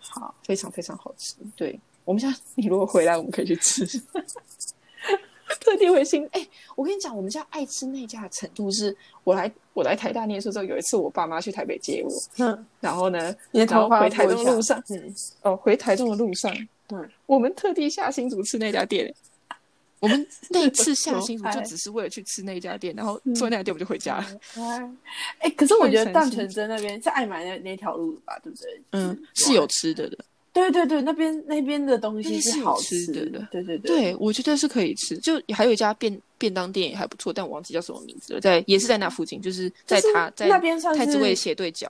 B: 好，
A: 非常非常好吃。对我们下次你如果回来，我们可以去吃。 [laughs] 特地回新哎、我跟你讲，我们家爱吃那家的程度是，我来我来台大念书之后，有一次我爸妈去台北接我，
B: 嗯
A: 然后呢，
B: 你的
A: 然
B: 头
A: 后
B: 发
A: 回台
B: 拨一
A: 中
B: 下
A: 路上，
B: 嗯，
A: 哦，回台中的路上，
B: 嗯，
A: 我们特地下新竹吃那家店。我们那一 [laughs] 次下
B: 有
A: 新竹就
B: 爱
A: 只是为了去吃那一家店，然后做那家店我们就回家了。
B: 哎，哎，可是我觉得
A: 换
B: 蛋
A: 成
B: 城真那边是爱买那那条路的吧，对不对？
A: 嗯，是有吃的的，
B: 对对对，那边那边的东西
A: 那是有
B: 好
A: 吃的的
B: 对对对，
A: 对我觉得是可以吃。就还有一家便便当店也还不错，但我忘记叫什么名字了，在也是在那附近，就是在
B: 就是
A: 它在
B: 那边算
A: 太子味
B: 是
A: 斜对角。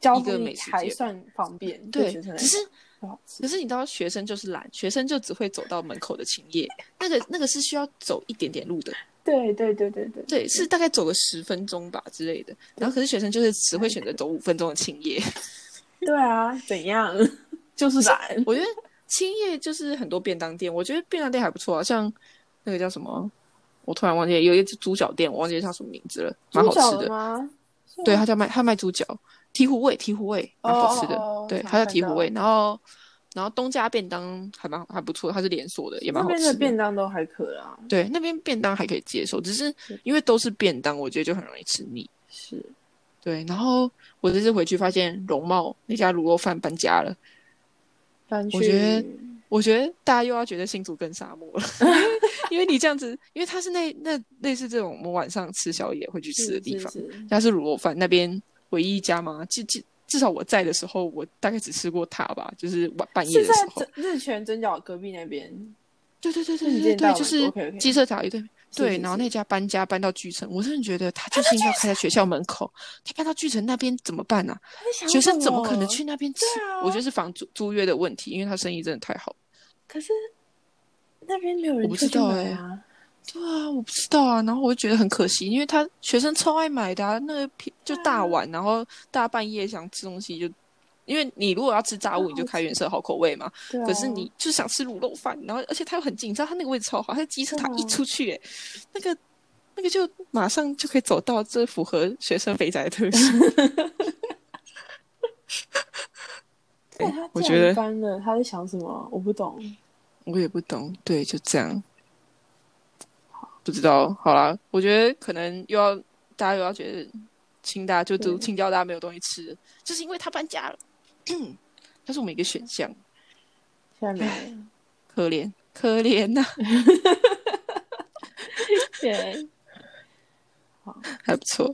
B: 交
A: 一个
B: 通
A: 美食
B: 还
A: 街
B: 算方便，
A: 对，
B: 学生来
A: 只是
B: 说好吃
A: 可是你知道，学生就是懒，学生就只会走到门口的青叶，那个那个是需要走一点点路的，
B: 对对对对对，
A: 对，是大概走个十分钟吧之类的。然后可是学生就是只会选择走五分钟的青叶， [laughs]
B: 对啊，怎样？就是懒，
A: 我觉得青叶就是很多便当店，我觉得便当店还不错啊，像那个叫什么，我突然忘记了有一个猪脚店，我忘记叫什么名字了，蛮好
B: 猪
A: 吃
B: 脚
A: 的。
B: 吗？
A: 对，他叫卖他卖猪脚，醍醐味，醍醐味蛮好吃的。
B: 哦哦哦
A: 对，
B: 常
A: 他叫
B: 看
A: 醍醐
B: 到
A: 味，然后然后东家便当还蛮还不错，它是连锁的，也蛮
B: 那
A: 好
B: 边
A: 吃
B: 的便当都还可啊，
A: 对，那边便当还可以接受，只是
B: 是
A: 因为都是便当，我觉得就很容易吃腻。
B: 是
A: 对，然后我这次回去发现容貌那家卤肉饭搬家了，
B: 搬去
A: 我觉得我觉得大家又要觉得新竹更沙漠了，因为因为你这样子，因为它是那那类似这种我们晚上吃宵夜会去吃的地方，
B: 是是是
A: 它是卤肉饭那边唯一一家吗？至至至少我在的时候，我大概只吃过它吧，就是晚半夜
B: 是
A: 的时
B: 在
A: 候。
B: 真日泉蒸饺隔壁那边，
A: 对对对
B: 是
A: 对
B: 你
A: 对
B: 见到
A: 对，
B: 吗
A: 就是
B: ？OK，OK
A: 鸡舍塔一对面。
B: 是
A: 对，
B: 是
A: 然后
B: 是
A: 那家搬家搬到巨城，我真的觉得他就是应该开在学校门口。他搬到巨城那边怎么办呢、啊？学生怎么可能去？那边吃？
B: 对啊
A: 我觉得是房租租约的问题，因为他生意真的太好。
B: 可是那边没有
A: 我
B: 人
A: 不
B: 会
A: 知
B: 去
A: 道
B: 买
A: 欸
B: 啊。
A: 对啊，我不知道啊。然后我就觉得很可惜，因为他学生超爱买的、啊，那个便就大碗，然后大半夜想吃东西就，因为你如果要吃炸物，你就开原色好口味嘛。
B: 嗯对啊
A: 可是你就是想吃卤肉饭，然后而且他又很近，你知道他那个位置超好，他的机车塔
B: 对啊
A: 一出去、欸，那个那个就马上就可以走到，这符合学生肥
B: [laughs]
A: 宅的特性。
B: 对他
A: 我
B: 既
A: 觉
B: 然
A: 得嗯
B: 搬了，他在想什么？我不懂。
A: 我也不懂，对，就这样，不知道，好啦，我觉得可能又要大家又要觉得清大就读
B: 对
A: 清交大没有东西吃，就是因为他搬家了， [clears throat] 它是我们一个选项，
B: 现在没有。
A: [laughs] 可怜可怜呐、
B: 对，
A: 还不错。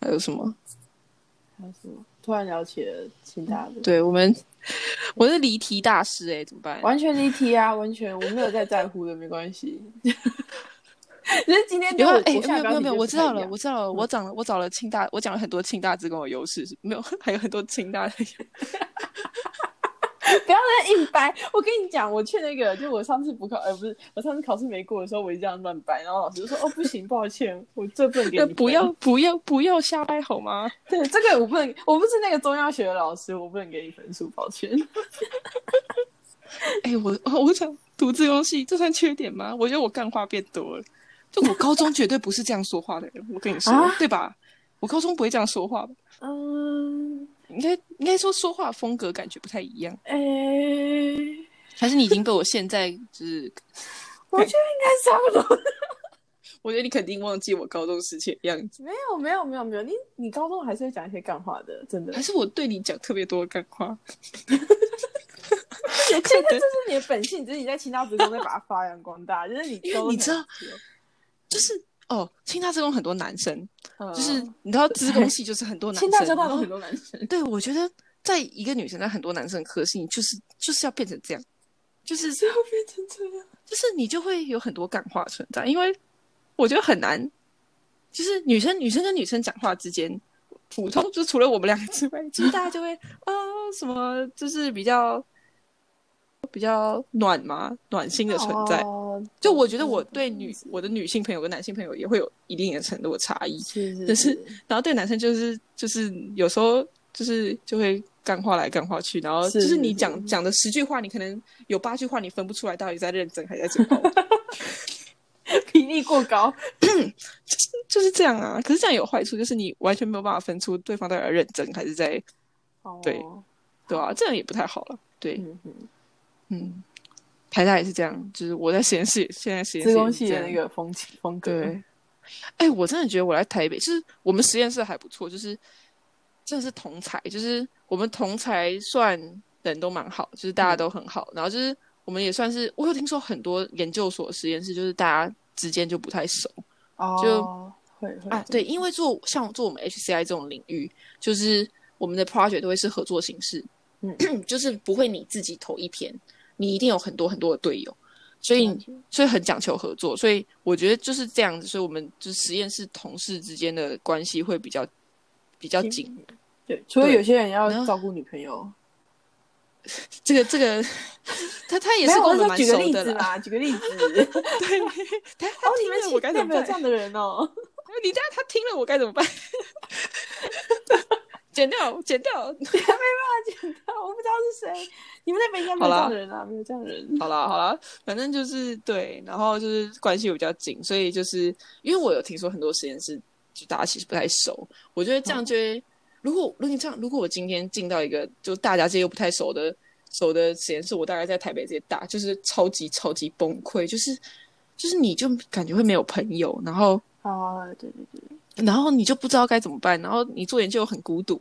A: 还有什么？
B: 还有什么？突然聊起了其他的，
A: 对我们，我是离题大师哎、怎么办？
B: 完全离题啊，完全我没有在在乎的，没关系。 [laughs] 只是今天对
A: 有
B: 我，
A: 啊，哎、
B: 我
A: 没有没有没有，我知道了，我
B: 我
A: 知道了，我讲了，我找了清大，我讲了很多清大职工的优势，没有， [laughs] 还有很多清大的优势。
B: 不要再硬掰。我跟你讲，我去那个，就我上次补考，呃，不是，我上次考试没过的时候，我一这样乱掰，然后老师就说：“哦，不行，抱歉，我这不能给
A: 那
B: 你。”
A: 不要，不要不要瞎掰好吗？
B: 对，这个我不能，我不是那个中药学的老师，我不能给你分数，抱歉。
A: 哎、我 [laughs] 我想读自工系，这算缺点吗？我觉得我干话变多了，就我高中绝对不是这样说话的人，我跟你说，
B: 啊
A: 对吧？我高中不会这样说话吧，
B: [laughs] 嗯，
A: 应该应该说说话风格感觉不太一样，
B: 哎、
A: 还是你已经被我现在就是
B: 我觉得应该差不多。
A: [laughs]
B: [laughs]
A: 我觉得你肯定忘记我高中时期的样子，
B: 没有没有没有没有，你你高中还是会讲一些干话的，真
A: [laughs]
B: 的
A: 还。是我对你讲特别多的干话？
B: 现在 [laughs] 这是你的本性，只是你在清大职工在把它发扬光大，就是你
A: 因为
B: 都
A: 你知道
B: 能接
A: 就是哦，清大职工很多男生，
B: 嗯
A: 就是你知道资工系就是很多男
B: 清
A: 生，
B: 大交大
A: 然
B: 有
A: 后
B: 很多男生，
A: 对，我觉得在一个女生在很多男生的科系，你就是就是要变成这样，就是
B: 最 [laughs] 后变成这样。
A: 就是你就会有很多感化存在，因为我觉得很难，就是女生女生跟女生讲话之间，普通就除了我们两个之外，其实大家就会啊、什么就是比较比较暖嘛，暖心的存在。
B: 哦
A: 就我觉得我对女我的女性朋友跟男性朋友也会有一定的程度的差异，
B: 是是
A: 但是然后对男生就是就是有时候就是就会干话来干话去，然后就是是你
B: 是
A: 讲讲的十句话，你可能有八句话你分不出来到底在认真还是在嘴炮，
B: 比例过高，
A: [laughs] 就是这样啊。可是这样有坏处，就是你完全没有办法分出对方到底在认真还是在
B: 哦
A: 对对啊，这样也不太好了。对，
B: 嗯嗯，
A: 嗯，台大也是这样，就是我在实验室也现在实验室
B: 资工
A: 也是
B: 系
A: 这
B: 的
A: 样
B: 那个风气风格，
A: 对，哎、我真的觉得我来台北，就是我们实验室还不错，就是真的是同才，就是我们同才算人都蛮好，就是大家都很好，然后就是我们也算是，我有听说很多研究所实验室就是大家之间就不太熟
B: 哦，
A: 就
B: 会会
A: 啊，对，因为做像做我们 HCI 这种领域，就是我们的 project 都会是合作形式，嗯， [clears throat] 就是不会你自己投一篇，你一定有很多很多的队友，所以
B: 了解
A: 所以很讲求合作，所以我觉得就是这样子，所以我们就是实验室同事之间的关系会比较比较紧。
B: 对，除了
A: 对
B: 有些人
A: 然
B: 要
A: 后
B: 照顾女朋友，
A: 这个这个，他他也是
B: 没
A: 跟
B: 有我
A: 我
B: 是
A: 们
B: 说
A: 蛮
B: 举个
A: 熟
B: 例
A: 的
B: 子
A: 啦。
B: 嘛，举个例子， [laughs]
A: 对，他他
B: 哦，
A: 听 [laughs]
B: 你们
A: 了我该
B: 系内
A: 怎么
B: 没有
A: 办
B: 这？样的人哦，
A: 你这样他听了我该怎么办？ [laughs] 剪掉，剪掉。
B: 我不知道是谁，你们那边应该没有这样的人啊，没有这样的人，
A: 好啦好啦，反正就是对，然后就是关系比较紧，所以就是因为我有听说很多实验室就大家其实不太熟，我觉得这样就会，如果如果你这样，如果我今天进到一个就大家这又不太熟的熟的实验室，我大概在台北这些大，就是超级超级崩溃，就是就是你就感觉会没有朋友，然后
B: 啊，对对对。
A: 然后你就不知道该怎么办，然后你做研究很孤独，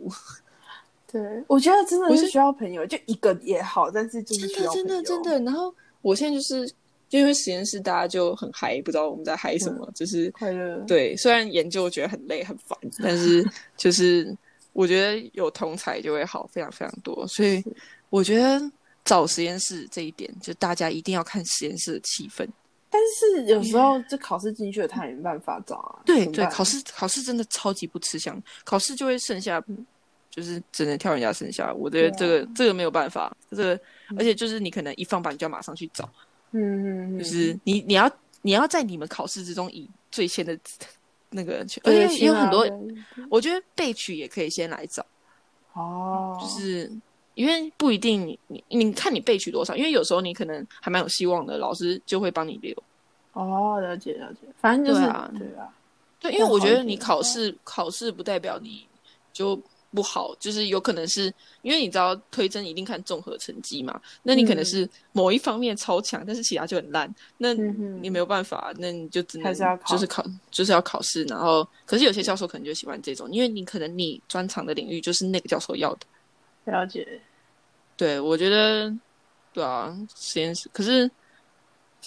B: 对，我觉得真的
A: 我
B: 是
A: 是
B: 需要朋友，就一个也好，但是就是
A: 真
B: 需
A: 的
B: 要
A: 真
B: 朋
A: 的
B: 友
A: 真，的，然后我现在就是就因为实验室大家就很嗨，不知道我们在嗨什么，就是。
B: 快乐。
A: 对，虽然研究觉得很累很烦，但 [laughs] 是就是我觉得有同才就会好非常非常多，所以我觉得找实验室这一点，就大家一定要看实验室的气氛。
B: 但是有时候这考试进去了，他也没办法找啊。
A: 对
B: 怎么
A: 对，
B: 办
A: 考试考试真的超级不吃香，考试就会剩下，嗯啊就是只能跳人家剩下。我觉得这
B: 对
A: 个、这个没有办法，这个而且就是你可能一放榜你就要马上去找，
B: 嗯，嗯嗯
A: 就是你你要你要在你们考试之中以最先的 [laughs] 那个去，啊而
B: 对
A: 且也有
B: 起码
A: 很多
B: 对，
A: 我觉得备取也可以先来找。
B: 哦，
A: 就是因为不一定你你你看你备取多少，因为有时候你可能还蛮有希望的，老师就会帮你留。
B: 哦，了解了解，反正就是
A: 对啊
B: 对吧？
A: 对，因为我觉得你考
B: 哦
A: 试考试不代表你就不好，就是有可能是因为你知道推甄一定看综合成绩嘛，那你可能是某一方面超强，但是其他就很烂，那
B: 嗯哼
A: 你没有办法，那你就只能
B: 还是要考
A: 就是考就是要考试，然后可是有些教授可能就喜欢这种，因为你可能你专长的领域就是那个教授要的。
B: 了解，
A: 对，我觉得，对啊，实验室可是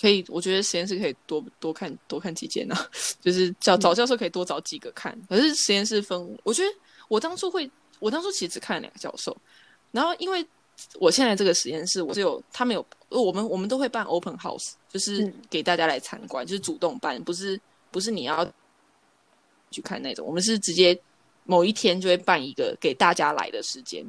A: 可以，我觉得实验室可以多多看多看几间啊， [laughs] 就是找找教授可以多找几个看。可是实验室分，我觉得我当初会，我当初其实只看了两个教授，然后因为我现在这个实验室，我是有他们有我们我们都会办 open house，就是
B: 嗯
A: 给大家来参观，就是主动办，不是不是你要去看那种，我们是直接某一天就会办一个给大家来的时间。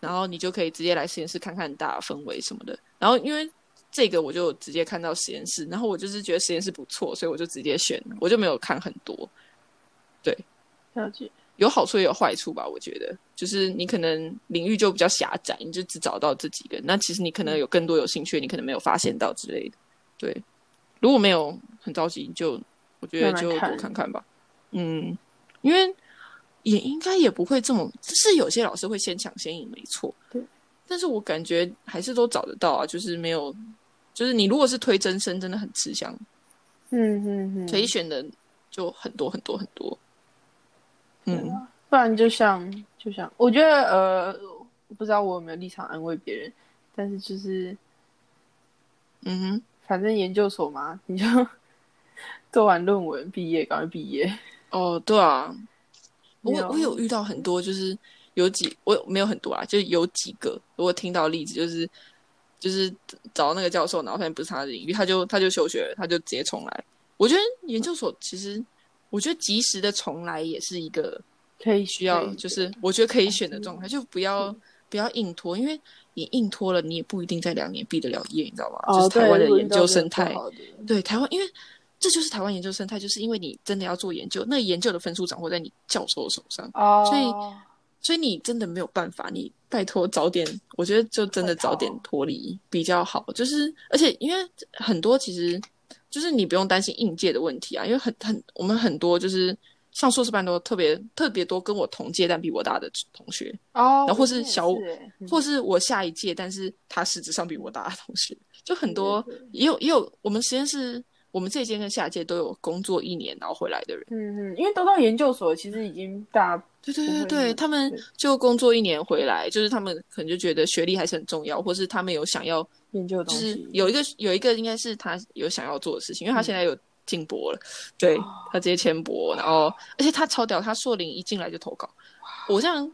A: 然后你就可以直接来实验室看看大家氛围什么的。然后因为这个，我就直接看到实验室，然后我就是觉得实验室不错，所以我就直接选，我就没有看很多。
B: 了解，
A: 有好处也有坏处吧，我觉得，就是你可能领域就比较狭窄，你就只找到这几个。那其实你可能有更多有兴趣，你可能没有发现到之类的。对，如果没有很着急，就我觉得
B: 慢慢
A: 就
B: 看
A: 多看看吧。嗯，因为也应该也不会这么，就是有些老师会先抢先赢，没错。
B: 对，
A: 但是我感觉还是都找得到啊，就是没有，就是你如果是推真生，真的很吃香，
B: 嗯嗯嗯，
A: 可以选的就很多很多很多。
B: 对
A: 嗯，
B: 啊不然就像就像，我觉得呃，不知道我有没有立场安慰别人，但是就是
A: 嗯哼，
B: 反正研究所嘛，你就 [laughs] 做完论文毕业，赶快毕业。
A: 哦，对啊，我
B: 没有
A: 我有遇到很多，就是有几我没有很多啊，就是有几个，我听到例子就是就是找那个教授，然后发现不是他的领域，他就他就休学了，他就直接重来。我觉得研究所其实，我觉得及时的重来也是一个
B: 可以
A: 需要
B: 可以
A: 就是我觉得可以选的状态，就不要
B: 嗯
A: 不要硬拖，因为你硬拖了，你也不一定在两年毕得了业，你知道吗？
B: 哦，
A: 就是台
B: 对，
A: 湾的
B: 如果遇
A: 研
B: 到
A: 究
B: 这
A: 生
B: 种不
A: 态，
B: 好的
A: 对台湾，因为这就是台湾研究生态，就是因为你真的要做研究，那研究的分数掌握在你教授手上，
B: 哦，
A: 所以所以你真的没有办法，你拜托早点，我觉得就真的早点脱离比较好。就是而且因为很多其实就是你不用担心应届的问题啊，因为很很我们很多就是上硕士班都特别特别多跟我同届但比我大的同学，
B: 哦，
A: 然后或
B: 我
A: 是
B: 们也
A: 小我
B: 欸嗯
A: 或是我下一届但是他实质上比我大的同学，就很多
B: 对对对
A: 也有也有我们实验室。我们这一届跟下一届都有工作一年然后回来的人，
B: 嗯嗯，因为都到研究所，其实已经大
A: 对对
B: 不
A: 对
B: 会
A: 对，
B: 那
A: 他们
B: 对
A: 就工作一年回来，就是他们可能就觉得学历还是很重要，或是他们有想要，
B: 研究的
A: 就
B: 东
A: 是
B: 西，
A: 有一个有一个应该是他有想要做的事情，因为他
B: 嗯
A: 现在有进博了，对
B: 哦
A: 他直接签博，然后而且他超屌，他硕林一进来就投稿，我这样。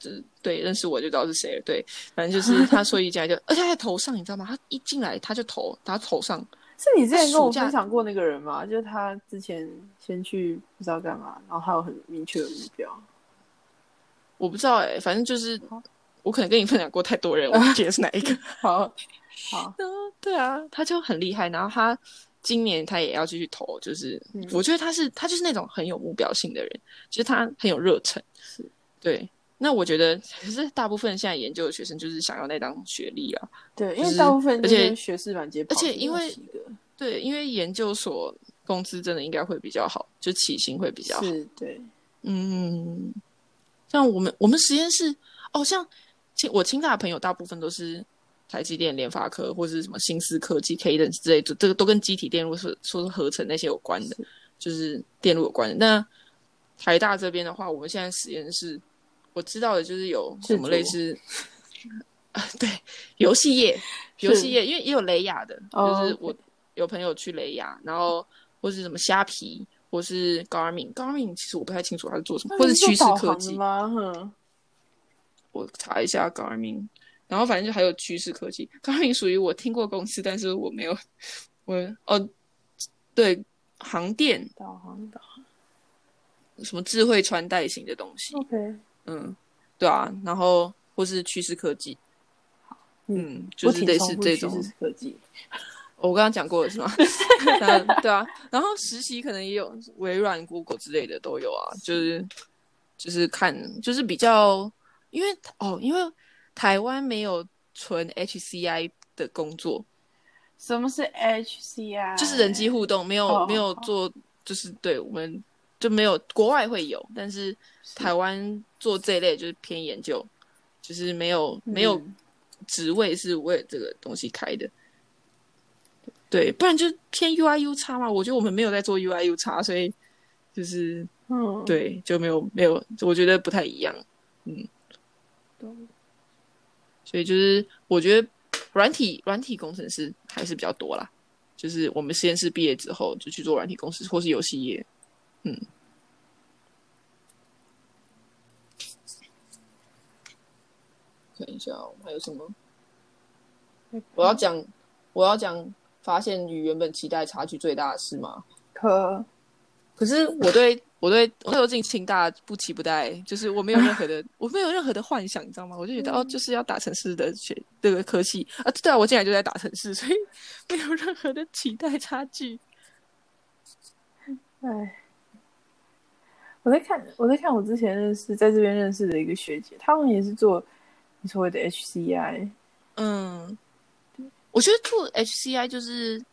A: 只对，认识我就知道是谁了。对，反正
B: [laughs]
A: 就是他硕一进来就，而且他还投上，你知道吗？他一进来他就投，他投上，
B: 是你之前跟我
A: 暑假
B: 分享过那个人吗？就是他之前先去不知道干嘛，然后他有很明确的目
A: [laughs]
B: 标。
A: 我不知道哎、反正就是
B: 哦
A: 我可能跟你分享过太多人，
B: [laughs]
A: 我不记得是哪一个。
B: 好，好，
A: 嗯，对啊，他就很厉害。然后他今年他也要继续投，就是、
B: 嗯
A: 我觉得他是他就是那种很有目标性的人，就是他很有热忱。
B: 是，
A: 对。那我觉得，可是大部分现在研究的学生就是想要那张学历啊。
B: 对，
A: 就
B: 因为
A: 是
B: 大部分
A: 而且
B: 就是学士满街跑，
A: 而且因为
B: 就是那种
A: 对，因为研究所工资真的应该会比较好，就起薪会比
B: 几
A: 较
B: 个
A: 好。
B: 是，对，
A: 嗯，像我们我们实验室哦，像清我清大的朋友大部分都是台积电、联发科或是什么新思科技、K 等之类，这这个都跟机体电路是说是合成那些有关的，就是电路有关的。那台大这边的话，我们现在实验室我知道的就是有什么
B: 制作
A: 类似。 [laughs] 啊，对，游戏业，
B: 是
A: 游戏业，因为也有雷亚的，
B: 哦
A: 就是我有朋友去雷亚，然后或是什么虾皮，或是 Garmin，Garmin 其实我不太清楚它是做什么，或是趋势科技，
B: 那你是做导航的吗？
A: 我查一下 Garmin，然后反正就还有趋势科技，Garmin 属于我听过公司，但是我没有，我哦，对，航电
B: 哼，导航导航
A: 什么智慧穿戴型的东西，
B: ，OK。
A: 嗯，对啊，然后或是趋势科技，嗯，就
B: 我
A: 是
B: 挺
A: 类
B: 重
A: 似
B: 复
A: 这
B: 趋
A: 种
B: 势，科技，
A: 哦我刚刚讲过了是
B: [laughs]
A: 吗？ [laughs] 那对啊，然后实习可能也有微软、Google 之类的都有啊，就是就是看就是比较，因为哦，因为台湾没有纯 HCI 的工作，
B: 什么是 HCI？
A: 就是人机互动没有、
B: 哦
A: 没有做，就是对我们就没有国外会有，但是台湾做这一类就是偏研究，就是没有没有
B: 嗯
A: 职位是为这个东西开的。对，不然就偏 UIU 叉嘛。我觉得我们没有在做 UIU 叉，所以就是
B: 嗯，
A: 对就没有没有，我觉得不太一样。嗯，
B: 懂
A: 所以就是我觉得软体软体工程师还是比较多啦。就是我们实验室毕业之后就去做软体公司或是游戏业。嗯，看一下我们还有什么。我要讲，我要讲，发现与原本期待差距最大的事吗？
B: 科
A: 可是我对我对我对我进清大不期不待，就是我没有任何的 [laughs] 我没有任何的幻想，你知道吗？我就觉得、哦，就是要打城市的学这个科系啊，对啊，我进来就在打城市，所以没有任何的期待差距。
B: 哎，我在看，我在看我之前认识在这边认识的一个学姐，他们也是做你所谓的 HCI，
A: 嗯，我觉得做 HCI 就是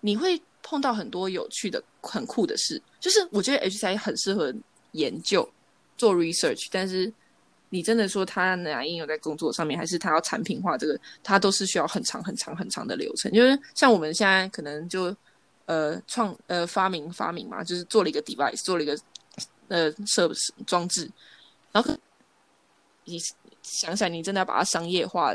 A: 你会碰到很多有趣的、很酷的事。就是我觉得 HCI 很适合研究、做 research，但是你真的说它哪应用在工作上面，还是它要产品化这个，它都是需要很长、很长、很长的流程。就是像我们现在可能就呃创呃发明发明嘛，就是做了一个 device，做了一个呃设装置，然后可你想想，你真的要把它商业化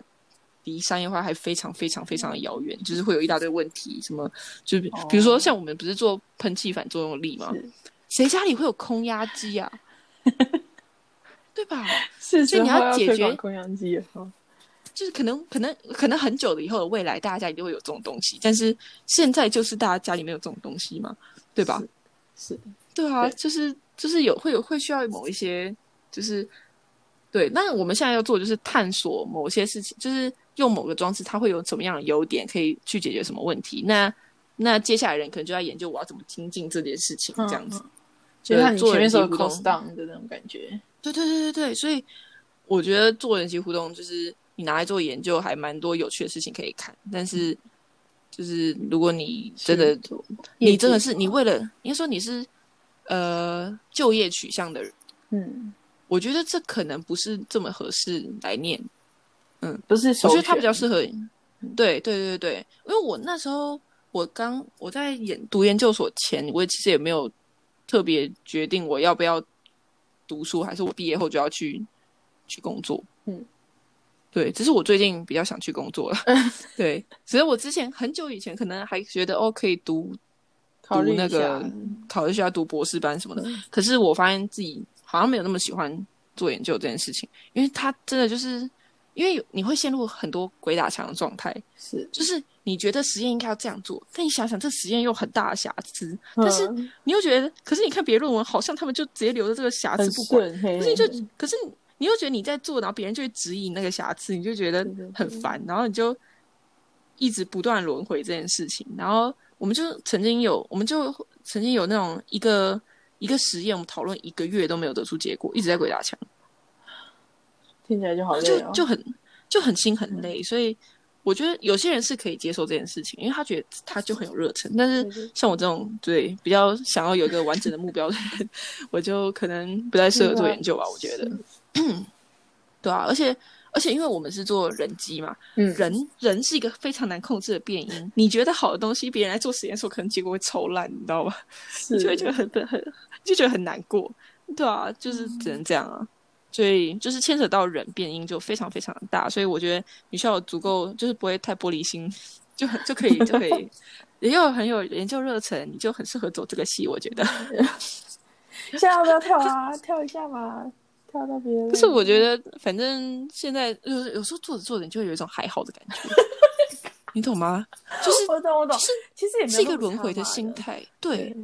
A: 离商业化还非常非常非常的遥远，就是会有一大堆问题，什么就是比如说像我们不是做喷气反作用力吗？
B: 是
A: 谁家里会有空压机啊？ [laughs] 对吧？
B: 是
A: 所以你
B: 之后
A: 要解
B: 推
A: 决哦
B: 广空阳机了吗
A: 就是可能可能可能很久的以后的未来，大家家里就会有这种东西，但是现在就是大家家里没有这种东西嘛，对吧？
B: 是
A: 对啊，
B: 对
A: 就是就是有会有会需要某一些，就是对。那我们现在要做的就是探索某些事情，就是用某个装置它会有什么样的优点，可以去解决什么问题。那那接下来人可能就在研究我要怎么精进这件事情，
B: 嗯
A: 这样子。
B: 就像你
A: 做
B: 前面
A: 人机
B: 说的
A: 互
B: cost
A: 动，
B: down 的那种感觉，
A: 对对对对对，所以我觉得做人机互动就是你拿来做研究，还蛮多有趣的事情可以看。但是就是如果你真的
B: 做
A: 你真的是你为了，应该说你是呃就业取向的人，
B: 嗯，
A: 我觉得这可能不是这么合适来念。
B: 不是首
A: 我觉得
B: 选，
A: 它比较适合，对对对对，因为我那时候我刚我在研读研究所前，我其实也没有特别决定我要不要读书，还是我毕业后就要去去工作。
B: 嗯，
A: 对，只是我最近比较想去工作了。对，只是我之前很久以前可能还觉得哦可以读
B: 考虑
A: 读那
B: 一下
A: 个考虑一下读博士班什么的。可是我发现自己好像没有那么喜欢做研究这件事情，因为它真的就是因为有你会陷入很多鬼打墙的状态，
B: 是，
A: 就是你觉得实验应该要这样做，但你想想这实验又有很大的瑕疵，但是
B: 嗯
A: 你又觉得，可是你看别的论文好像他们就直接啊留着这个瑕疵
B: 很
A: 不管，
B: 顺，嘿
A: 可是你就可是你又觉得你在做，然后别人就会质疑那个瑕疵，你就觉得
B: 对对对
A: 很烦，然后你就一直不断轮回这件事情。然后我们就曾经有，我们就曾经有那种一个一个实验，我们讨论一个月都没有得出结果，一直在鬼打墙，
B: 听起来就好累
A: 就
B: 哦，
A: 就很就很心很累。所以我觉得有些人是可以接受这件事情，因为他觉得他就很有热忱，但是
B: 对对
A: 像我这种对比较想要有一个完整的目标的人，我就可能不太适合做研究吧，我觉得。对啊，而且而且因为我们是做人机嘛，
B: 嗯
A: 人人是一个非常难控制的变因。你觉得好的东西，别人来做实验的时候，可能结果会抽烂，你知道吧？
B: 是
A: 你就会觉得很很很，就觉得很难过。对啊，就是只
B: 嗯
A: 能这样啊。所以就是牵扯到人变因就非常非常大，所以我觉得女校有足够，就是不会太玻璃心，就很就可以就可
B: [laughs]
A: 以，也有很有研究热忱，你就很适合走这个系，我觉得。
B: 嗯
A: [laughs]
B: 现在要不要跳啊？跳一下嘛，跳到别人。
A: 可是我觉得，反正现在有有时候做着做着，你就会有一种还好的感
B: [laughs]
A: 觉，你懂吗？就是
B: 我懂我懂
A: 是，
B: 其实也没有
A: 是一个
B: 那么
A: 轮回
B: 差
A: 的
B: 嘛
A: 心。态，对
B: 对，，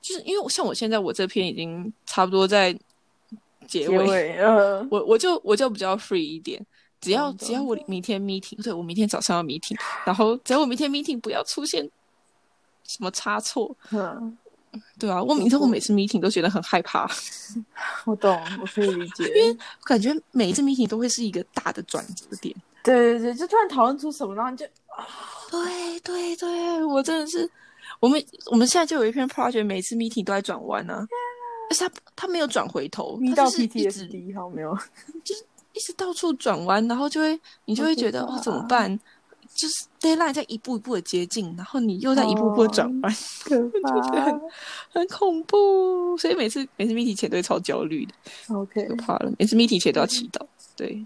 A: 就是因为我像我现在我这篇已经差不多在结
B: 结
A: 尾，
B: 尾呃，
A: 我我就我就比较 free 一点，只要
B: 懂
A: 只要我明天 meeting，对我明天早上要 meeting，然后只要我明天 meeting 不要出现什么差错，
B: 嗯，
A: 对啊，我你知道我每次 meeting 都觉得很害怕，
B: 我懂，我可以理解。
A: 感觉每一次 meeting 都会是一个大的转折点。
B: 对对对，就突然讨论出什么，然后你
A: 哦
B: 就
A: 对对对，我真的是，我们我们现在就有一篇 project，每次 meeting 都在转弯呢、而且他他没有转回头，
B: 遇
A: 他
B: 到
A: 就是一直
B: PTSD 好
A: [laughs]
B: 没有？
A: 一直到处转弯，然后就会你就会觉得
B: 好可怕
A: 哦怎么办？就是 deadline 在一步一步的接近，然后你又在一步一
B: 哦
A: 步的转弯， [laughs]
B: 可怕。
A: 很恐怖。所以每次每次 meeting 前都会超焦虑的，
B: OK，
A: 可怕了。每次 meeting 前都要祈祷。对，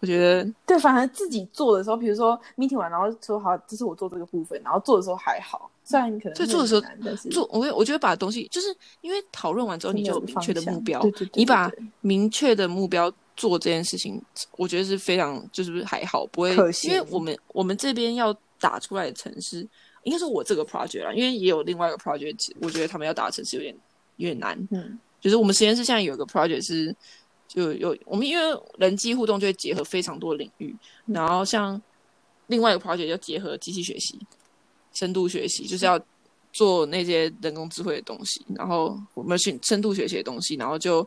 A: 我觉得
B: 对，反而自己做的时候，比如说 meeting 完，然后说好，这是我做这个部分，然后做的时候还好，虽然可能
A: 对
B: 会
A: 做的时候
B: 很难，但是
A: 做，我也我觉得把东西，就是因为讨论完之后，你就有
B: 很有
A: 明确的
B: 方向
A: 目标，
B: 对对对
A: 你把
B: 对对
A: 明确的目标做这件事情，我觉得是非常就是还好，不会
B: 可，行
A: 因为我们我们这边要打出来的城市，应该说我这个 project 啦，因为也有另外一个 project，我觉得他们要打的城市有点有点难，
B: 嗯，
A: 就是我们实验室现在有一个 project 是就有我们因为人机互动就会结合非常多领域，然后像另外一个 project 就结合机器学习、深度学习，就是要做那些人工智慧的东西，然后我们去深度学习的东西，然后就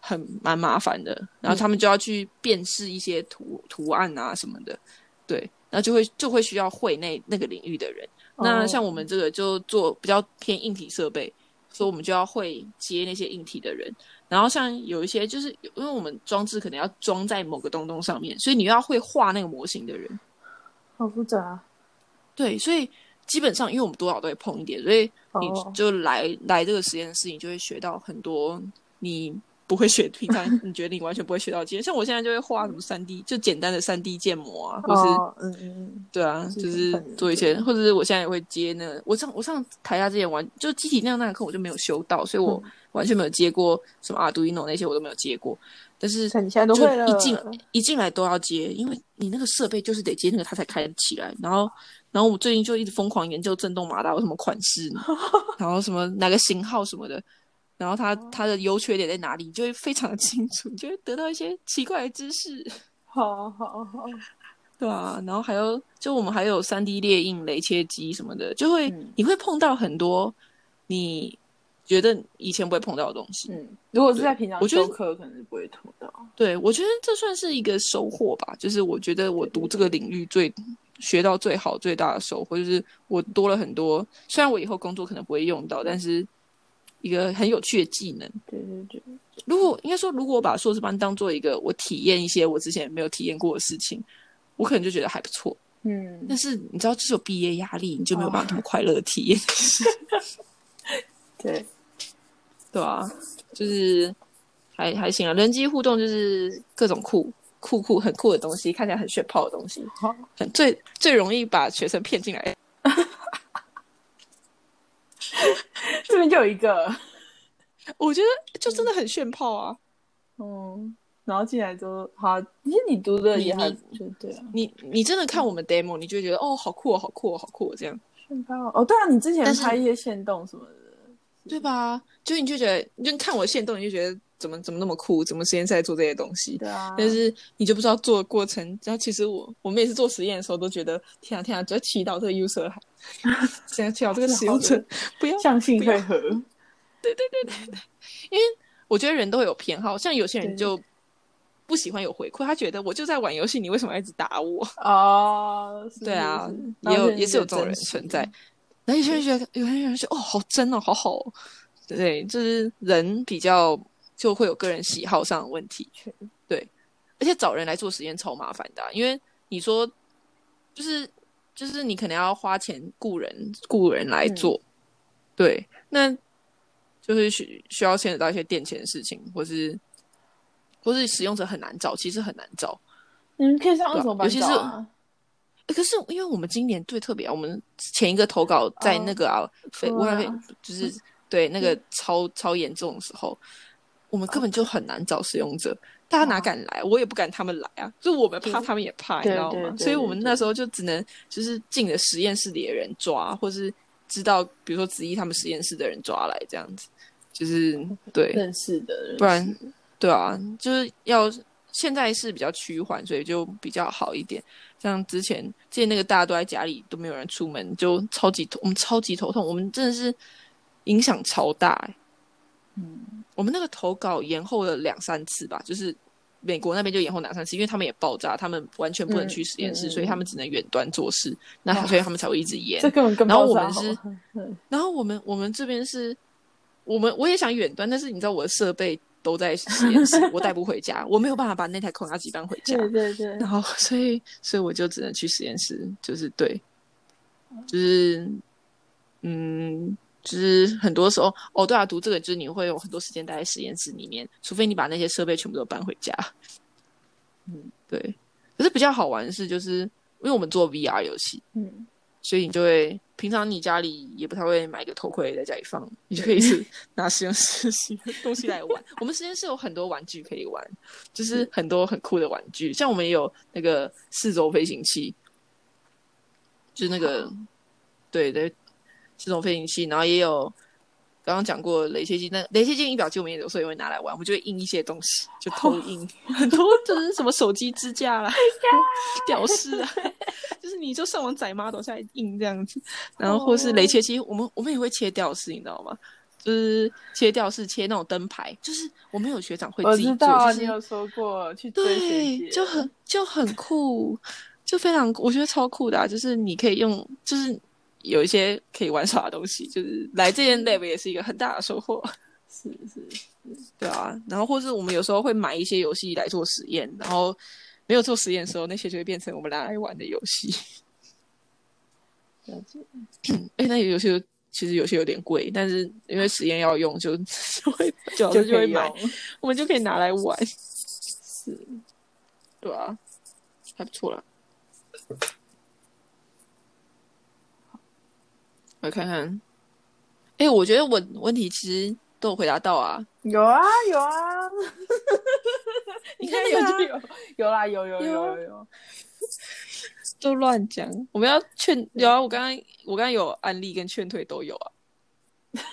A: 很蛮麻烦的，然后他们就要去辨识一些图图案啊什么的，对，然后就会就会需要会那那个领域的人。那
B: 哦
A: 像我们这个就做比较偏硬体设备，所以我们就要会接那些硬体的人。然后像有一些就是因为我们装置可能要装在某个东东上面，所以你又要会画那个模型的人。
B: 好复杂，
A: 啊对，所以基本上因为我们多少都会碰一点，所以你
B: 哦
A: 就来、来这个实验室，你就会学到很多你不会学，平常你觉得你完全不会学到的技能。像我现在就会画什么三 D，就简单的三 D 建模啊，或是、
B: 哦，嗯嗯
A: 对啊，
B: 是
A: 就是
B: 很
A: 做一些，或者是我现在也会接那个。我上我上台大之前玩，就机体那样那堂课我就没有修到，所以
B: 嗯
A: 我完全没有接过什么阿杜伊诺那些，我都没有接过。但是
B: 嗯，你现在都
A: 就
B: 会了，
A: 一进一进来都要接，因为你那个设备就是得接那个它才开得起来。然后，然后我最近就一直疯狂研究震动马达有什么款
B: [laughs]
A: 式，然后什么哪个型号什么的，然后它它的优缺点在哪里，你就会非常的清楚，你就会得到一些奇怪的知识，
B: 好好好，
A: 对啊，然后还有就我们还有三 D 列印、雷切机什么的，就会、
B: 嗯
A: 你会碰到很多你觉得以前不会碰到的东西。
B: 嗯，如果是在平常
A: 我觉得
B: 修课，可能就不会碰到。
A: 对，我觉得这算是一个收获吧，就是我觉得我读这个领域最学到最好最大的收获，就是我多了很多，虽然我以后工作可能不会用到，但是一个很有趣的技能。
B: 对对对，
A: 如果应该说，如果我把硕士班当做一个我体验一些我之前没有体验过的事情，我可能就觉得还不错。
B: 嗯，
A: 但是你知道，这是有毕业压力，你就没有办法那么快乐地体验，
B: 对，
A: [laughs] 对啊，就是还还行啊，人机互动就是各种酷酷酷很酷的东西，看起来很炫炮的东西。
B: 好，
A: 很最最容易把学生骗进来。
B: 这边就有一个，
A: 我觉得就真的很炫炮啊！
B: 嗯，然后进来之后，好，其实你读的
A: 你
B: 也还
A: 你
B: 就对啊，
A: 你你真的看我们 demo，你就会觉得哦，好酷哦，好酷哦，好酷哦，这样
B: 炫拍哦，哦，对啊，你之前
A: 但是
B: 拍一些线动什么的，
A: 对吧？就你就觉得，你就看我现动，你就觉得怎么怎么那么酷，怎么实验室在做这些东西？
B: 对啊，
A: 但是你就不知道做的过程，然后其实我我们也是做实验的时候都觉得天啊天啊，就祈祷这个 user，想祈祷这个使用者不要
B: 相信
A: 不要
B: 会合，
A: 我觉得人都会有偏好，像有些人
B: 对
A: 就不喜欢有回馈，他觉得我就在玩游戏，你为什么要一直打我？
B: 哦，是
A: 对啊
B: 是是，
A: 也
B: 然后
A: 有
B: 现在
A: 也是有
B: 就
A: 这种人
B: 真实
A: 存在。然后有些人觉得，有些人觉得哦，好真哦，好好哦。对，就是人比较就会有个人喜好上的问题
B: 确。
A: 对，而且找人来做实验超麻烦的啊、因为你说就是就是你可能要花钱雇人雇人来
B: 嗯
A: 做，对，那就是需需要牵扯到一些垫钱的事情，或是或是使用者很难找，其实很难找。
B: 你嗯们可以上二
A: 对啊
B: 手班
A: 尤其
B: 找
A: 是
B: 啊，
A: 欸可是因为我们今年最特别啊，我们前一个投稿在那个啊，非
B: 哦对啊嗯
A: 武汉肺就是对那个超超严重的时候，我们根本就
B: 哦
A: 很难找使用者，大家哪敢来？我也不敢他们来啊，就我们怕，他们也怕，你
B: 对
A: 知道
B: 对
A: 吗？
B: 对
A: 所以我们
B: 对
A: 那时候就只能就是进了实验室里的人抓，或是知道比如说子怡他们实验室的人抓来这样子，就是
B: 哦
A: 对，
B: 认识的人，
A: 不然，对啊，就是要现在是比较趋缓，所以就比较好一点。像之前之前那个大家都在家里都没有人出门，就超级头我们超级头痛，我们真的是影响超大、欸。
B: 嗯，
A: 我们那个投稿延后了两三次吧，就是美国那边就延后两三次，因为他们也爆炸，他们完全不能
B: 嗯
A: 去实验室，
B: 嗯嗯哦
A: 所以他们只能远端做事，那
B: 哇
A: 所以他们才会一直
B: [laughs]
A: 延
B: 这。根本跟
A: 然后
B: 不
A: 我
B: 上
A: 们
B: 好
A: 是
B: 吧嗯
A: 然后我们我们这边是，我们我也想远端，但是你知道我的设备都在实验
B: [laughs]
A: 室，我带不回家，我没有办法把那台空压机搬回家
B: 对，对对
A: 然，后所以所以我就只能去实验室，就是对，
B: 哦
A: 就是嗯，就是很多时候哦，对啊，读这个就是你会有很多时间待在实验室里面，除非你把那些设备全部都搬回家，
B: 嗯，
A: 对。可是比较好玩的是，就是因为我们做 VR 游戏，
B: 嗯，
A: 所以你就会平常你家里也不太会买一个头盔在家里放，你就可以是 [laughs] 拿实验室新的东西来玩。我们实验室有很多玩具可以玩，就是很多很酷的玩具，像我们也有那个四轴飞行器，就是那个对对四轴飞行器，然后也有。刚刚讲过雷切机，那雷切机仪表机我们也有时候也会拿来玩，我们就会印一些东西， [laughs] 就偷印哎很多，就是什么手机支架啦、 [laughs] 吊饰 [laughs] 啊，就是你就上网载 model 下来印这样子，哦然后或是雷切机，我们我们也会切吊饰，你知道吗？就是切吊饰，切那种灯牌，就是我们有学长 [laughs] 会
B: 我
A: 自己
B: 知
A: 做，
B: 道
A: 就
B: 啊，你
A: 是
B: 有说过去追学
A: 对，
B: 姐，
A: 就很就很酷，就非常我觉得超酷的、啊，就是你可以用，就是有一些可以玩耍的东西，就是来这间 lab 也是一个很大的收获。
B: [laughs] 是是，
A: 对啊，然后或是我们有时候会买一些游戏来做实验，然后没有做实验的时候，那些就会变成我 [laughs] 们拿来玩的游戏。
B: 了解，
A: 哎，那些游戏其实有些有点贵，但是因为实验要用就， [laughs] 就会就
B: 就
A: 就
B: 可
A: 会
B: 以
A: 买
B: 用，
A: 我们就可以拿来玩。是， [laughs] 对啊，还不错啦。来看看，哎、我觉得我问题其实都有回答到啊。
B: 有啊
A: [laughs]
B: 有啊，
A: 你
B: 你
A: 看
B: 看
A: 那
B: 有
A: 个
B: 就有，有啦有有
A: 有啊
B: 有有，
A: 就乱讲，我们要劝有啊。我刚刚我刚刚有安利跟劝退都有 [laughs] 啊。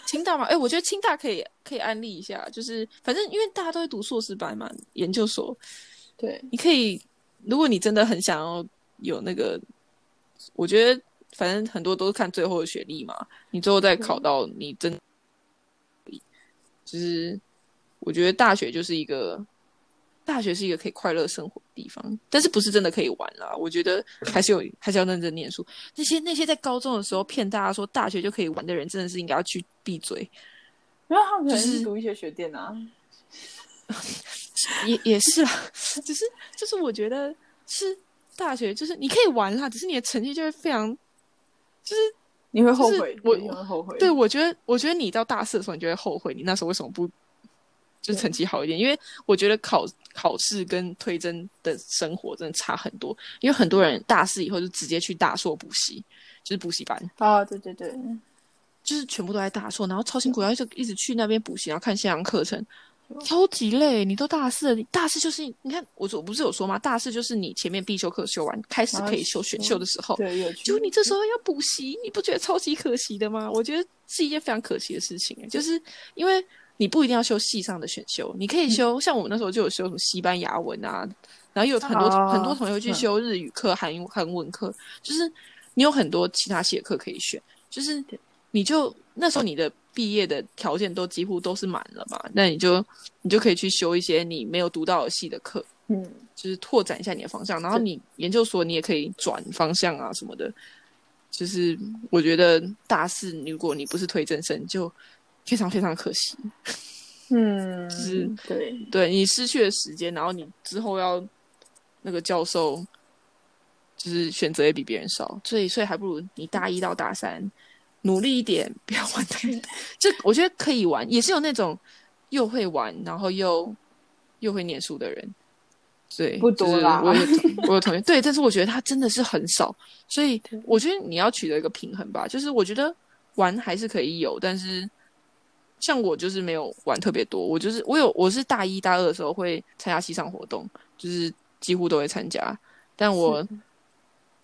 A: 清大嘛，哎、我觉得清大可以可以安利一下，就是反正因为大家都会读硕士班嘛，研究所，
B: 对，
A: 你可以，如果你真的很想要有那个，我觉得反正很多都是看最后的学历嘛，你最后再考到你真，就是我觉得大学就是一个，大学是一个可以快乐生活的地方，但是不是真的可以玩啦？我觉得还是有，还是要认真念书。那些那些在高中的时候骗大家说大学就可以玩的人，真的是应该要去闭嘴。
B: 因为他们可能
A: 就是
B: 是读医学学店啊，
A: 也也是啦，啊 [laughs] 只是就是我觉得是大学，就是你可以玩啦，只是你的成绩就会非常。
B: 你会后
A: 就是
B: 悔，
A: 我
B: 你一定会后悔，
A: 对，我觉得，我觉得你到大四的时候，你就会后悔，你那时候为什么不就成绩好一点？因为我觉得考考试跟推甄的生活真的差很多，因为很多人大四以后就直接去大硕补习，就是补习班，
B: 啊对对对，
A: 就是全部都在大硕，然后超辛苦，然后就一直去那边补习，然后看线上课程，超级累。你都大四了，你大四就是你看，我我不是有说吗？大四就是你前面必修课修完，开始可以修选修的时候，
B: 对有趣，
A: 哦就你这时候要补习，你不觉得超级可惜的吗？我觉得是一件非常可惜的事情，欸就是因为你不一定要修系上的选修，你可以修，像我们那时候就有修什么西班牙文啊，然后有很多、
B: 哦
A: 很多同学去修日语课、韩语韩文课，就是你有很多其他系的课可以选，就是你就那时候你的毕业的条件都几乎都是满了嘛，那你就你就可以去修一些你没有读到的系的课，
B: 嗯
A: 就是拓展一下你的方向，然后你研究所你也可以转方向啊什么的。就是我觉得大四，如果你不是推正生，就非常非常可惜。
B: 嗯，
A: 是
B: 对，
A: 对你失去了时间，然后你之后要那个教授，就是选择也比别人少，所以所以还不如你大一到大三努力一点，不要玩太。这我觉得可以玩，也是有那种又会玩，然后又又会念书的人。对，
B: 不多啦
A: 就是我有同我有同学，对，但是我觉得他真的是很少，所以我觉得你要取得一个平衡吧。就是我觉得玩还是可以有，但是像我就是没有玩特别多，我就是我有我是大一大二的时候会参加西上活动，就是几乎都会参加，但我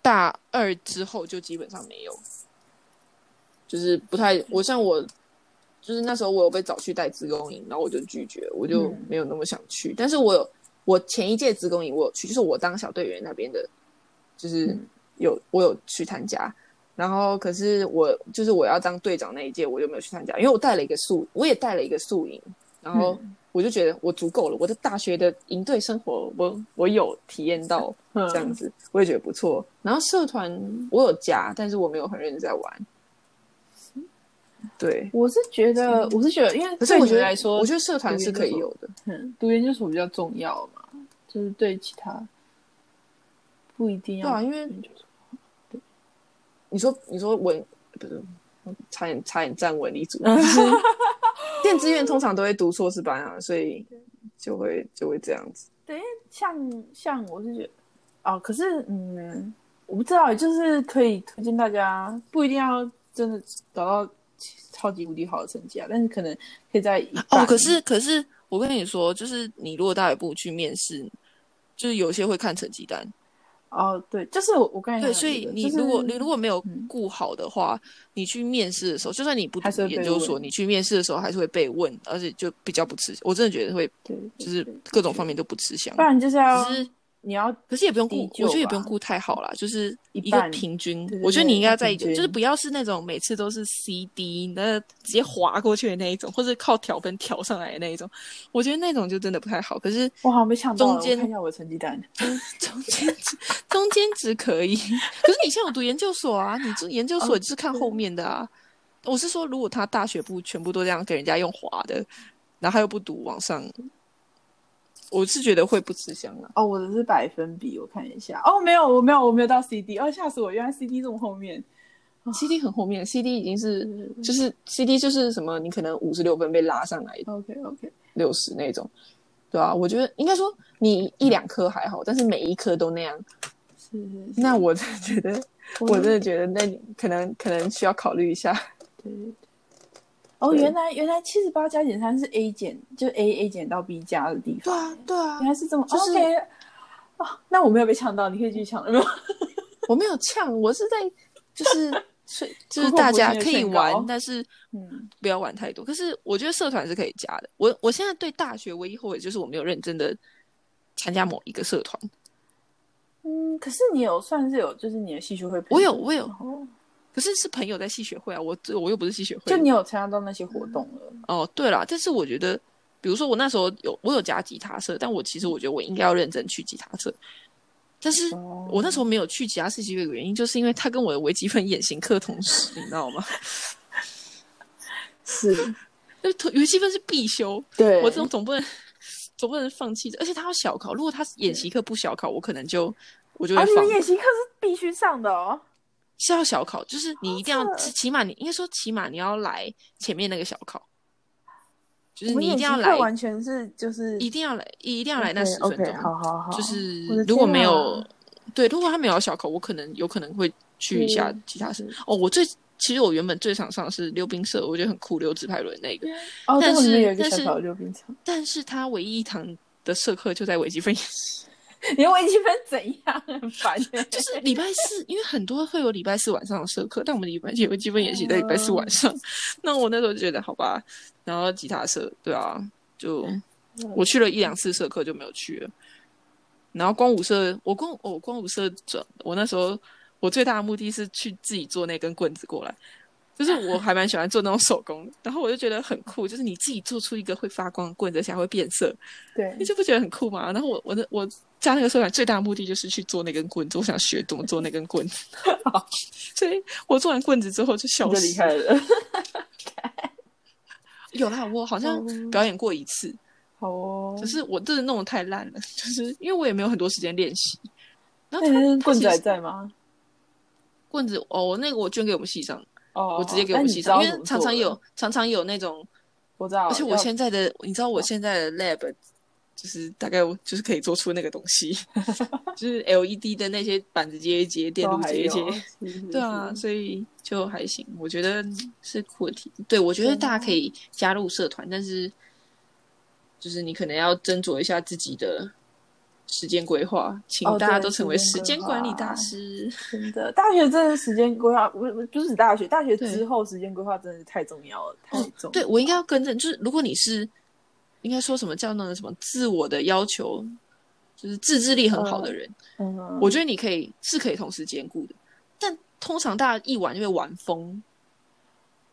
A: 大二之后就基本上没有，就是不太我像我就是那时候我有被找去带职工营，然后我就拒绝，我就
B: 嗯
A: 没有那么想去，但是我有我前一届职工营我有去，就是我当小队员那边的，就是
B: 嗯
A: 有我有去参加，然后可是我就是我要当队长那一届，我就没有去参加，因为我带了一个宿，我也带了一个宿营，然后
B: 嗯
A: 我就觉得我足够了，我的大学的营队生活，我我有体验到
B: 嗯
A: 这样子，我也觉得不错。然后社团我有加，但是我没有很认真在玩。对，
B: 我是觉得，我是觉得，因为
A: 嗯可是我
B: 对
A: 觉
B: 你
A: 得
B: 来说，
A: 我觉得社团是可以有的。
B: 嗯读研究所比较重要嘛，就是对其他不一
A: 对
B: 定要
A: 啊，因为你说你说文不是，差点差点站文理 [laughs] 组，就是电志愿通常都会读硕士班啊，所以就会就会这样子。
B: 对，因为像像我是觉得，哦，可是嗯，我不知道，就是可以推荐大家，不一定要真的找到超级无敌好的成绩啊，但是可能可以在一半
A: 哦，可是可是我跟你说，就是你如果大学部去面试，就是有些会看成绩单，
B: 哦，对，就是我我刚才
A: 哎对，
B: 讲
A: 所
B: 的
A: 以
B: 这个
A: 你
B: 就是
A: 如果你如果没有
B: 嗯
A: 顾好的话，你去面试的时候，就算你不
B: 还是
A: 读
B: 会被
A: 研究所，
B: 问
A: 你去面试的时候还是会被问，而且就比较不吃，我真的觉得会
B: 对，对
A: 就是
B: 对
A: 各种方面都不吃香
B: 不。然就是要
A: 只是
B: 你要
A: 可是也不用顾，
B: 低就
A: 我觉得也不用
B: 吧
A: 顾太好啦，就是一
B: 一
A: 个
B: 半
A: 平均
B: 对。对
A: 我觉得你
B: 对
A: 应该
B: 要
A: 在一
B: 平
A: 个，就是
B: 均
A: 不要是那种每次都是 C D 那直接划过去的那一种，或者靠挑分挑上来的那一种，我觉得那种就真的不太好。可是
B: 我好像被抢到了，
A: 中间
B: 我看一下我的成绩单。
A: 中间值，中间值可以。可是你现在有读研究所啊，你这研究所就是看后面的啊。我是说，如果他大学部全部都这样给人家用滑的，然后他又不读往上，我是觉得会不吃香啊。
B: 哦，我的是百分比，我看一下。哦，没有，我没有，我没有到 CD。哦，吓死我！原来 CD 这么后面。
A: CD 很后面，CD 已经是
B: 嗯
A: 就是 CD 就是什么，你可能五十六分被拉上来
B: OK OK，
A: 六十那种，对啊，我觉得应该说你一两科还好，但是每一科都那样，
B: 是是是，
A: [laughs] 那我真的觉得，我真的觉得那你可能可能需要考虑一下。
B: 对对对。哦，
A: 对
B: 原来原来七十八加减三是 A 减，就是 A A 减到 B 加的地
A: 对
B: 方。
A: 啊，对啊
B: 原，来是这么、
A: 就是
B: OK 啊，那我没有被呛到，你可以继续呛了没有？
A: [laughs] 我没有呛，我是在就是 [laughs] 所以就是
B: 苦口
A: 大
B: 婆
A: 家
B: 心地
A: 可以
B: 劝告
A: 玩，但是
B: 嗯，
A: 不要玩太多。可是我觉得社团是可以加的。我我现在对大学唯一后悔就是我没有认真的参加某一个社团。
B: 嗯，可是你有算是有，就是你的戏学会朋友，
A: 我有我有
B: 然，后
A: 可是是朋友在系学会啊，我我又不是系学会。
B: 就你有参加到那些活动了。
A: 哦，对啦，但是我觉得，比如说我那时候有我有加吉他社，但我其实我觉得我应该要认真去吉他社，但是
B: 哦
A: 我那时候没有去吉他社，其实有一个原因就是因为他跟我的微积分演行课同时，你知道吗？ [laughs]
B: 是，
A: 那同微积分是必修，
B: 对，
A: 我总总不能总不能放弃这，而且他要小考，如果他演习课不小考，我可能就我就
B: 啊，
A: 会
B: 你
A: 放
B: 们演习课是必须上的哦。
A: 是要小考，就是你一定要
B: 好扯
A: 起起码你应该说起码你要来前面那个小考，就是
B: 我们
A: 你一
B: 演
A: 定
B: 习
A: 要
B: 课
A: 来，
B: 完全是就是
A: 一定要来，一定要来那十
B: OK，
A: 分钟。
B: 好好好，
A: 就是
B: 我的
A: 如果
B: 天
A: 没
B: 啊
A: 有对，如果他没有小考，我可能有可能会去一下
B: 嗯
A: 吉他社
B: 嗯。
A: 哦，我最其实我原本最想上的是溜冰社，我觉得很酷，溜直排轮那个。
B: 哦，
A: 但
B: 对我们
A: 是
B: 有一个
A: 但
B: 小
A: 是
B: 小的溜冰场。
A: 但是他唯一一堂的社课就在微积分，
B: 你的微积分怎样？很烦欸耶，就
A: 就是礼拜四，因为很多会有礼拜四晚上的社课，但我们礼拜有微积分演习在礼拜四晚
B: 哦
A: 上。 [laughs] 那我那时候就觉得好吧，然后吉他社，对啊，就
B: 嗯
A: 我去了一两次社课就没有去了。然后光武社，我光我、光武社转，我那时候我最大的目的是去自己做那根棍子过来，就是我还蛮喜欢做那种手工的，然后我就觉得很酷，就是你自己做出一个会发光的棍子，而且还会变色，
B: 对
A: 你，就不觉得很酷吗？然后我我的我加那个社团最大的目的就是去做那根棍子，我想学怎么做那根棍子。 [laughs] 所以我做完棍子之后就消
B: 我就离
A: 失。
B: 开了。
A: 有啦，我好像
B: 嗯
A: 表演过一次，
B: 好
A: [laughs]
B: 哦，
A: 可是我真的弄得太烂了， [laughs] 就是因为我也没有很多时间练习。然后
B: 那
A: 他、
B: 你那
A: 他
B: 棍
A: 其
B: 子还
A: 实
B: 在吗？
A: 棍子哦，那个我捐给我们系上，
B: 哦，
A: 我直接给我
B: 那
A: 们
B: 你
A: 系
B: 知
A: 上，
B: 道
A: 因
B: 怎
A: 为
B: 么
A: 常
B: 做
A: 常
B: 了
A: 有常常有那种，
B: 我知道，
A: 而且我
B: 要
A: 现在的你知道我现在的 lab 就是大概我就是可以做出那个东西， [laughs] 就是 LED 的那些板子接一接，电
B: 都
A: 路
B: 还
A: 接一
B: 有
A: 接。
B: 是是
A: [laughs] 对啊，
B: 是
A: 所以就还行，我觉得是酷的体验。对，我觉得大家可以加入社团，但是就是你可能要斟酌一下自己的时间规划，请
B: 哦
A: 大家
B: 对
A: 都成为时间管理大
B: 时
A: 师。 [laughs]
B: 真的，大学真的时间规划，不不不是大学，大学
A: 对哦
B: 之后时间规划真的是太重要了，太重要。
A: 对，我应该要更正，就是如果你是应该说什么叫那个什么自我的要求，就是自制力很好的人，
B: 嗯，
A: 我觉得你可以是可以同时兼顾的。但通常大家一玩就会玩疯，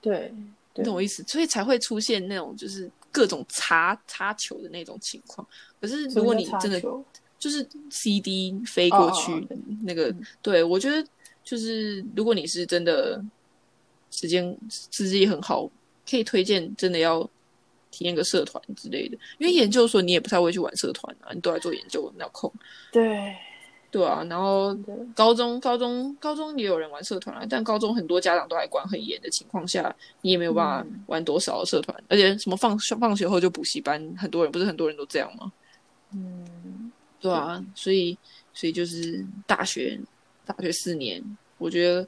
B: 对
A: 你
B: 对
A: 懂我意思，所以才会出现那种就是各种插插球的那种情况。可是如果你真的
B: 什么
A: 就是 CD 飞过去，
B: 哦哦哦
A: 那个对我觉得就是如果你是真的时间资质很好，可以推荐真的要体验个社团之类的，因为
B: 嗯
A: 研究所你也不太会去玩社团啊，你都在做研究，哪有空？
B: 对
A: 对啊，然后
B: 真的
A: 高中、高中、高中也有人玩社团啊，但高中很多家长都还管很严的情况下，你也没有办法玩多少的社团，而且什么放学放学后就补习班，很多人不是很多人都这样吗？
B: 嗯，
A: 对啊，所以所以就是大学大学四年，我觉得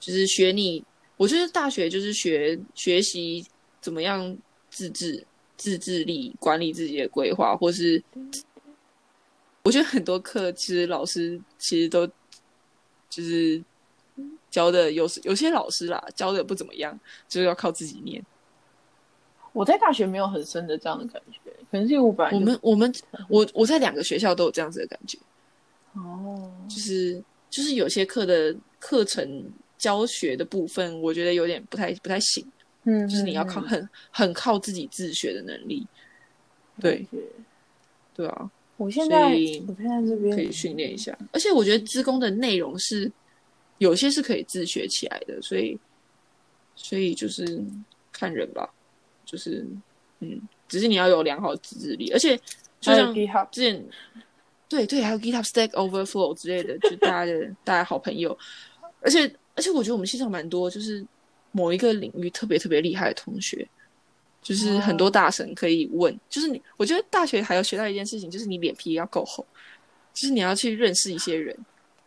A: 就是学你，我觉得大学就是学学习怎么样自制、自制力、管理自己的规划，或是我觉得很多课其实老师其实都就是教的有有些老师啦教的不怎么样，就是要靠自己念。
B: 我在大学没有很深的这样的感觉，可能是因为我本来
A: 我
B: 就
A: 们我们我我在两个学校都有这样子的感觉。
B: 哦，
A: 就是就是有些课的课程教学的部分，我觉得有点不太不太行，
B: 嗯，
A: 就是你要靠
B: 嗯
A: 很很靠自己自学的能力。对。
B: 嗯
A: 对啊，
B: 我现在
A: 所以
B: 我现在这
A: 可
B: 边
A: 以训练一下。而且我觉得资工的内容是有些是可以自学起来的，所以所以就是看人吧，就是嗯，只是你要有良好的自制力，而且就
B: 还有
A: 像
B: GitHub，
A: 之前对对，还有 GitHub Stack Overflow 之类的，就大家的大家好朋友。而且而且我觉得我们系上蛮多，就是某一个领域特别特别厉害的同学，
B: 哦
A: 就是很多大神可以问。就是你，我觉得大学还有学到一件事情，就是你脸皮要够厚，就是你要去认识一些人，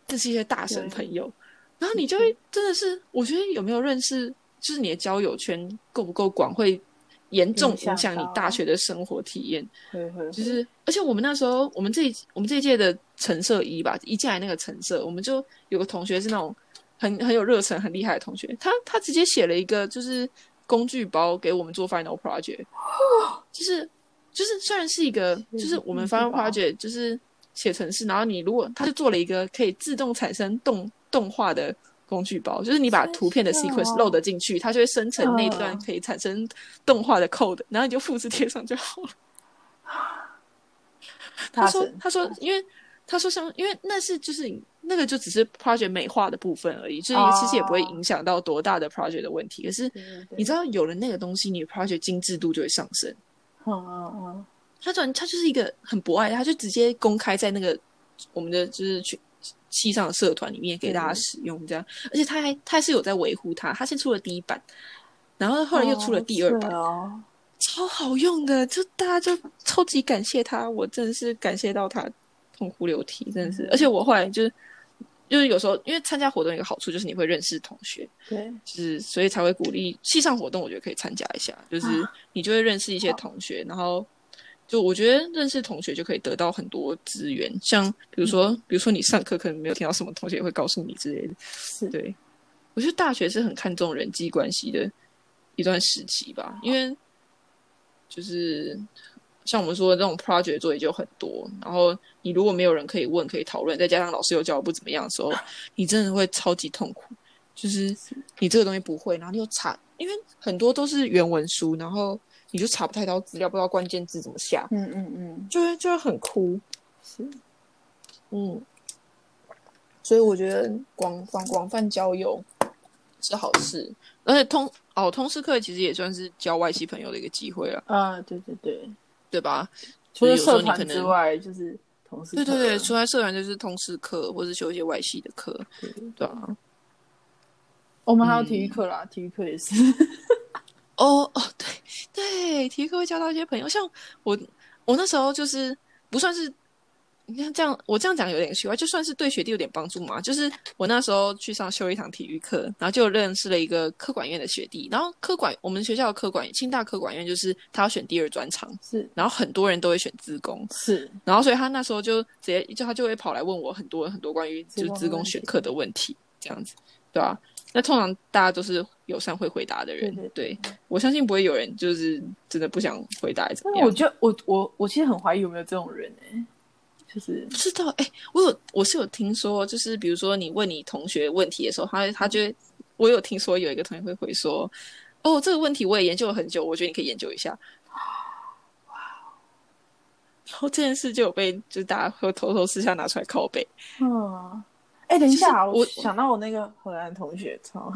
A: 认识一些大神
B: 对
A: 朋友，然后你就会真的是，我觉得有没有认识，就是你的交友圈够不够广，会严重
B: 影响
A: 影响你
B: 到
A: 大学的生活体验。
B: 会会
A: 就
B: 会
A: 是，而且我们那时候，我们这一我们这一届的橙色一吧，一进来那个橙色，我们就有个同学是那种很很有热忱、很厉害的同学，他他直接写了一个就是工具包给我们
B: [laughs]
A: 做 final project，就是就是虽然是一个就是我们
B: 工具
A: final
B: 包
A: project 就是写程式，然后你如果他就做了一个可以自动产生动动画的工具包，就是你把
B: 真
A: 图片的
B: 是
A: sequence
B: 哦
A: load 进去，它就会生成那段
B: 嗯
A: 可以产生动画的 code，然后你就复制贴上就好了。
B: 大
A: 他说
B: 神，
A: 他说，因为他说像，因为那是就是那个就只是 project 美化的部分而已，就是
B: 哦
A: 其实也不会影响到多大的 project 的问题。可是
B: 对对对
A: 你知道，有了那个东西，你 project 精致度就会上升。
B: 嗯嗯嗯，
A: 他转他就是一个很博爱的，他就直接公开在那个我们的就是去系上的社团里面给
B: 嗯
A: 大家使用这样，而且他还他还是有在维护它，他先出了第一版，然后后来又出了第二版
B: 哦，是哦，
A: 超好用的，就大家就超级感谢他，我真的是感谢到他痛哭流涕，真的是。而且我后来就是就是有时候，因为参加活动有一个好处就是你会认识同学，
B: 对，
A: 就是所以才会鼓励系上活动，我觉得可以参加一下，就是
B: 啊
A: 你就会认识一些同学，然后就我觉得认识同学就可以得到很多资源，像比如
B: 嗯
A: 说比如说你上课可能没有听到什么，同学也会告诉你之类的。
B: 是
A: 对，我觉得大学是很看重人际关系的一段时期吧，因为就是像我们说的这种 project 作业就很多，然后你如果没有人可以问、可以讨论，再加上老师又教不怎么样的时候，
B: 啊
A: 你真的会超级痛苦。就是你这个东西不会，然后你又查，因为很多都是原文书，然后你就查不太到资料，不知道关键字怎么下，
B: 嗯嗯嗯，
A: 就会就会很哭。
B: 是。
A: 嗯，所以我觉得广广广泛交友是好事，而且通哦通识课其实也算是交外系朋友的一个机会了，
B: 啊，对对对，
A: 对吧？
B: 除了
A: 就是有时候
B: 社
A: 你可
B: 团
A: 能
B: 之外，就是同事。啊
A: 对对对，除来社团就是通识课，或是修一些外系的课，对啊。
B: 我们还有体
A: 嗯
B: 育课啦，体育课也
A: [laughs]
B: 是。
A: 哦哦，对对，体育课会交到一些朋友，像我我那时候就是不算是。你看这样，我这样讲有点奇怪，就算是对学弟有点帮助嘛。就是我那时候去上修一堂体育课，然后就认识了一个科管院的学弟。然后科管我们学校的科管清大科管院就是他要选第二专长，
B: 是
A: 然后很多人都会选资工，
B: 是，
A: 然后所以他那时候就直接就他就会跑来问我很多很多关于
B: 自
A: 就
B: 工
A: 是自
B: 的
A: 工
B: 问
A: 选
B: 题
A: 课的问题，这样子，对啊？那通常大家都是友善会回答的人，
B: 对
A: 我相信不会有人就是真的不想回答还是怎
B: 但
A: 么
B: 是我
A: 样。
B: 觉得我我我其实很怀疑有没有这种人哎，就是
A: 不知道，哎、我有我是有听说，就是比如说你问你同学问题的时候，他他就会我有听说有一个同学会回说，哦，这个问题我也研究了很久，我觉得你可以研究一下。哦然后这件事就有被就是大家会偷偷私下拿出来拷贝，
B: 嗯，哎，等一下啊，
A: 就是
B: 我
A: 我
B: 想到我那个荷兰同学，操，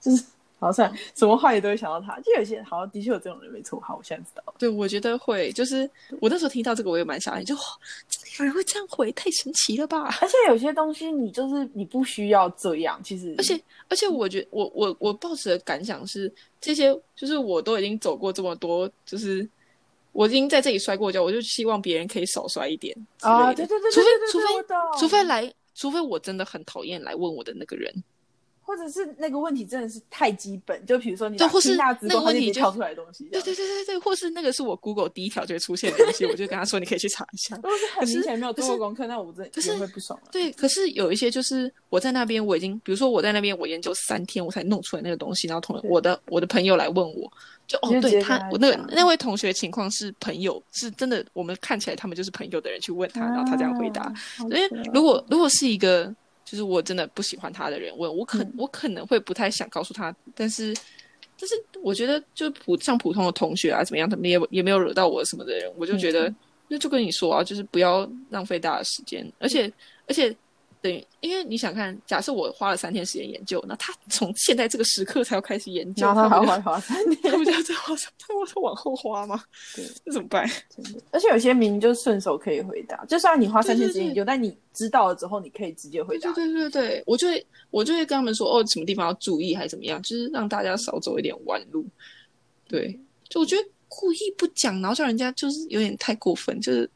B: 就是好像什么话也都会想到他，就有些好像的确有这种人没错，好，我现在知道了。
A: 对，我觉得会，就是我那时候听到这个，我也蛮傻眼，就哇，真的有人会这样回，太神奇了吧！
B: 而且有些东西你就是你不需要这样，其实
A: 而且而
B: 嗯
A: 且，我觉我我我抱持的感想是，这些就是我都已经走过这么多，就是我已经在这里摔过跤，我就希望别人可以少摔一点之
B: 啊，
A: 类
B: 对
A: 的
B: 对对，
A: 除非
B: 对对
A: 除
B: 对
A: 非
B: 我懂
A: 除非来，除非我真的很讨厌来问我的那个人，
B: 或者是那个问题真的是太基本，就比如说你
A: 对
B: 把
A: 或是
B: 清大职
A: 那个
B: 工他
A: 问
B: 就
A: 题
B: 直接
A: 就
B: 跳出来的东西，
A: 对对对对对，或是那个是我 Google 第一条就会出现的东西，我就跟他说你可以去查一下
B: 如。果是很明显没有做
A: 可
B: 过
A: 是
B: 功课，那我真
A: 可是
B: 的会不爽了。
A: 对，可是有一些就是我在那边，我已经，比如说我在那边，我研究三天，我才弄出来那个东西，然后同
B: 对
A: 我的我的朋友来问我，就
B: 你
A: 哦，
B: 就直接
A: 对
B: 跟
A: 他
B: 他，
A: 我那个
B: 讲
A: 那位同学情况是朋友，是真的，我们看起来他们就是朋友的人去问他，然后他这样回答
B: 啊，，好
A: 因为
B: 扯
A: 如果如果是一个就是我真的不喜欢他的人问我可、
B: 嗯
A: 我可能会不太想告诉他，但是但是我觉得就普像普通的同学啊怎么样，他们也也没有惹到我什么的
B: 嗯嗯
A: 人，我就觉得、那就跟你说啊，就是不要浪费大家的时间，而且而且。等于，因为你想看，假设我花了三天时间研究，那他从现在这个时刻才要开始研究，
B: 然后他
A: 他
B: 还
A: 不
B: 玩滑三天，
A: 他不就在往上，他往往后花吗？
B: [laughs] 对，
A: 那怎么办？
B: 而且有些明明就顺手可以回答，就算你花三天
A: 对
B: 时间
A: 对对
B: 研究，但你知道了之后，你可以直接回答
A: 对。对对对对，我就会我就会跟他们说，哦，什么地方要注意，还是怎么样，就是让大家少走一点弯路。对，
B: 嗯
A: 就我觉得故意不讲，然后叫人家就是有点太过分，就是。
B: 嗯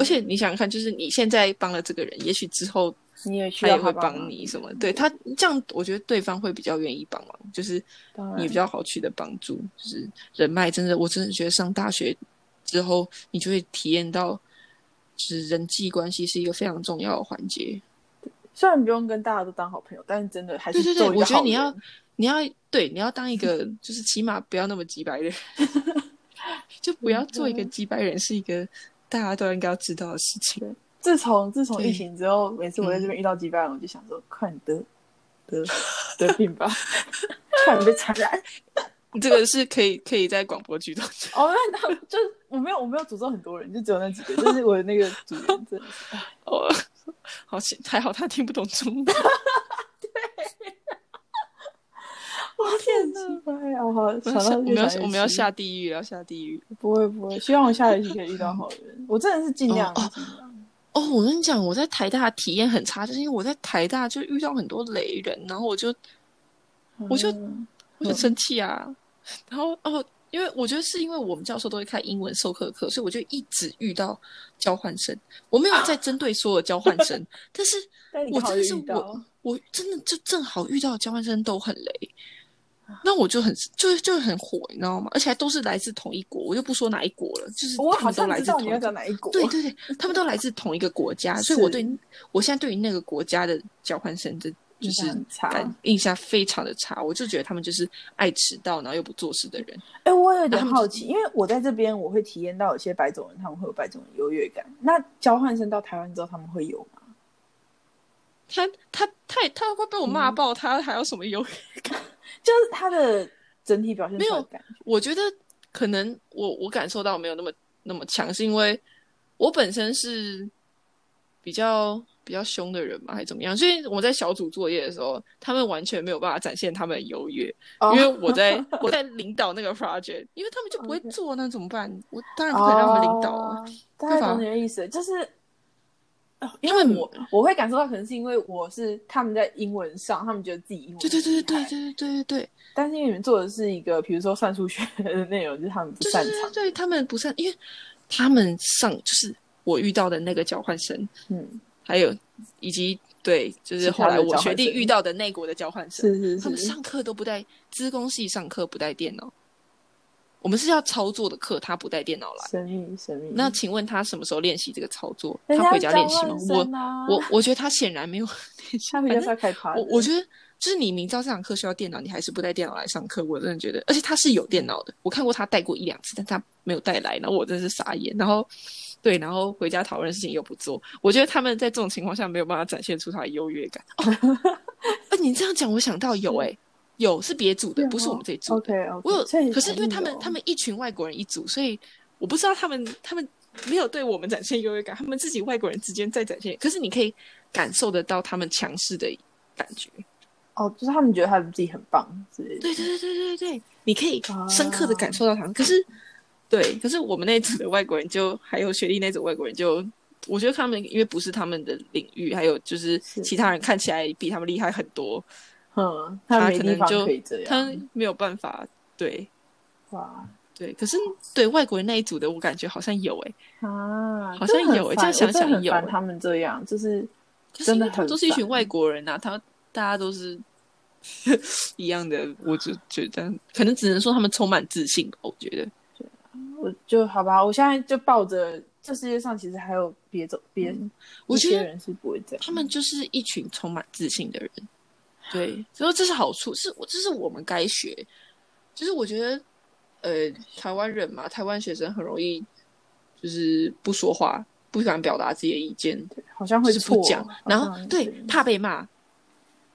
A: 而且你想想看，就是你现在帮了这个人，也许之后
B: 你也需
A: 他也
B: 要
A: 会
B: 他帮
A: 帮
B: 忙，
A: 你什么？对他这样，我觉得对方会比较愿意帮忙，就是
B: 当然
A: 你比较好取得帮助，就是人脉。真的，我真的觉得上大学之后，你就会体验到，就是人际关系是一个非常重要的环节。
B: 虽然不用跟大家都当好朋友，但是真的还是
A: 对对对
B: 做一个
A: 我觉得
B: 好
A: 你
B: 人
A: 要你要对你要当一个，就是起码不要那么鸡白的 [laughs] 人，就不要做一个鸡白人，是一个大家都应该要知道的事情。
B: 自从自从
A: 对
B: 疫情之后，每次我在这边遇到几百人，我就想说，快点得得得病吧，快点被传染。
A: [laughs] 这个是可以可以在广播剧中
B: 哦，那那就是我没有我没有诅咒很多人，就只有那几个，就是我的那个主人真的是。
A: 哦， [laughs] 好险，还好他听不懂中文。
B: 我天哪！哦，好，
A: 我
B: 想
A: 们要下我们要
B: 到就想
A: 我们要
B: 越气
A: 下地狱了，要下地狱。
B: 不会不会，希望我下学期可以遇到好人。我真的是尽量
A: 哦哦
B: 尽量
A: 哦，我跟你讲，我在台大体验很差，就是因为我在台大就遇到很多雷人，然后我就我就
B: 嗯
A: 我就生气啊，然后哦，因为我觉得是因为我们教授都会开英文授课课，所以我就一直遇到交换生。我没有在针对所有交换
B: [laughs]
A: 生，但是
B: 但你
A: 我
B: 刚好
A: 真的是
B: 遇到哦
A: 我，我真的就正好遇到的交换生都很雷，那我就很就就很火，你知道吗？而且还都是来自同一国，我就不说哪一国了，就是
B: 我
A: 他
B: 好
A: 们都
B: 像
A: 来
B: 知
A: 自
B: 道
A: 同
B: 你
A: 一
B: 要
A: 个
B: 讲哪一哦国。
A: 对对对，他们都来自同一个国家，所以
B: 是
A: 我对我现在对于那个国家的交换生的，就
B: 印
A: 是
B: 象很差
A: 感印象非常的差。我就觉得他们就是爱迟到，然后又不做事的人。
B: 哎、我有
A: 那
B: 点
A: 他们
B: 好
A: 就
B: 奇，因为我在这边我会体验到有些白种人他们会有白种人优越感，那交换生到台湾之后他们会有吗？
A: 他他他也他会被我骂
B: 嗯
A: 爆，他还有什么优越？
B: 就是他的整体表现
A: 没有
B: 出来的感觉
A: [laughs] 我觉得可能我我感受到没有那么那么强，是因为我本身是比较比较凶的人嘛，还是怎么样？所以我在小组作业的时候，他们完全没有办法展现他们的优越。
B: 哦
A: 因为我
B: [laughs]
A: 在我在领导那个 project，因为他们就不会
B: OK
A: 做，那怎么办？我当然不可以让他们领导啊。
B: 哦大概
A: 对吧
B: 懂你的意思，就是。哦因
A: 因
B: 为
A: 为
B: 我我会感受到，可能是因为我是他们在英文上，他们觉得自己英文
A: 对对对
B: 很厉
A: 对
B: 害，
A: 对对对对
B: 但是因为你们做的是一个，比如说算数学的内容，就是他们不
A: 对
B: 擅
A: 对
B: 长
A: 对，对，他们不善，因为他们上就是我遇到的那个交换生，
B: 嗯，
A: 还有以及对，就是
B: 其他
A: 后
B: 的
A: 来我
B: 交换
A: 学弟
B: 生
A: 遇到的那国的交换生，
B: 是
A: 他们
B: 是是，
A: 上课都不带资工系上课不带电脑，我们是要操作的课，他不带电脑来。
B: 神秘神秘。
A: 那请问他什么时候练习这个操作？
B: 人
A: 他
B: 家
A: 回家练习吗？
B: 交换生
A: 我
B: 啊 [laughs]
A: 我我觉得他显然没有练习。
B: 他回家是要开趴的，
A: 我我觉得就是你明知道这堂课需要电脑，你还是不带电脑来上课，我真的觉得，而且他是有电脑的，我看过他带过一两次，但他没有带来，然后我真是傻眼。然后对，然后回家讨论事情又不做，我觉得他们在这种情况下没有办法展现出他的优越感。哦，啊你这样讲，我想到有诶、有是别组
B: 啊
A: 的，不是我们这一组的。
B: OK OK，
A: 我有，可是因为他们他们一群外国人一组，所以我不知道他们他们没有对我们展现优越感，他们自己外国人之间在展现，可是你可以感受得到他们强势的感觉。
B: 哦，就是他们觉得他们自己很棒之类的。
A: 对对对对对对，你可以深刻的感受到他们。可是，对，可是我们那一组的外国人就还有学历那组外国人就。我觉得他们因为不是他们的领域，还有就是
B: 是
A: 其他人看起来比他们厉害很多，
B: 嗯，他们没地方可以这
A: 他
B: 样。
A: 们没有办法。对
B: 哇
A: 对，可是对外国人那一组的，我感觉好像有诶、欸
B: 啊，
A: 好像有
B: 哎，
A: 欸这样想想
B: 我真的
A: 有
B: 很烦他们这样，就是
A: 可是
B: 真
A: 因
B: 的
A: 为他们
B: 很
A: 都是一群
B: 烦
A: 外国人呐、啊，他大家都是 [laughs] 一样的，我就觉得可能只能说他们充满自信吧。我觉得
B: 我就好吧，我现在就抱着这世界上其实还有别种别，
A: 嗯我
B: 一
A: 觉
B: 些
A: 得
B: 人是不会这样，
A: 他们就是一群充满自信的人，对，所以这是好处，是我这是我们该学。就是我觉得，呃，台湾人嘛，台湾学生很容易就是不说话，不敢表达自己的意见，
B: 好像
A: 或
B: 会
A: 是
B: 错
A: 不讲，然后对怕被骂。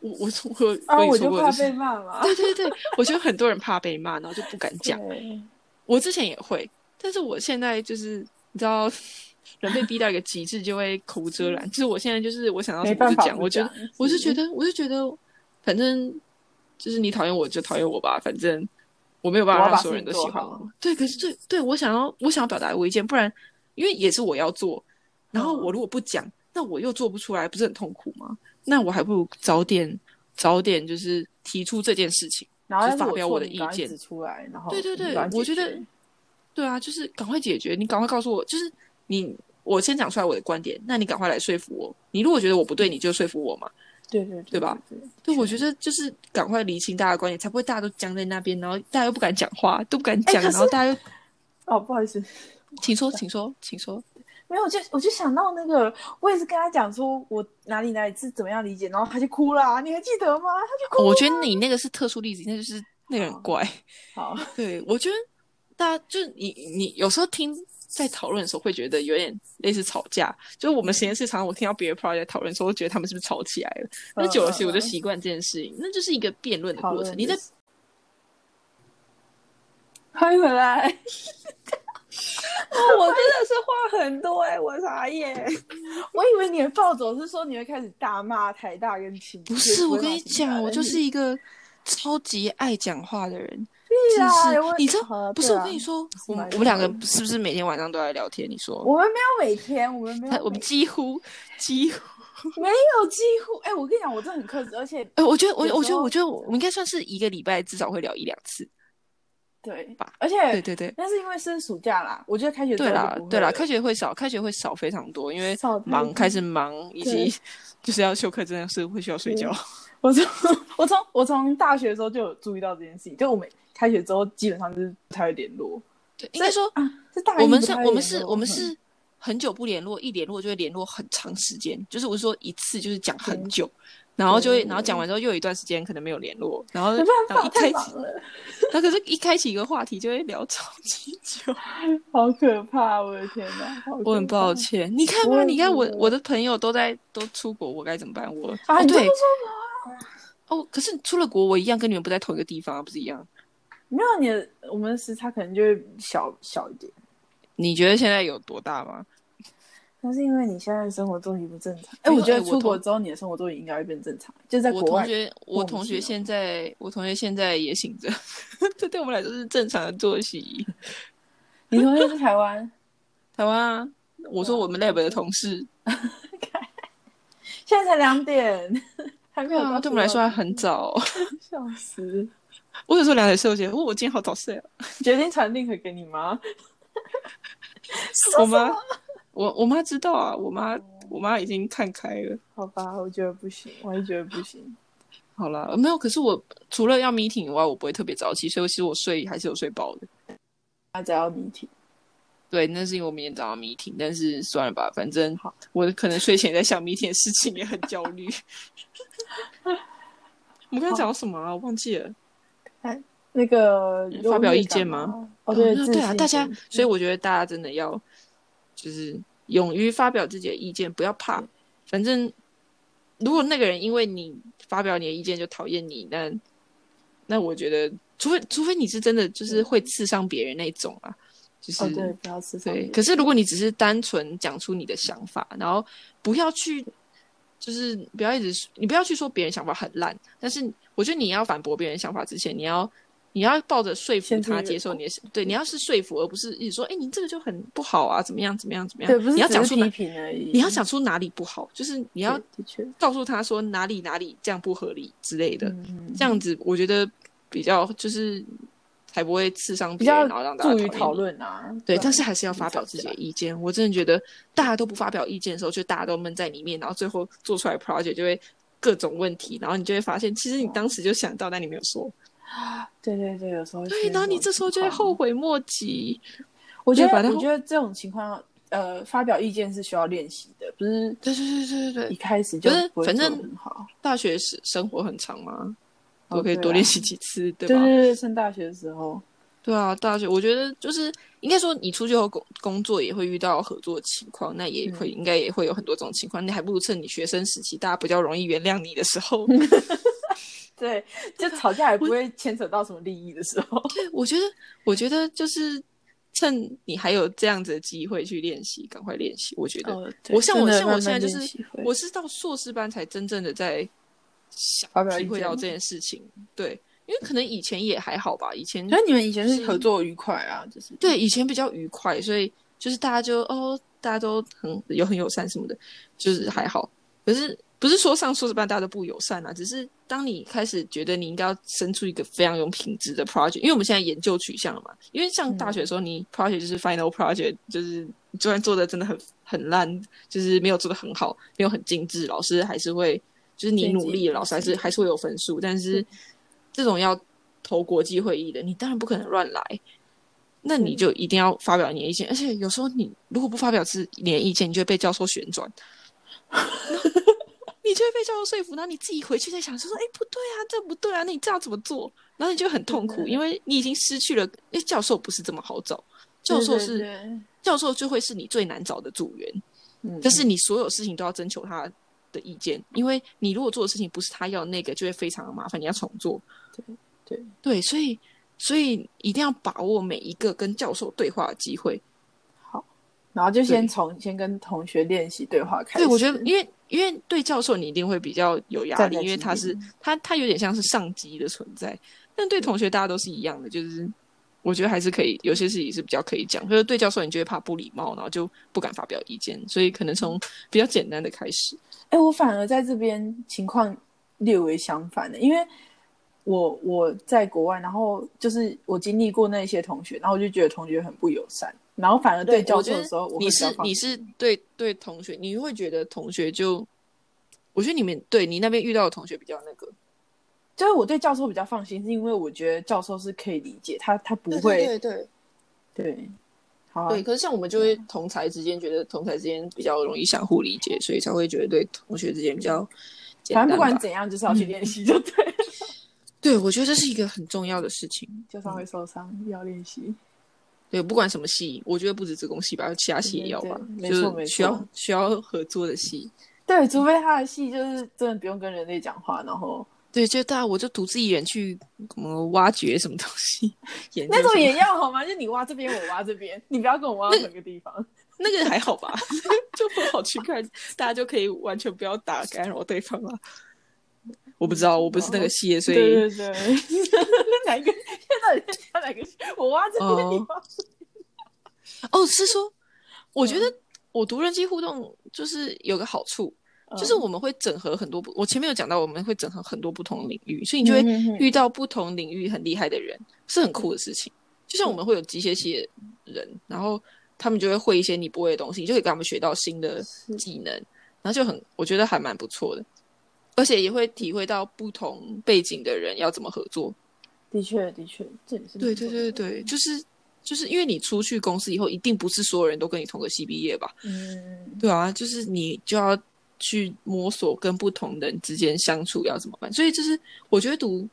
A: 我我我
B: 啊，
A: 跟你
B: 我
A: 说
B: 就
A: 过
B: 怕
A: 这事 [laughs]
B: 被骂嘛，
A: 对对对，我觉得很多人怕被骂，然后就不敢讲。
B: 对
A: 我之前也会，但是我现在就是你知道，人被逼到一个极致就会口无遮拦。就是我现在就是我想到什
B: 没
A: 么
B: 办
A: 就
B: 法
A: 讲，
B: 不
A: 我觉得
B: 讲嗯
A: 我是
B: 是
A: 觉得我是觉得，反正就是你讨厌我就讨厌我吧，反正我没有办
B: 我
A: 法
B: 要把
A: 让所有人都
B: 事情
A: 喜
B: 做
A: 欢
B: 好
A: 我。对，可是对对，我想要我想要表达的我意见，不然因为也是我要做，然后
B: 嗯
A: 我如果不讲，那我又做不出来，不是很痛苦吗？那我还不如早点早点就是提出这件事情。
B: 然后
A: 就
B: 要是
A: 发
B: 我
A: 表
B: 错
A: 我的
B: 你
A: 意
B: 赶快
A: 见
B: 指出来，然后
A: 对对
B: 你
A: 对
B: 赶快
A: 我
B: 解
A: 觉得
B: 决
A: 对啊，就是赶快解决，你赶快告诉我，就是你，我先讲出来我的观点，那你赶快来说服我。你如果觉得我不对，你就说服我嘛。
B: 对对
A: 对吧？
B: 对，
A: 对，我
B: 是
A: 觉得就是赶快理清大家的观点，才不会大家都僵在那边，然后大家又不敢讲话，都不敢
B: 哎
A: 讲，
B: 可
A: 然后大家又，
B: 哦，不好意思，
A: 请说，请说，请说。
B: 没有，我就我就想到那个，我也是跟他讲说我哪里哪里是怎么样理解，然后他就哭了啊、你还记得吗？他就哭。
A: 我觉得你那个是特殊例子，那就是那个
B: 哦
A: 很怪。
B: 好，
A: 对，我觉得大家就是你你有时候听在讨论的时候，会觉得有点类似吵架。就是
B: 嗯
A: 我们实验室常常我听到别人 project 在讨论的时候，会觉得他们是不是吵起来了？那久了，其实我就习惯这件事情，那就是一个辩论的
B: 嗯讨
A: 过
B: 论
A: 程。你在
B: 就是欢迎回 [laughs] 来。
D: 我真的是话很多
B: 欸
D: 哎、我傻眼。
B: 我以为你的暴走是说你会开始大骂台大跟清
A: 不是我跟你讲，我就是一个超级爱讲话的人，真
B: 啊
A: 是
B: 我
A: 你知
B: 好
A: 道？
B: 啊
A: 不是
B: 对啊
A: 我跟你说，我们
B: 蛮
A: 我们两个
B: 好的
A: 是不是每天晚上都在聊天？你说，
B: 我们没有每天，我们没有
A: 他哎
B: 每，
A: 我们几乎几乎，
B: 没有几乎。哎、我跟你讲，我真的很克制，而且
A: 哎，我觉得我
B: 有时候
A: 我觉得我觉得我们应该算是一个礼拜至少会聊一两次。
B: 对
A: 吧，
B: 而且
A: 对对对。
B: 那是因为是暑假啦。我觉得开学之后
A: 对啦
B: 就不，会
A: 对啦，
B: 了
A: 开学会少，开学会少非常多，因为
B: 少太
A: 忙
B: 多
A: 开始忙，以
B: 对
A: 及 [laughs] 就是要休课，真的是会需要睡觉。
B: 我从 [laughs] 我从我从大学的时候就有注意到这件事情，就我们开学之后基本上就是不太会联络
A: [laughs] 对，应该说
B: 啊。这大一
A: 我们
B: 不
A: 是
B: 太，会
A: 我们
B: 联
A: 是，
B: 络
A: 我们
B: 嗯
A: 是很久不联络，一联络就会联络很长时间，就是我是说一次就是讲很久，然后就会，
B: 对
A: 然后讲完之后又有一段时间可能没有联络，然后
B: 没办
A: 然后
B: 法，
A: 呃一开
B: 太
A: 启，
B: 忙了，
A: 那可是一开启一个话题就会聊超级 [laughs] 久，
B: 好可怕！我的天哪，好
A: 我很
B: 可
A: 抱
B: 怕
A: 歉，你看
B: 我
A: 吧，
B: 也
A: 你看我
B: 是
A: 我的朋友都在都出国，我该怎么办？我哦
B: 啊！你这么
A: 对
B: 说
A: 哦，可是出了国我一样跟你们不在同一个地方啊，不是一样？
B: 没有你的，我们的时差可能就会小小一点，
A: 你觉得现在有多大吗？
B: 那是因为你现在的生活作息不正常。
A: 没
B: 哎，
A: 有
B: 我觉
A: 哎
B: 得
A: 我
B: 出国
A: 同
B: 之后你的生活作息应该会变正常，就在
A: 我
B: 国
A: 同
B: 外。
A: 学，我
B: 莫名
A: 同
B: 其
A: 学
B: 妙
A: 现在，我同学现在也醒着，这对我们来说是正常的作息。
B: [laughs] 你同学是台湾，
A: 台湾啊，我说
B: 对啊
A: 我们 lab 的同事，
B: 现在才两点， [laughs] 还没
A: 对
B: 有
A: 啊，
B: 到
A: 对我们来说还
B: 12
A: 很早。
B: 笑死。
A: 我有时候两点睡，我觉得哦，我今天好早睡
B: [laughs]
A: 啊。
B: 决定传 link 给你妈。
A: 我妈，我我妈知道啊，我妈
B: 哦
A: 我妈已经看开了。
B: 好吧，我觉得不行，我也觉得不行。
A: 好啦，没有，可是我除了要 meeting 以外，我不会特别早起，所以其实我睡还是有睡饱的。
B: 大家要谜题，
A: 对，那是因为我明天早上 meeting，但是算了吧，反正
B: 好
A: 我可能睡前在想 meeting 的事情，也很焦虑。 [laughs] 我们刚才讲到什么啊？我忘记了。
B: 那个
A: 发表意见吗
B: 优越感？哦，对，
A: 那
B: 自
A: 对啊，
B: 信
A: 大家
B: 心，嗯
A: 所以我觉得大家真的要就是勇于发表自己的意见，不要怕。反正如果那个人因为你发表你的意见就讨厌你，那那我觉得，除非除非你是真的就是会刺伤别人那种啊，就是、
B: 哦，对，不要吃上
A: 对
B: 面。
A: 可是如果你只是单纯讲出你的想法，然后不要去，就是不要一直你不要去说别人想法很烂，但是我觉得你要反驳别人想法之前，你要你要抱着说服
B: 先哦自
A: 他
B: 己
A: 接受你的，对，你要是说服，而不是一直说，哎，你这个就很不好啊，怎么样怎么样怎么样？
B: 对，不是
A: 你要
B: 只
A: 讲
B: 是
A: 出
B: 批
A: 哪，
B: 评而已。
A: 你要讲出哪里不好，就是你
B: 你
A: 要
B: 的确，
A: 告诉他说哪里哪里这样不合理之类的，
B: 嗯，
A: 这样子我觉得比较就是才不会刺伤
B: 比
A: 别人，
B: 较
A: 然后让大家
B: 助于
A: 讨厌
B: 讨
A: 你
B: 论啊。
A: 对，
B: 不然
A: 但是还是要发
B: 吵
A: 表自己
B: 架
A: 的意见。我真的觉得大家都不发表意见的时候，就大家都闷在里面，然后最后做出来 project 就会各种问题，然后你就会发现，其实你当时就想到，但你没有说。
B: 对对对，有时候
A: 对，然后你这时候就会后
B: 悔。
A: 悔莫及。
B: 我觉
A: 对把它
B: 得，我觉得这种情况，呃，发表意见是需要练习的，不是
A: 对对对对对
B: 一
A: 对，
B: 开始就
A: 可是
B: 不会
A: 反
B: 做
A: 正
B: 得很好。
A: 大学时生活很长嘛，
B: 哦
A: 我可以
B: 对
A: 多
B: 啊
A: 练习几次，对
B: 对
A: 吧？
B: 对对，上大学的时候，
A: 对啊，大学我觉得就是应该说，你出去后工工作也会遇到合作的情况，那也会、应该也会有很多种情况。你还不如趁你学生时期，大家比较容易原谅你的时候，
B: 对，
A: 啊 [laughs]
B: 就吵架也不会牵扯到什么利益的时候。
A: 对，我觉得，我觉得就是趁你还有这样子的机会去练习，赶快练习。我觉得，
B: 哦，对
A: 我像我
B: 真的
A: 像我
B: 慢
A: 现
B: 慢
A: 在就
B: 练
A: 是
B: 习会
A: 我是到硕士班才真正的在想
B: 发表
A: 体
B: 意
A: 会
B: 见
A: 到这件事情。对，因为可能以前也还好吧，以前
B: 所以你们以前是合作愉快啊，就是
A: 嗯对，以前比较愉快，所以就是大家就哦，大家都很有很友善什么的，就是还好。可是不是说上硕士班大家都不友善啊，只是当你开始觉得你应该要生出一个非常有品质的 project，因为我们现在研究取向了嘛。因为上大学的时候，你 project 就是 final project，就是你就算做的真的很很烂，就是没有做的很好，没有很精致，老师还是会就是你
B: 对
A: 努力
B: 自己
A: 了，老师还是还是会有分数。但是这种要投国际会议的，你当然不可能乱来。那
B: 嗯
A: 你就一定要发表你的意见，而且有时候你如果不发表自你的意见，你就会被教授旋
B: [laughs]
A: 转，你就会被教授说服，然后你自己回去再想，就说：“哎，不对啊，这不对啊，那你这样怎么做？”然后你就很痛苦，
B: 对
A: 因为你已经失去了。因为教授不是这么好找，教授是
B: 对对对
A: 教授就会是你最难找的组员，
B: 嗯
A: 但是你所有事情都要征求他的意见，因为你如果做的事情不是他要的那个，就会非常的麻烦，你要重做。
B: 对
A: 对，所以所以一定要把握每一个跟教授对话的机会。
B: 然后就
A: 对
B: 先从先跟同学练习对话开始。
A: 对，我觉得因为因为对教授你一定会比较有压
B: 站
A: 力，
B: 在
A: 因为
B: 起
A: 他是他他有点像是上级的存在，但对同学大家都是一样的，就是我觉得还是可以有些事情是比较可以讲，就是对教授你就会怕不礼貌，然后就不敢发表意见，所以可能从比较简单的开始。
B: 哎、我反而在这边情况略为相反的，因为我我在国外，然后就是我经历过那些同学，然后我就觉得同学很不友善，然后反而对教
A: 我觉
B: 授
A: 得
B: 的时候，我
A: 你
B: 会比较
A: 是
B: 放
A: 你是对对同学，你会觉得同学就，我觉得你们对你那边遇到的同学比较那个，
B: 就是我对教授比较放心，是因为我觉得教授是可以理解他，他不会
A: 对对
B: 对好啊、
A: 对。可是像我们就会同才之间觉得同才之间比较容易相互理解，所以才会觉得对同学之间比较简
B: 反
A: 单吧。
B: 正不管怎样，就是要去练习，就对，
A: 对，我觉得这是一个很重要的事情。
B: 就算会受伤，要练习。
A: 对，不管什么戏，我觉得不止子宫戏吧，其他戏也要吧，
B: 对对
A: 就
B: 没
A: 是
B: 错没
A: 需要
B: 错
A: 需要合作的戏。
B: 对，除非他的戏就是真的不用跟人类讲话，然后
A: 对，就大家我就独自一人去什么挖掘什么东西， [laughs] 研究
B: 那种
A: 什么
B: 也要好吗？就你挖这边，我挖这边，你不要跟我挖到同一个地方。
A: 那个还好吧， [laughs] 就很好去看，大家就可以完全不要打干扰对方了。我不知道，我不是那个系列，所以
B: 嗯对对对， [laughs] 哪一个？现在底在哪个？我挖这边，你挖。
A: 哦，是说，我觉
B: 嗯
A: 得我读人机互动就是有个好处，
B: 嗯
A: 就是我们会整合很多不，我前面有讲到我们会整合很多不同领域，所以你就会
B: 嗯嗯嗯
A: 遇到不同领域很厉害的人，是很酷的事情。就像我们会有机械系的人，然后他们就会会一些你不会的东西，你就可以跟他们学到新的技能，然后就很我觉得还蛮不错的，而且也会体会到不同背景的人要怎么合作。
B: 的确的确，这也是
A: 对对对对，对就是就是因为你出去公司以后，一定不是所有人都跟你同个系毕业吧？
B: 嗯，
A: 对啊，就是你就要去摸索跟不同人之间相处要怎么办。所以就是我觉得读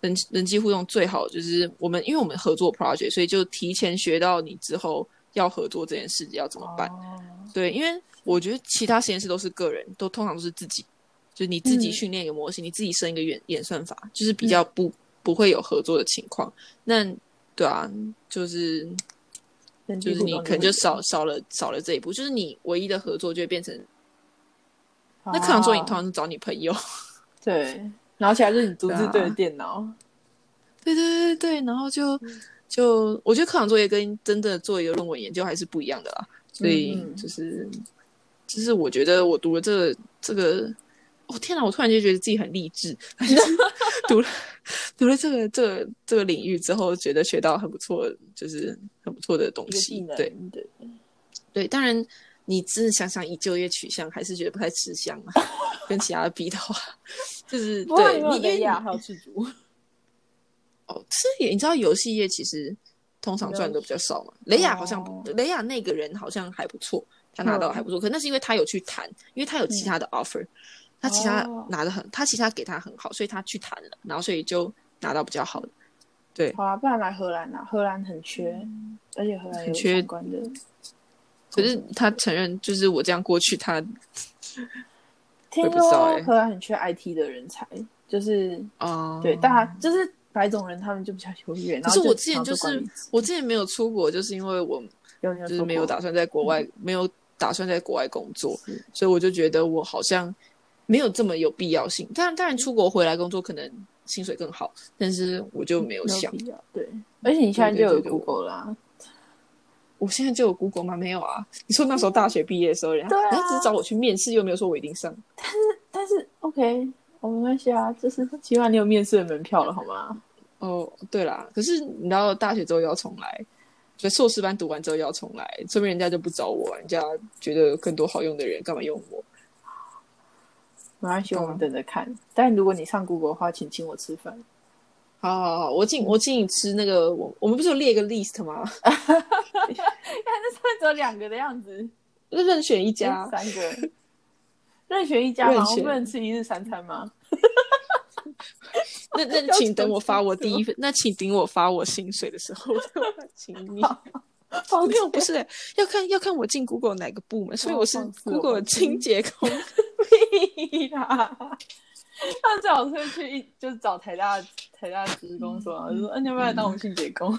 A: 人人际互动最好就是我们，因为我们合作 project，所以就提前学到你之后要合作这件事要怎么办。
B: 哦
A: 对，因为我觉得其他实验室都是个人，都通常都是自己，就是你自己
B: 嗯
A: 训练一个模型，你自己生一个演演算法，就是比较不、不会有合作的情况。那对啊，就是
B: 哦，
A: 就是你可能就少少了少了这一步，就是你唯一的合作就会变成
B: 哦
A: 那课堂作业，你通
B: 团
A: 常是找你朋友，
B: 对，然后起来就是你独自
A: 啊
B: 对着电脑，
A: 对对对对，然后就
B: 嗯
A: 就我觉得课堂作业跟真的做一个论文研究还是不一样的啦，所以
B: 嗯嗯
A: 就是就是我觉得我读了这个这个，哦天哪，我突然就觉得自己很励志， [laughs] 就是读了读了这个这个这个领域之后，觉得学到很不错，就是很不错的东
B: 一个技
A: 西，
B: 能，
A: 对
B: 对，
A: 对，当然。你真的想想以就业取向，还是觉得不太吃香啊。跟其他比的话， [laughs] 就是
B: 不过
A: 对
B: 你
A: 你
B: 有
A: 因为
B: 雷
A: 你
B: 亚还有赤足，
A: 哦，是也你知道游戏业其实通常赚的比较少嘛。雷亚好像不、
B: 哦嗯
A: 雷亚那个人好像还不错，他拿到还不错，可那是因为他有去谈，因为他有其他的 offer，、他其他
B: 哦
A: 拿的很，他其他给他很好，所以他去谈了，然后所以就拿到比较好的。对，
B: 好啊，不然来荷兰啊，荷兰很缺，而且荷兰有
A: 很缺
B: 相关的，哦
A: 可是他承认，就是我这样过去，他我
B: 听
A: 也不知道
B: 说
A: 欸
B: 荷兰很缺 IT 的人才，就是
A: 哦，
B: 对，大家就是哪一种人他们就比较优越。
A: 可
B: 然
A: 是
B: 后
A: 我之前就
B: 常常
A: 是
B: 做管理职
A: 我之前没有出国，就是因为我
B: 有你有
A: 就是
B: 说
A: 没有
B: 过
A: 打算在国外，没有打算在国外工作
B: 是，
A: 所以我就觉得我好像没有这么有必要性。当然，当然出国回来工作可能薪水更好，但是我就没有
B: 没有
A: 想。
B: 必要对，而且你现在
A: 啊对
B: 就
A: 对
B: 有
A: 对对
B: Google 啦，
A: 我现在就有 Google 吗？没有啊。你说那时候大学毕业的时候，人家、
B: 对啊
A: 人家只是找我去面试，又没有说我一定上。
B: 但是 OK，我没关系啊，就是起码你有面试的门票了，好吗？
A: 哦，对啦，可是你到大学之后又要重来，所以硕士班读完之后又要重来，说明人家就不找我啊，人家觉得有更多好用的人，干嘛用我？
B: 没关系，
A: 干
B: 我
A: 嘛
B: 们等着看。但如果你上 Google 的话，请请我吃饭。
A: 好好好，我请我请你吃那个，我我们不是有列一个 list 吗？
B: [laughs] 那上面只有两个的样子，
A: 就任选一
B: [laughs]
A: 家，
B: 三个，啊任选一家嘛，
A: 任
B: 我
A: 选
B: 不能吃一日三餐吗？ [laughs]
A: 那那请等我发我第一份，那请等我发我薪水的时候， [laughs] 我就来请你。
B: 放
A: 没有，不是、要看要看我进 Google 哪个部门，所以我是
B: 放肆哦
A: Google 的清洁工。 [laughs]
B: 屁啦！他最好是去一就是找台大台大职工说，就说，嗯，你要不要来当我们清洁工？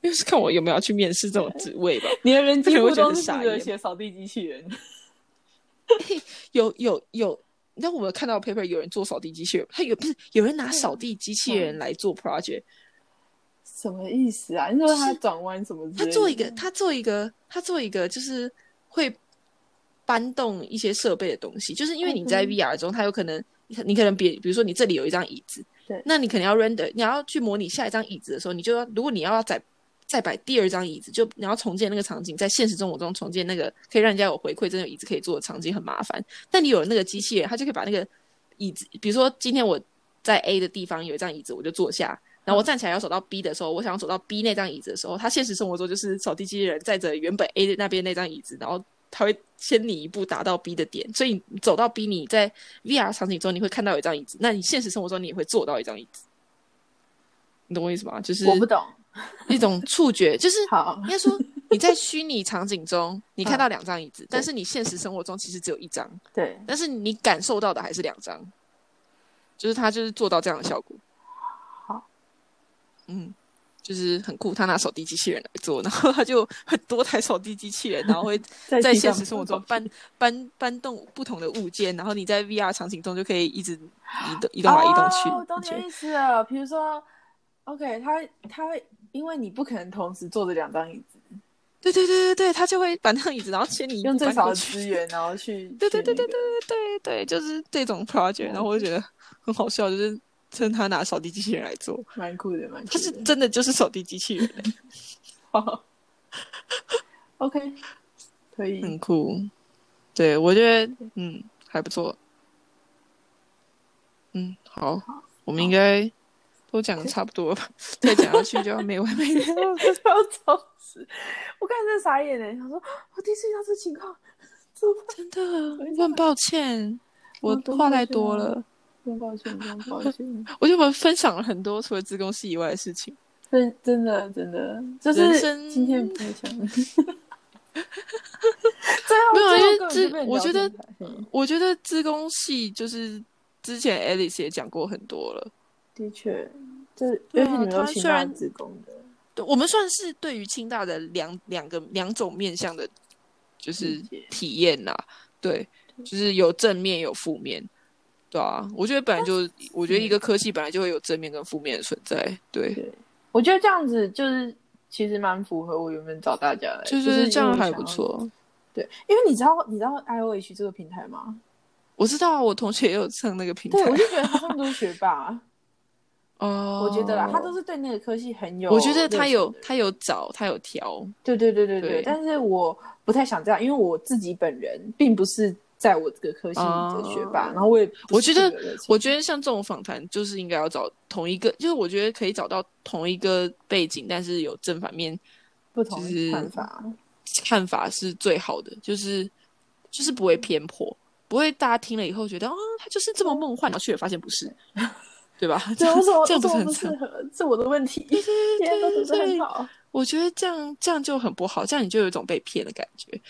A: 没有是看我有没有要去面试这种职位吧。
B: [laughs] 你的人几 [laughs] 乎
A: 这个我觉
B: 都
A: 得
B: 是
A: 傻
B: 负
A: 眼
B: 责写扫地机器人。
A: 有有有，那我们看到 paper 有人做扫地机器人，他有不是有人拿
B: 啊
A: 扫地机器
B: 嗯
A: 人来做 project，
B: 什么意思啊？你说他转弯什么之类
A: 他
B: 的？
A: 做一个他做一个他做一个就是会搬动一些设备的东西，就是因为你在
B: 嗯哼
A: VR 中，它有可能你可能比比如说你这里有一张椅子，
B: 对
A: 那你可能要 render，你要去模拟下一张椅子的时候，你就要如果你要再再摆第二张椅子，就你要重建那个场景，在现实生活中重建那个可以让人家有回馈，真的有椅子可以坐的场景很麻烦。但你有了那个机器人，它就可以把那个椅子，比如说今天我在 A 的地方有一张椅子，我就坐下。然后
B: 嗯
A: 我站起来要走到 B 的时候，我想要走到 B 那张椅子的时候，它现实生活中就是扫地机器人载着原本 A 的那边那张椅子，然后它会先你一步达到 B 的点，所以你走到 B，你在 VR 场景中你会看到有一张椅子，那你现实生活中你也会坐到一张椅子，你懂我意思吗？就是
B: 我不懂。
A: 一种触觉，就是
B: 好
A: 应，该说你在虚拟场景中你看到两张椅
B: [laughs]
A: 子，但是你现实生活中其实只有一张，
B: 对，
A: 但是你感受到的还是两张，就是他就是做到这样的效果。
B: 好，
A: 嗯，就是很酷，他拿扫地机器人来做，然后他就很多台扫地机器
B: [laughs]
A: 人，然后会在
B: 地
A: 现
B: 上
A: 实生活中搬搬搬动不同的物件，然后你在 VR 场景中就可以一直移动移动来移动去。
B: 哦我懂
A: 你
B: 你
A: 觉得
B: 的意思了。比如说，OK，他他会，因为你不可能同时坐着两张椅子，
A: 对对对对对，他就会把那张椅子，然后牵你一步
B: 用最
A: 搬
B: 少
A: 嗯过
B: 的
A: 去
B: 资源，然后去
A: [laughs] 对对对对
B: 去那个
A: 对对对，就是这种 project，然后我就觉得很好笑，就是趁他拿扫地机器人来做，
B: 蛮酷的，蛮酷
A: 他是
B: 的。
A: 真的就是扫地机器人，
B: 好
A: [laughs]
B: OK，可以。 [laughs]
A: 很酷。对，我觉得嗯还不错。嗯，好，我们应该都讲的差不多了吧？再讲下去就要没完没了。
B: 要超时，我看这傻眼呢，想说我第一次遇到这情况，怎么办？
A: [laughs] 真的，我很抱歉，我
B: 多
A: 话
B: 抱
A: 太
B: 歉
A: 多
B: 啊
A: 了。
B: 不用抱歉，不用抱歉。
A: 我觉得我们分享了很多除了自贡系以外的事情。
B: [laughs] 真真的真的，就
A: 人
B: 是
A: 生
B: 今天不
A: [laughs]
B: 太强。
A: 没
B: 没
A: 有因为这
B: 这
A: 我觉得我觉得自工系就是之前 Alice 也讲过很多了。
B: 的确，这
A: 对
B: 尤
A: 啊
B: 其你们
A: 他
B: 有
A: 虽
B: 请大
A: 然
B: 职工的，
A: 对，我们算是对于清大的两两个两种面向的，就是
B: 理解
A: 体验啦。对，就是有正面有负面，对啊。我觉得本来就，我觉得一个科系本来就会有正面跟负面的存在。对，
B: 嗯对，我觉得这样子就是其实蛮符合我原本找大家的，
A: 就
B: 因为
A: 是这样
B: 我
A: 还
B: 想
A: 不
B: 要。
A: 错。
B: 对，因为你知道你知道 I O H 这个平台吗？
A: 我知道啊我同学也有蹭那个平台
B: 对，我就觉得他们都是学
A: [laughs]
B: 霸。
A: 哦，
B: 我觉得啦，他都是对那个科系很有。
A: 我觉得他有，他有找，他有调，
B: 对对对对对。
A: 对
B: 但是我不太想这样，因为我自己本人并不是在我这个科系的学
A: 哦
B: 霸，然后我也
A: 我觉得我
B: 觉
A: 觉得像这种访谈，就是应该要找同一个，就是我觉得可以找到同一个背景，但是有正反面
B: 不同
A: 就是 [laughs]
B: 看法，
A: 看法是最好的，就是就是不会偏颇，不会大家听了以后觉得啊，他就是这么梦幻，然后去了发现不是，对吧？ [laughs]
B: 对，我怎么
A: 这样
B: 我
A: 不
B: 怎
A: 是
B: 么
A: 很
B: 不适
A: 惨？
B: 合？是我的问题， [laughs] 别人都读得很好。
A: 我觉得这样这样就很不好，这样你就有一种被骗的感觉。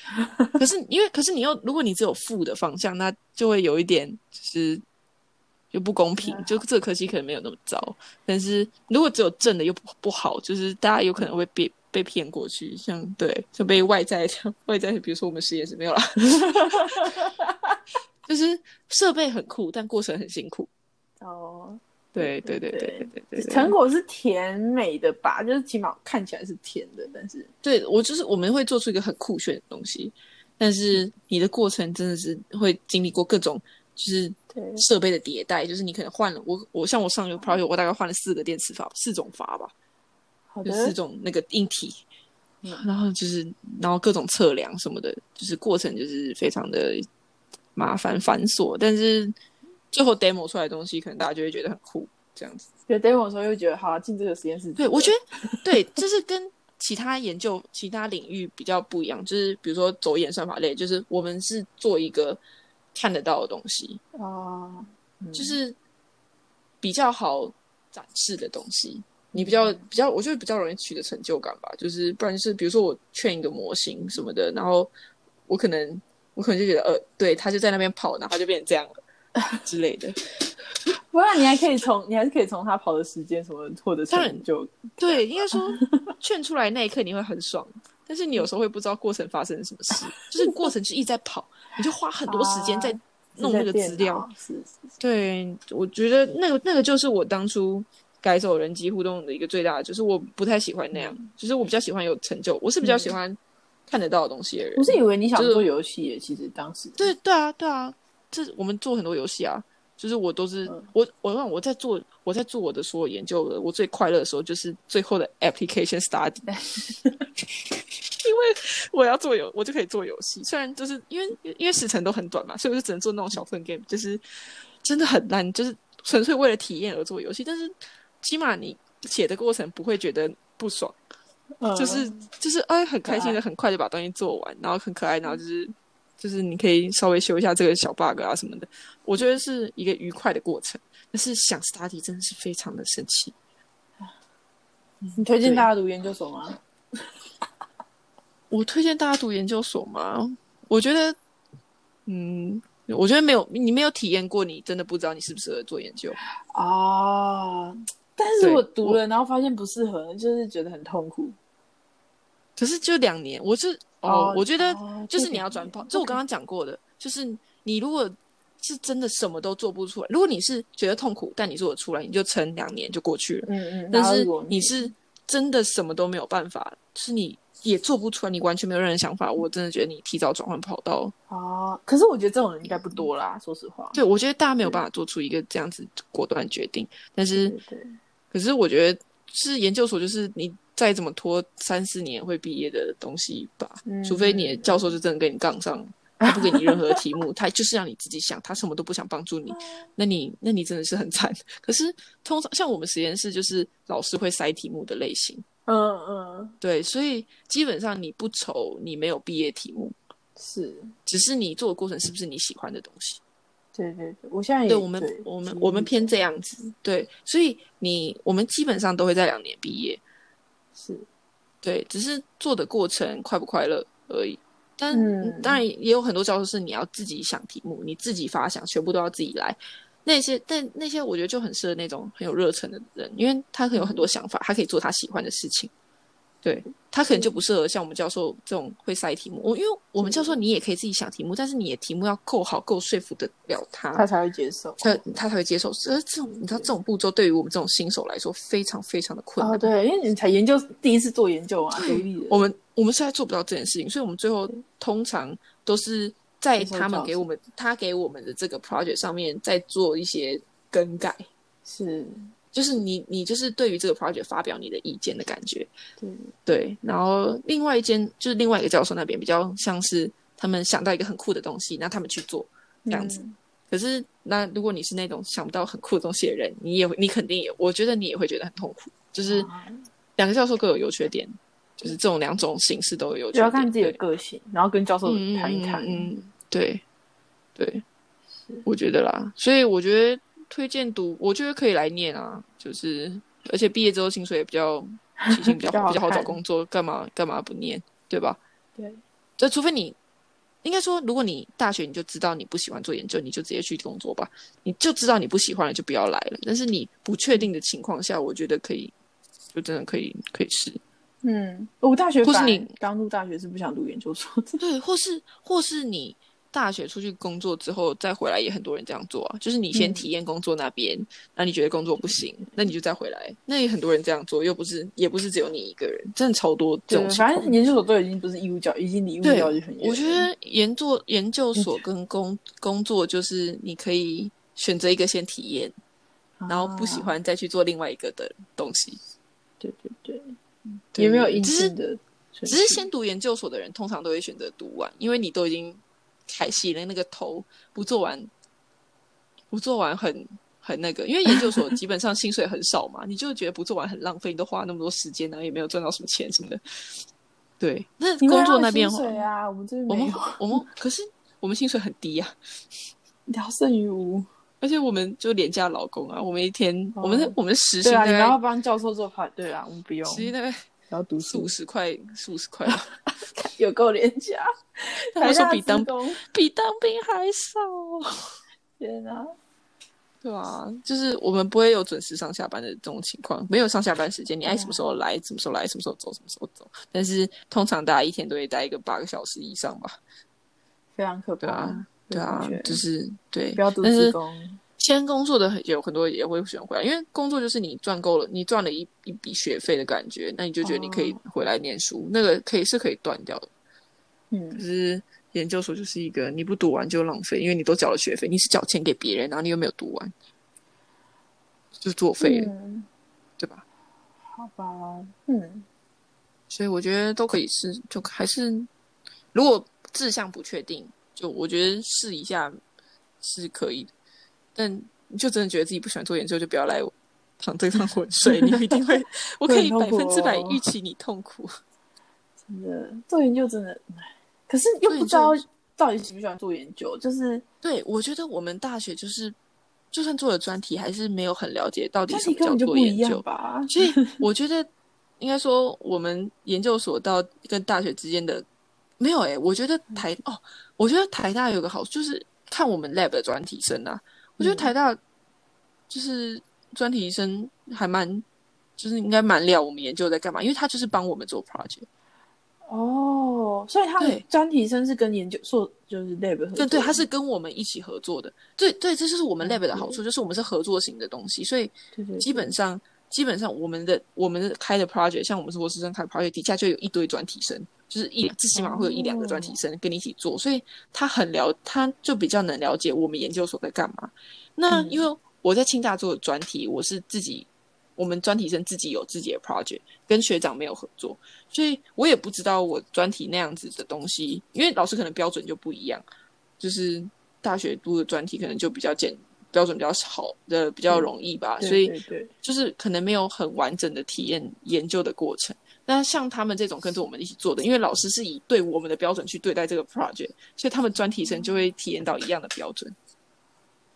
A: 可是因为可是你又如果你只有负的方向，那就会有一点就是就不公平。就这科系可能没有那么糟，但是如果只有正的又不不好，就是大家有可能会被被骗过去，像对，就被外在像 [laughs] 外在，比如说我们实验室没有啦，就是设备很酷，但过程很辛苦。
B: 哦，
A: 对对对对对对对，
B: 成果是甜美的吧？就是起码看起来是甜的，但是
A: 对我就是我们会做出一个很酷炫的东西，但是你的过程真的是会经历过各种就是
B: 对
A: 设备的迭代，就是你可能换了我我像我上一个 project 我大概换了四个电磁阀四种阀吧，
B: 好
A: 就
B: 的
A: 四种那个硬体， [laughs] 然后就是然后各种测量什么的，就是过程就是非常的麻烦繁琐，但是最后 demo 出来的东西可能大家就会觉得很酷这样子。
B: 就 demo 的时候又觉得，好啊进这个实验室，
A: 对，我觉得对，这是跟其他研究、其他领域比较不一样。就是比如说走演算法类，就是我们是做一个看得到的东西，
B: 得啊，嗯
A: 就是比较好展示的东西。你比较比较，我觉得比较容易取得成就感吧。就是不然就是比如说我劝一个模型什么的，然后我可能我可能就觉得呃，对，他就在那边跑，然后他就变成这样了之类的。
B: 不然你还可以从你还是可以从他跑的时间什么获得
A: 当
B: 成
A: 然
B: 就，
A: 对，应该说劝出来那一刻你会很爽，但是你有时候会不知道过程发生了什么事，就是过程是一直在跑，你就花很多时间
B: 啊
A: 在弄那个资料。
B: 是是是
A: 对，我觉得那个那个就是我当初改走人机互动的一个最大的，就是我不太喜欢那
B: 嗯
A: 样，就是我比较喜欢有成就，我是比较喜欢看得到的东西的人。
B: 我是以为你想
A: 就是
B: 做游戏耶，其实当时
A: 对对啊，对啊，这我们做很多游戏啊，就是我都是、
B: 嗯
A: 我我让我在做我在做我的所有研究的，我最快乐的时候就是最后的 application study，因为我要做游，我就可以做游戏，虽然就是因为因为时程都很短嘛，所以我就只能做那种小份 game，就是真的很烂，就是纯粹为了体验而做游戏，但是起码你写的过程不会觉得不爽。
B: 嗯
A: 就是就是哎，很开心
B: 可
A: 的，很快就把东西做完，然后很可爱，然后就是就是你可以稍微修一下这个小 bug 啊什么的，我觉得是一个愉快的过程。但是想 study 真的是非常的神奇，
B: 你推荐
A: 对
B: 大家读研究所吗？
A: 我推荐大家读研究所嘛，我觉得，嗯，我觉得没有你没有体验过，你真的不知道你适不适合做研究。
B: 啊，但是
A: 对
B: 我读了，然后发现不适合，就是觉得很痛苦。
A: 可是就两年，我是
B: 哦
A: 哦，我觉得
B: 哦
A: 就是
B: 这
A: 你
B: 两
A: 要转跑，
B: 年
A: 就我刚刚讲过的，就是你如果是真的什么都做不出来，如果你是觉得痛苦，但你做得出来，你就撑两年就过去了。
B: 嗯嗯，
A: 但
B: 然后
A: 是
B: 如果
A: 你是真的什么都没有办法，是你也做不出来，你完全没有任何想法，我真的觉得你提早转换跑道。
B: 啊，可是我觉得这种人应该不多啦，说实话。
A: 对，我觉得大家没有办法做出一个这样子果断的决定，但是
B: 对对，
A: 可是我觉得是研究所，就是你再怎么拖三四年会毕业的东西吧，
B: 嗯
A: 除非你的教授就真的跟你杠上，他不给你任何题 [laughs] 目，他就是让你自己想，他什么都不想帮助你，那你那你真的是很惨。 [laughs] 可是通常像我们实验室就是老师会塞题目的类型，
B: 嗯嗯，
A: 对，所以基本上你不愁你没有毕业题目，
B: 是，
A: 只是你做的过程是不是你喜欢的东西。
B: 对对对，我现在也
A: 对我们，我们我们偏这样子，对，所以你我们基本上都会在两年毕业，
B: 是
A: 对，只是做的过程快不快乐而已。但、
B: 嗯
A: 当然也有很多教授是你要自己想题目，你自己发想，全部都要自己来。那些但那些我觉得就很适合那种很有热忱的人，因为他可以有很多想法，他可以做他喜欢的事情。对他可能就不适合像我们教授这种会塞题目。我因为我们教授你也可以自己想题目，但是你的题目要够好，够说服得了他，
B: 他才会接受。
A: 他他才会接受。而这种你知道这种步骤对于我们这种新手来说非常非常的困难。
B: 哦，对，因为你才研究第一次做研究嘛，啊独立的。
A: 嗯我们我们现在做不到这件事情，所以我们最后通常都是在他们给我们他给我们的这个 project 上面再做一些更改，
B: 是，
A: 就是你你就是对于这个 project 发表你的意见的感觉，
B: 对，
A: 对。然后另外一间就是另外一个教授那边比较像是他们想到一个很酷的东西，那他们去做这
B: 嗯
A: 样子。可是那如果你是那种想不到很酷的东西的人，你也会你肯定也我觉得你也会觉得很痛苦，就是
B: 啊
A: 两个教授各有优缺点。就是这种两种形式都有优缺
B: 就
A: 点，
B: 要看自己的
A: 对
B: 个性，然后跟教授
A: 嗯
B: 谈一谈。
A: 嗯嗯嗯对，对，我觉得啦，所以我觉得推荐读，我觉得可以来念啊，就是而且毕业之后薪水也比较起薪比较
B: 比较
A: 好，
B: 好
A: 比较好
B: 看
A: 找工作，干嘛干嘛不念，对吧？
B: 对，
A: 就除非你应该说，如果你大学你就知道你不喜欢做研究，你就直接去工作吧。你就知道你不喜欢了，就不要来了。但是你不确定的情况下，我觉得可以，就真的可以可以试。
B: 嗯，我大学
A: 或是
B: 反而
A: 你
B: 刚入大学是不想读研究所的，
A: 对，或是或是你大学出去工作之后再回来，也很多人这样做啊。就是你先
B: 嗯
A: 体验工作那边，那、你觉得工作不行，那你就再回来。那也很多人这样做，又不是也不是只有你一个人，真的超多这种
B: 对
A: 情
B: 反
A: 况
B: 正研究所都已经不是义务教，已经离义务
A: 对
B: 教育很嗯远了。
A: 我觉得研做研究所跟工工作就是你可以选择一个先体验，
B: 啊，
A: 然后不喜欢再去做另外一个的东西。
B: 对对对，
A: 对
B: 也没有硬
A: 只是
B: 性的程序，
A: 只是先读研究所的人，通常都会选择读完，因为你都已经开洗了那个头，不做完，不做完很很那个，因为研究所基本上薪水很少
B: [laughs]
A: 嘛，你就觉得不做完很浪费，你都花那么多时间，啊然后也没有赚到什么钱什么的。对，那
B: 你们
A: 工作
B: 还有
A: 那边的
B: 薪
A: 话
B: 水啊，我们这边
A: 我
B: 没
A: 们
B: 有，
A: 我们可是我们薪水很低呀、啊
B: 聊胜于无。
A: 而且我们就廉价劳工啊，我们一天、
B: 哦
A: 我们的我们的时薪
B: 对啊，
A: 大
B: 你们
A: 概、
B: 要帮教授做派对啊，我们不用，
A: 时薪大概
B: 然后读
A: 四五
B: 书
A: 十块四五十块
B: [laughs]
A: 吧，
B: 有够廉
A: [laughs]
B: 价，
A: 他们说
B: 台大
A: 比当
B: 职工
A: 比当兵还少，
B: 天啊，
A: 对啊，就是我们不会有准时上下班的这种情况，没有上下班时间，你
B: 啊
A: 爱什么时候来什么时候来，什么时候走什么时候走，但是通常大家一天都会待一个八个小时以上吧，
B: 非常可怕。
A: 对啊，对啊
B: 完全，
A: 就是对，
B: 不要读
A: 但
B: 职
A: 是
B: 工，
A: 先工作的很有很多也会选回来，因为工作就是你赚够了，你赚了一一笔学费的感觉，那你就觉得你可以回来念书，那个可以是可以断掉的。
B: 嗯
A: 可，是研究所就是一个你不读完就浪费，因为你都缴了学费，你是缴钱给别人，然后你又没有读完，就作废了，
B: 嗯
A: 对吧？
B: 好吧，嗯，
A: 所以我觉得都可以试，就还是如果志向不确定，就我觉得试一下是可以的，但你就真的觉得自己不喜欢做研究，就不要来淌这趟浑水，你一定 [laughs] 会，我可以
B: 会
A: 百
B: 很痛苦
A: 分之百
B: 哦
A: 预期你痛苦。
B: 真的做研究真的，唉可是又不知道
A: 做研
B: 到底喜不喜欢做研究，就是
A: [laughs] 对，我觉得我们大学就是，就算做了专题，还是没有很了解到底
B: 专
A: 什
B: 题
A: 么
B: 根
A: 叫
B: 本就
A: 做
B: 不一
A: 研
B: 样
A: 究。
B: 吧？
A: 所 [laughs] 以我觉得，应该说我们研究所到跟大学之间的没有诶、欸我觉得台哦，我觉得台大有个好处就是看我们 lab 的专题生啊，我觉得
B: 嗯
A: 台大就是专题生还蛮，就是应该蛮了我们研究在干嘛，因为他就是帮我们做 project，
B: 哦，所以他们
A: 对
B: 专题生是跟研究所就是 lab 合作
A: 对
B: 的，
A: 对，他是跟我们一起合作的，对对，这就是我们 lab 的好处，就是我们是合作型的东西，所以
B: 对对，
A: 基本上基本上我们的我们的开的 project，像我们是博士生开 project，底下就有一堆专题生，就是一最起码会有一两个专
B: 哦
A: 题生跟你一起做，所以他很了，他就比较能了解我们研究所在干嘛。那
B: 嗯
A: 因为我在清大做的专题，我是自己。我们专题生自己有自己的 project，跟学长没有合作，所以我也不知道我专题那样子的东西，因为老师可能标准就不一样，就是大学读的专题可能就比较简，标准比较好的比较容易吧，
B: 对
A: 所以
B: 对对，
A: 就是可能没有很完整的体验研究的过程。那像他们这种跟着我们一起做的，因为老师是以对我们的标准去对待这个 project，所以他们专题生就会体验到一样的标准。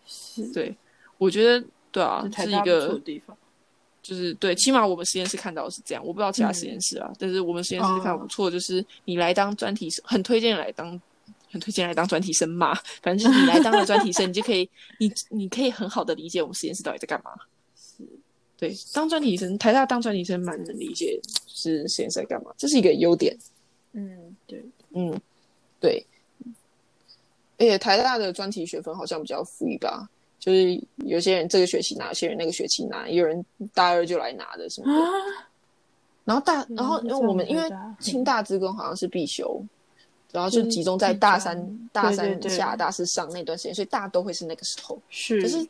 B: 是
A: 对，我觉得对啊
B: 这，台
A: 是
B: 大
A: 一
B: 不错的
A: 个
B: 地方。
A: 就是对，起码我们实验室看到的是这样，我不知道其他
B: 嗯
A: 实验室啊，但是我们实验室看到
B: 哦
A: 不错，就是你来当专题生，很推荐来当。很推荐来当专题生嘛，反正就是你来当了专题生，你就可以，你你可以很好的理解我们实验室到底在干嘛。对，当专题生，台大当专题生蛮能理解，就是实验室在干嘛，这是一个优点。
B: 嗯，对，
A: 嗯，对。而且台大的专题学分好像比较 free 吧，就是有些人这个学期拿，有些人那个学期拿，也有人大二就来拿的什么
B: 啊
A: 的。然后大，然后因为我们因为清大职工好像是必修，然后就集中在大三、大
B: 对
A: 三
B: 对
A: 下、大四上那段时间，所以大都会是那个时候。
B: 是，
A: 可是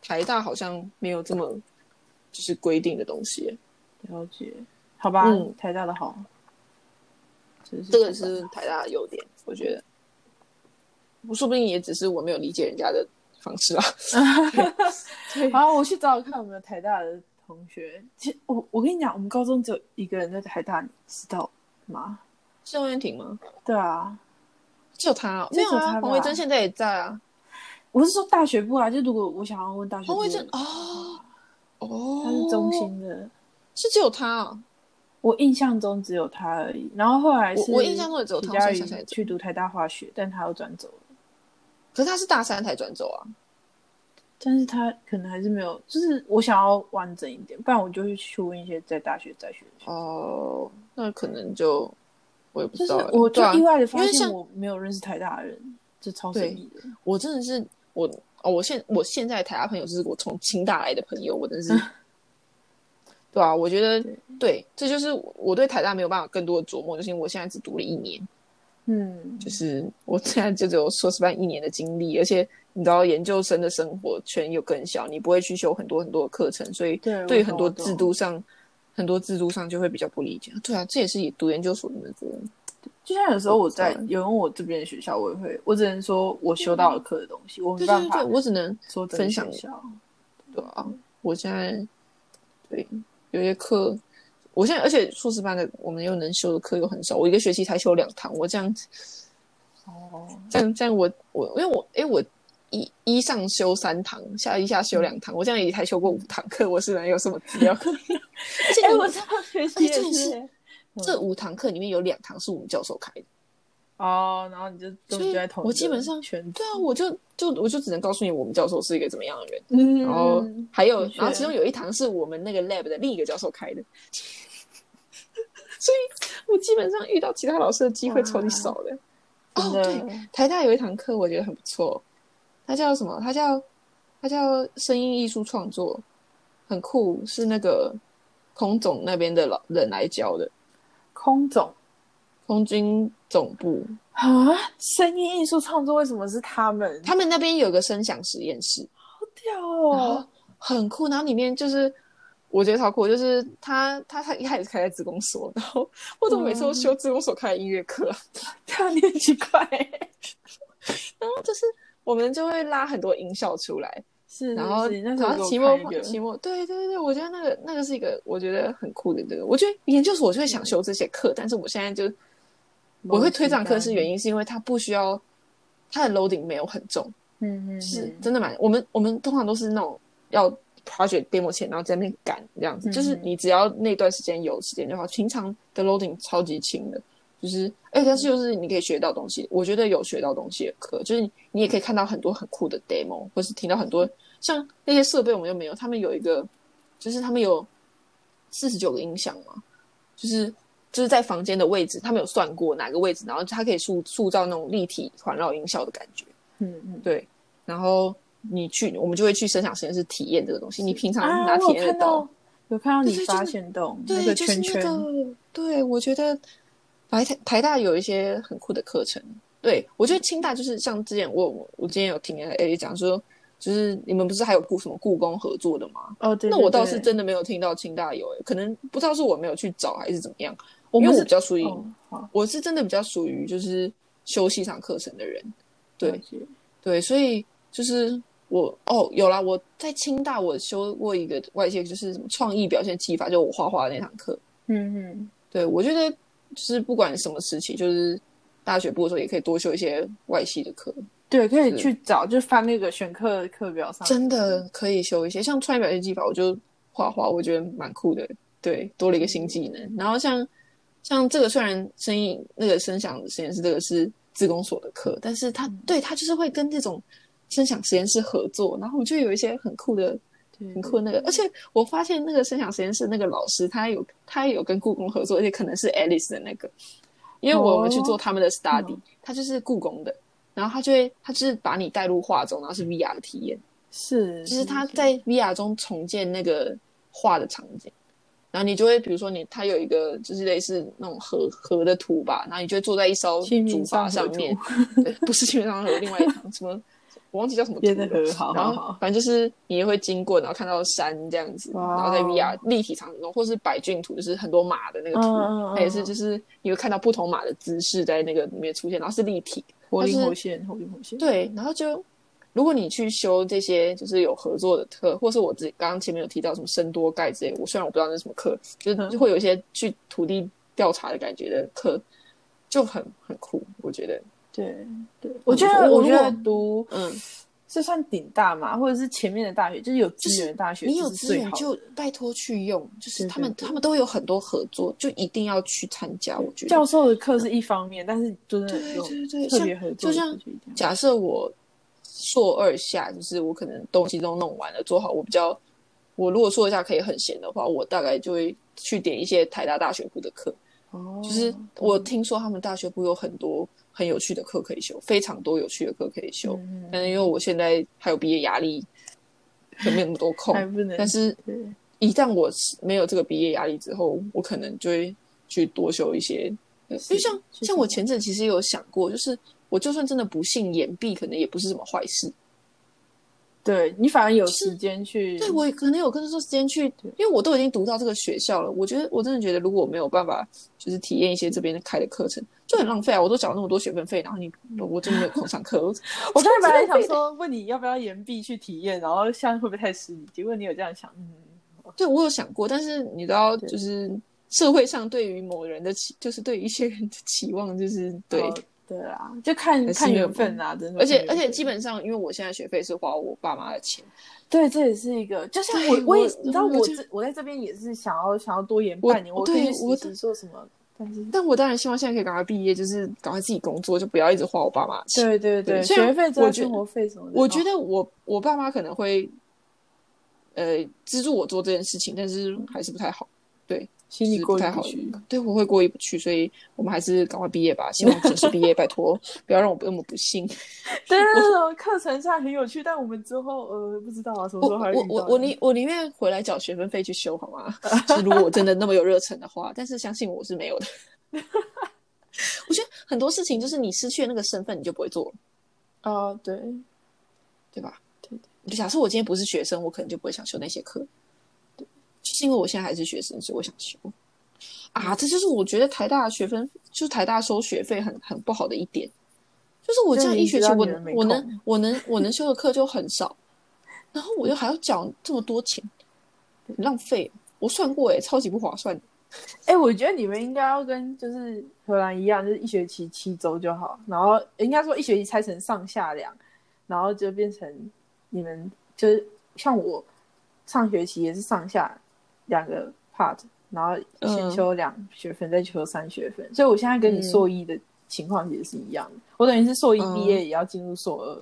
A: 台大好像没有这么就是规定的东西耶。
B: 了解，好吧，
A: 嗯
B: 台大的好，这
A: 这个是台大的优点，我觉得。我说不定也只是我没有理解人家的方式啊。
B: 好，我去找找看有没有台大的同学。其实我我跟你讲，我们高中只有一个人在台大，你知道吗？
A: 是王彦婷吗？
B: 对啊，
A: 就他、哦，
B: 就
A: 没有
B: 只有他
A: 啊。
B: 吧
A: 黄维珍现在也在啊。
B: 我是说大学部啊，就如果我想要问大学
A: 黄
B: 部
A: 维
B: 的
A: 珍
B: 人，
A: 哦哦，
B: 他是中心的，
A: 是只有他、哦，
B: 我印象中只有他而已。然后后来是
A: 我我印象中也只有
B: 许
A: 汤
B: 佳
A: 胜
B: 宇
A: 下来走
B: 去读台大化学，但他又转走了。
A: 可是他是大三才转走啊。
B: 但是他可能还是没有，就是我想要完整一点，不然我就会去问一些在大学在学的学
A: 哦，那可能就我也不
B: 就
A: 知道
B: 是
A: 欸、
B: 我就
A: 对啊
B: 意外的发
A: 因为
B: 现
A: 像
B: 我没有认识台大的人，这超神秘的。
A: 我真的是我哦，我现我现在台大朋友就是我从清大来的朋友，我真
B: [laughs]
A: 是，对啊，我觉得
B: 对
A: 对，这就是我我对台大没有办法更多的琢磨，就是因为我现在只读了一年，
B: 嗯，
A: 就是我现在就只有硕士班一年的经历，而且你知道研究生的生活圈又更小，你不会去修很多很多的课程，所以
B: 对
A: 对于
B: 我
A: 很
B: 懂
A: 多
B: 我懂
A: 制度上。很多制度上就会比较不理解，对啊，这也是读研究所的责任。
B: 就像有时候我在
A: 我懂
B: 有人问我这边的学校，我也会，我只能说我修到的课的东西，我没
A: 对
B: 办
A: 对对，
B: 法
A: 我只能
B: 说这
A: 分
B: 个
A: 享
B: 学校。
A: 对啊，我现在对有些课，我现在而且硕士班的我们又能修的课又很少，我一个学期才修两堂，我这样子
B: 哦，
A: 这样这样我我因为我因为我一一上修三堂，下一下修两堂，我这样也才修过五堂课，我是能有什么资料可以？ [laughs] 而且
B: 哎、
A: 你
B: 我
A: 们
B: 上学
A: 哎
B: 期也
A: 这也
B: 是
A: 是这五堂课里面有两堂是我们教授开的，
B: 哦，然后你就根
A: 所
B: 本
A: 以
B: 就在同
A: 我
B: 一
A: 基
B: 个
A: 本上
B: 圈子，
A: 对啊，我就就我就只能告诉你我们教授是一个怎么样的人，
B: 嗯
A: 然后还有
B: 的，确
A: 然后其中有一堂是我们那个 lab 的另一个教授开的， [laughs] 所以我基本上遇到其他老师的机会超级少的。哦，对，台大有一堂课我觉得很不错，它叫什么？它叫它叫声音艺术创作，很酷，是那个空总那边的老人来教的，
B: 空总
A: 空军总部
B: 啊，声音艺术创作为什么是他们？
A: 他们那边有个声响实验室，
B: 好屌
A: 然后
B: 哦！
A: 很酷，然后里面就是我觉得超酷，就是他他他一开始开在职工所，然后我怎么每
B: 哦
A: 次都修职工所开的音乐课啊、
B: 他你很奇怪、
A: 然后就是我们就会拉很多音效出来，
B: 是，
A: 然后
B: 是是那时
A: 然
B: 候
A: 后期末
B: 给我看一个
A: 期末对对对，我觉得那个那个是一个我觉得很酷的这个，我觉得研究所我就会
B: 嗯
A: 想修这些课，但是我现在就我会推这堂课是原，因是因为它不需要它的 loading 没有很重，
B: 嗯嗯，
A: 是真的蛮我们我们通常都是那种要 project demo 前，然后在那边赶这样子，
B: 嗯
A: 就是你只要那段时间有时间就好。平常的 loading 超级轻的，就是哎、但是就是你可以学到东西，我觉得有学到东西的课，就是你你也可以看到很多很酷的 demo，或是听到很多像那些设备我们又没有，他们有一个就是他们有四十九个音响嘛，就是。就是在房间的位置，他们有算过哪个位置，然后它可以塑塑造那种立体环绕音效的感觉。
B: 嗯嗯。
A: 对，然后你去，我们就会去声响实验室体验这个东西。你平常
B: 啊，
A: 哪体
B: 我
A: 验
B: 有
A: 得
B: 看
A: 到？
B: 到，有看到
A: 对
B: 你
A: 对
B: 发
A: 就是
B: 现洞
A: 对，
B: 个
A: 就是那
B: 圈圈，
A: 个。对，我觉得台台大有一些很酷的课程。对，我觉得清大就是像之前我我我之前有听 A 讲说，就是你们不是还有故什么故宫合作的吗？
B: 哦对，
A: 那
B: 对
A: 我倒
B: 对
A: 是真的没有听到清大有、欸，可能不知道是我没有去找还是怎么样，
B: 我
A: 因
B: 们
A: 为我
B: 是
A: 比较属于、
B: 哦好
A: 我是真的比较属于就是修系上课程的人。对
B: 了解
A: 对，所以就是我哦，有啦，我在清大我修过一个外界，就是什么创意表现技法，就我画画的那堂课。
B: 嗯嗯，
A: 对我觉得就是不管什么时期，就是大学部的时候也可以多修一些外系的课，
B: 对，可以
A: 是
B: 去找，就翻那个选课课表上，
A: 真的啊可以修一些，像创意表现技法，我就画画，我觉得蛮酷的，对，多了一个新技能。然后像像这个虽然声音那个声响实验室这个是自工所的课，但是它对它就是会跟这种声响实验室合作，然后我就有一些很酷的
B: 对
A: 很酷的那个，而且我发现那个声响实验室那个老师，他有他有跟故宫合作，而且可能是 Alice 的那个，因为我们去
B: 哦
A: 做他们的 study，、他
B: 嗯
A: 就是故宫的，然后他就会他就是把你带入画中，然后是 VR 的体
B: 嗯
A: 验，
B: 是，
A: 就是他在 VR 中重建那个画的场景，然后你就会比如说你他有一个就是类似那种河河的图吧，然后你就会坐在一艘
B: 清
A: 竹
B: 明
A: 筏
B: 上
A: 上
B: 河 [laughs]
A: 面
B: 图，
A: 对，不是清明上河，另外一堂什么我忘记叫什么图
B: 别的
A: 了。
B: 很好
A: 然
B: 好
A: 后
B: 好，
A: 反正就是你也会经过，然后看到山这样子，
B: 哇哦
A: 然后在 VR 立体场景中，或是百骏图，就是很多马的那个
B: 嗯
A: 图，
B: 嗯嗯
A: 它也是就是你会看到不同马的姿势在那个里面出现，然后是立体，
B: 活灵
A: 它是
B: 活现，活灵活现，
A: 对，然后就如果你去修这些就是有合作的课，或是我自己刚刚前面有提到什么深多盖之类，我虽然我不知道那是什么课，就是
B: 嗯
A: 会有一些去土地调查的感觉的课，就很很酷，我觉得，
B: 对对，我觉得
A: 嗯我
B: 我
A: 如
B: 觉
A: 果
B: 得读
A: 嗯，
B: 是算顶大嘛，或者是前面的大学，就是有资源的大学，
A: 你有
B: 这是
A: 资
B: 最
A: 源
B: 好的
A: 就拜托去用，就是
B: 对
A: 他们
B: 对对
A: 他们都有很多合作，就一定要去参加。我觉得
B: 教授的课是一方面，但是真的
A: 对
B: 有
A: 对对，
B: 特别合
A: 像
B: 作
A: 就
B: 的
A: 像
B: 就一定要
A: 假设我硕二下，就是我可能东西都弄完了，做好，我比较我如果硕二下可以很闲的话，我大概就会去点一些台大大学部的课。
B: 哦，
A: 就是我听说他们大学部有很多很有趣的课可以修，非常多有趣的课可以修。
B: 嗯
A: 但是因为我现在还有毕业压力，可没有那么多空。
B: 还不能，
A: 但是
B: 对
A: 一旦我没有这个毕业压力之后，我可能就会去多修一些。呃因为像
B: 是
A: 像我前阵其实有想过，就是我就算真的不幸延毕，可能也不是什么坏事。
B: 嗯对你反而有
A: 是
B: 时间去，
A: 对我也可能有更多时间去，
B: 对
A: 因为我都已经读到这个学校了。我觉得我真的觉得，如果我没有办法就是体验一些这边开的课程，就很浪费啊！我都缴那么多学分费，然后你我真的没有空上课。我
B: 嗯 [laughs] 我刚才本来
A: 真的
B: 想
A: 被
B: 说问你要不要延毕去体验，然后像会不会太失礼？结果你有这样想，嗯，
A: [laughs] 对我有想过，但是你知道，
B: 对
A: 就是社会上对于某人的期，就是对于一些人的期望，就是对。
B: 哦对啊，就看
A: 还是
B: 看
A: 没有
B: 缘分啊，真的。
A: 而且而且基本上，因为我现在学费是花我爸妈的钱，
B: 对，这也是一个，就像
A: 对
B: 我我也
A: 我
B: 你知道
A: 我
B: 我
A: 就
B: 这我在这边也是想要想要多延
A: 我
B: 半年，我可
A: 对
B: 以去
A: 我
B: 实
A: 的
B: 习做什么，但是
A: 但我当然希望现在可以赶快毕业，就是赶快自己工作，就不要一直花我爸妈的钱。
B: 对对
A: 对
B: 对，
A: 虽然
B: 学费、
A: 我
B: 加
A: 觉
B: 生活费什么的，
A: 我觉
B: 哦
A: 得我我爸妈可能会，呃，资助我做这件事情，但是还是不太好，
B: 心
A: 就
B: 里
A: 是
B: 过
A: 不
B: 意
A: 太
B: 不
A: 好
B: 去。。
A: 对，我会过意不去，所以我们还是赶快毕业吧。希望准时毕
B: [laughs]
A: 业，拜托，不要让我那么不幸。
B: [laughs] 对对对
A: [laughs]
B: 对，课程上很有趣，但我们之后呃不知道啊，什么
A: 我
B: 时候还会
A: 我
B: 遇
A: 我
B: 到
A: 我
B: 呢
A: 宁我宁愿回来缴学分费去修好吗？就是如果我真的那么有热忱的话，但是相信我是没有的。 [laughs] 我觉得很多事情就是你失去了那个身份，你就不会做了，
B: 哦，对
A: 对吧？
B: 对对
A: 就假设我今天不是学生，我可能就不会想修那些课。对，就是因为我现在还是学生，所以我想修。啊，这就是我觉得台大的学分，就是台大收学费很很不好的一点，就是我这样一学期
B: 就
A: 我
B: 明知道你们没
A: 我
B: 空
A: 能我能我能修的课就很少，然后我又还要缴这么多钱，很浪费。我算过哎、超级不划算的。
B: 哎、我觉得你们应该要跟就是荷兰一样，就是一学期七周就好，然后应该说一学期拆成上下两，然后就变成你们就是像我上学期也是上下两个 part，然后先
A: 嗯
B: 修两学分，再修三学分，所以我现在跟你
A: 嗯
B: 硕一的情况其实是一样的，我等于是硕一
A: 嗯
B: 毕业也要进入硕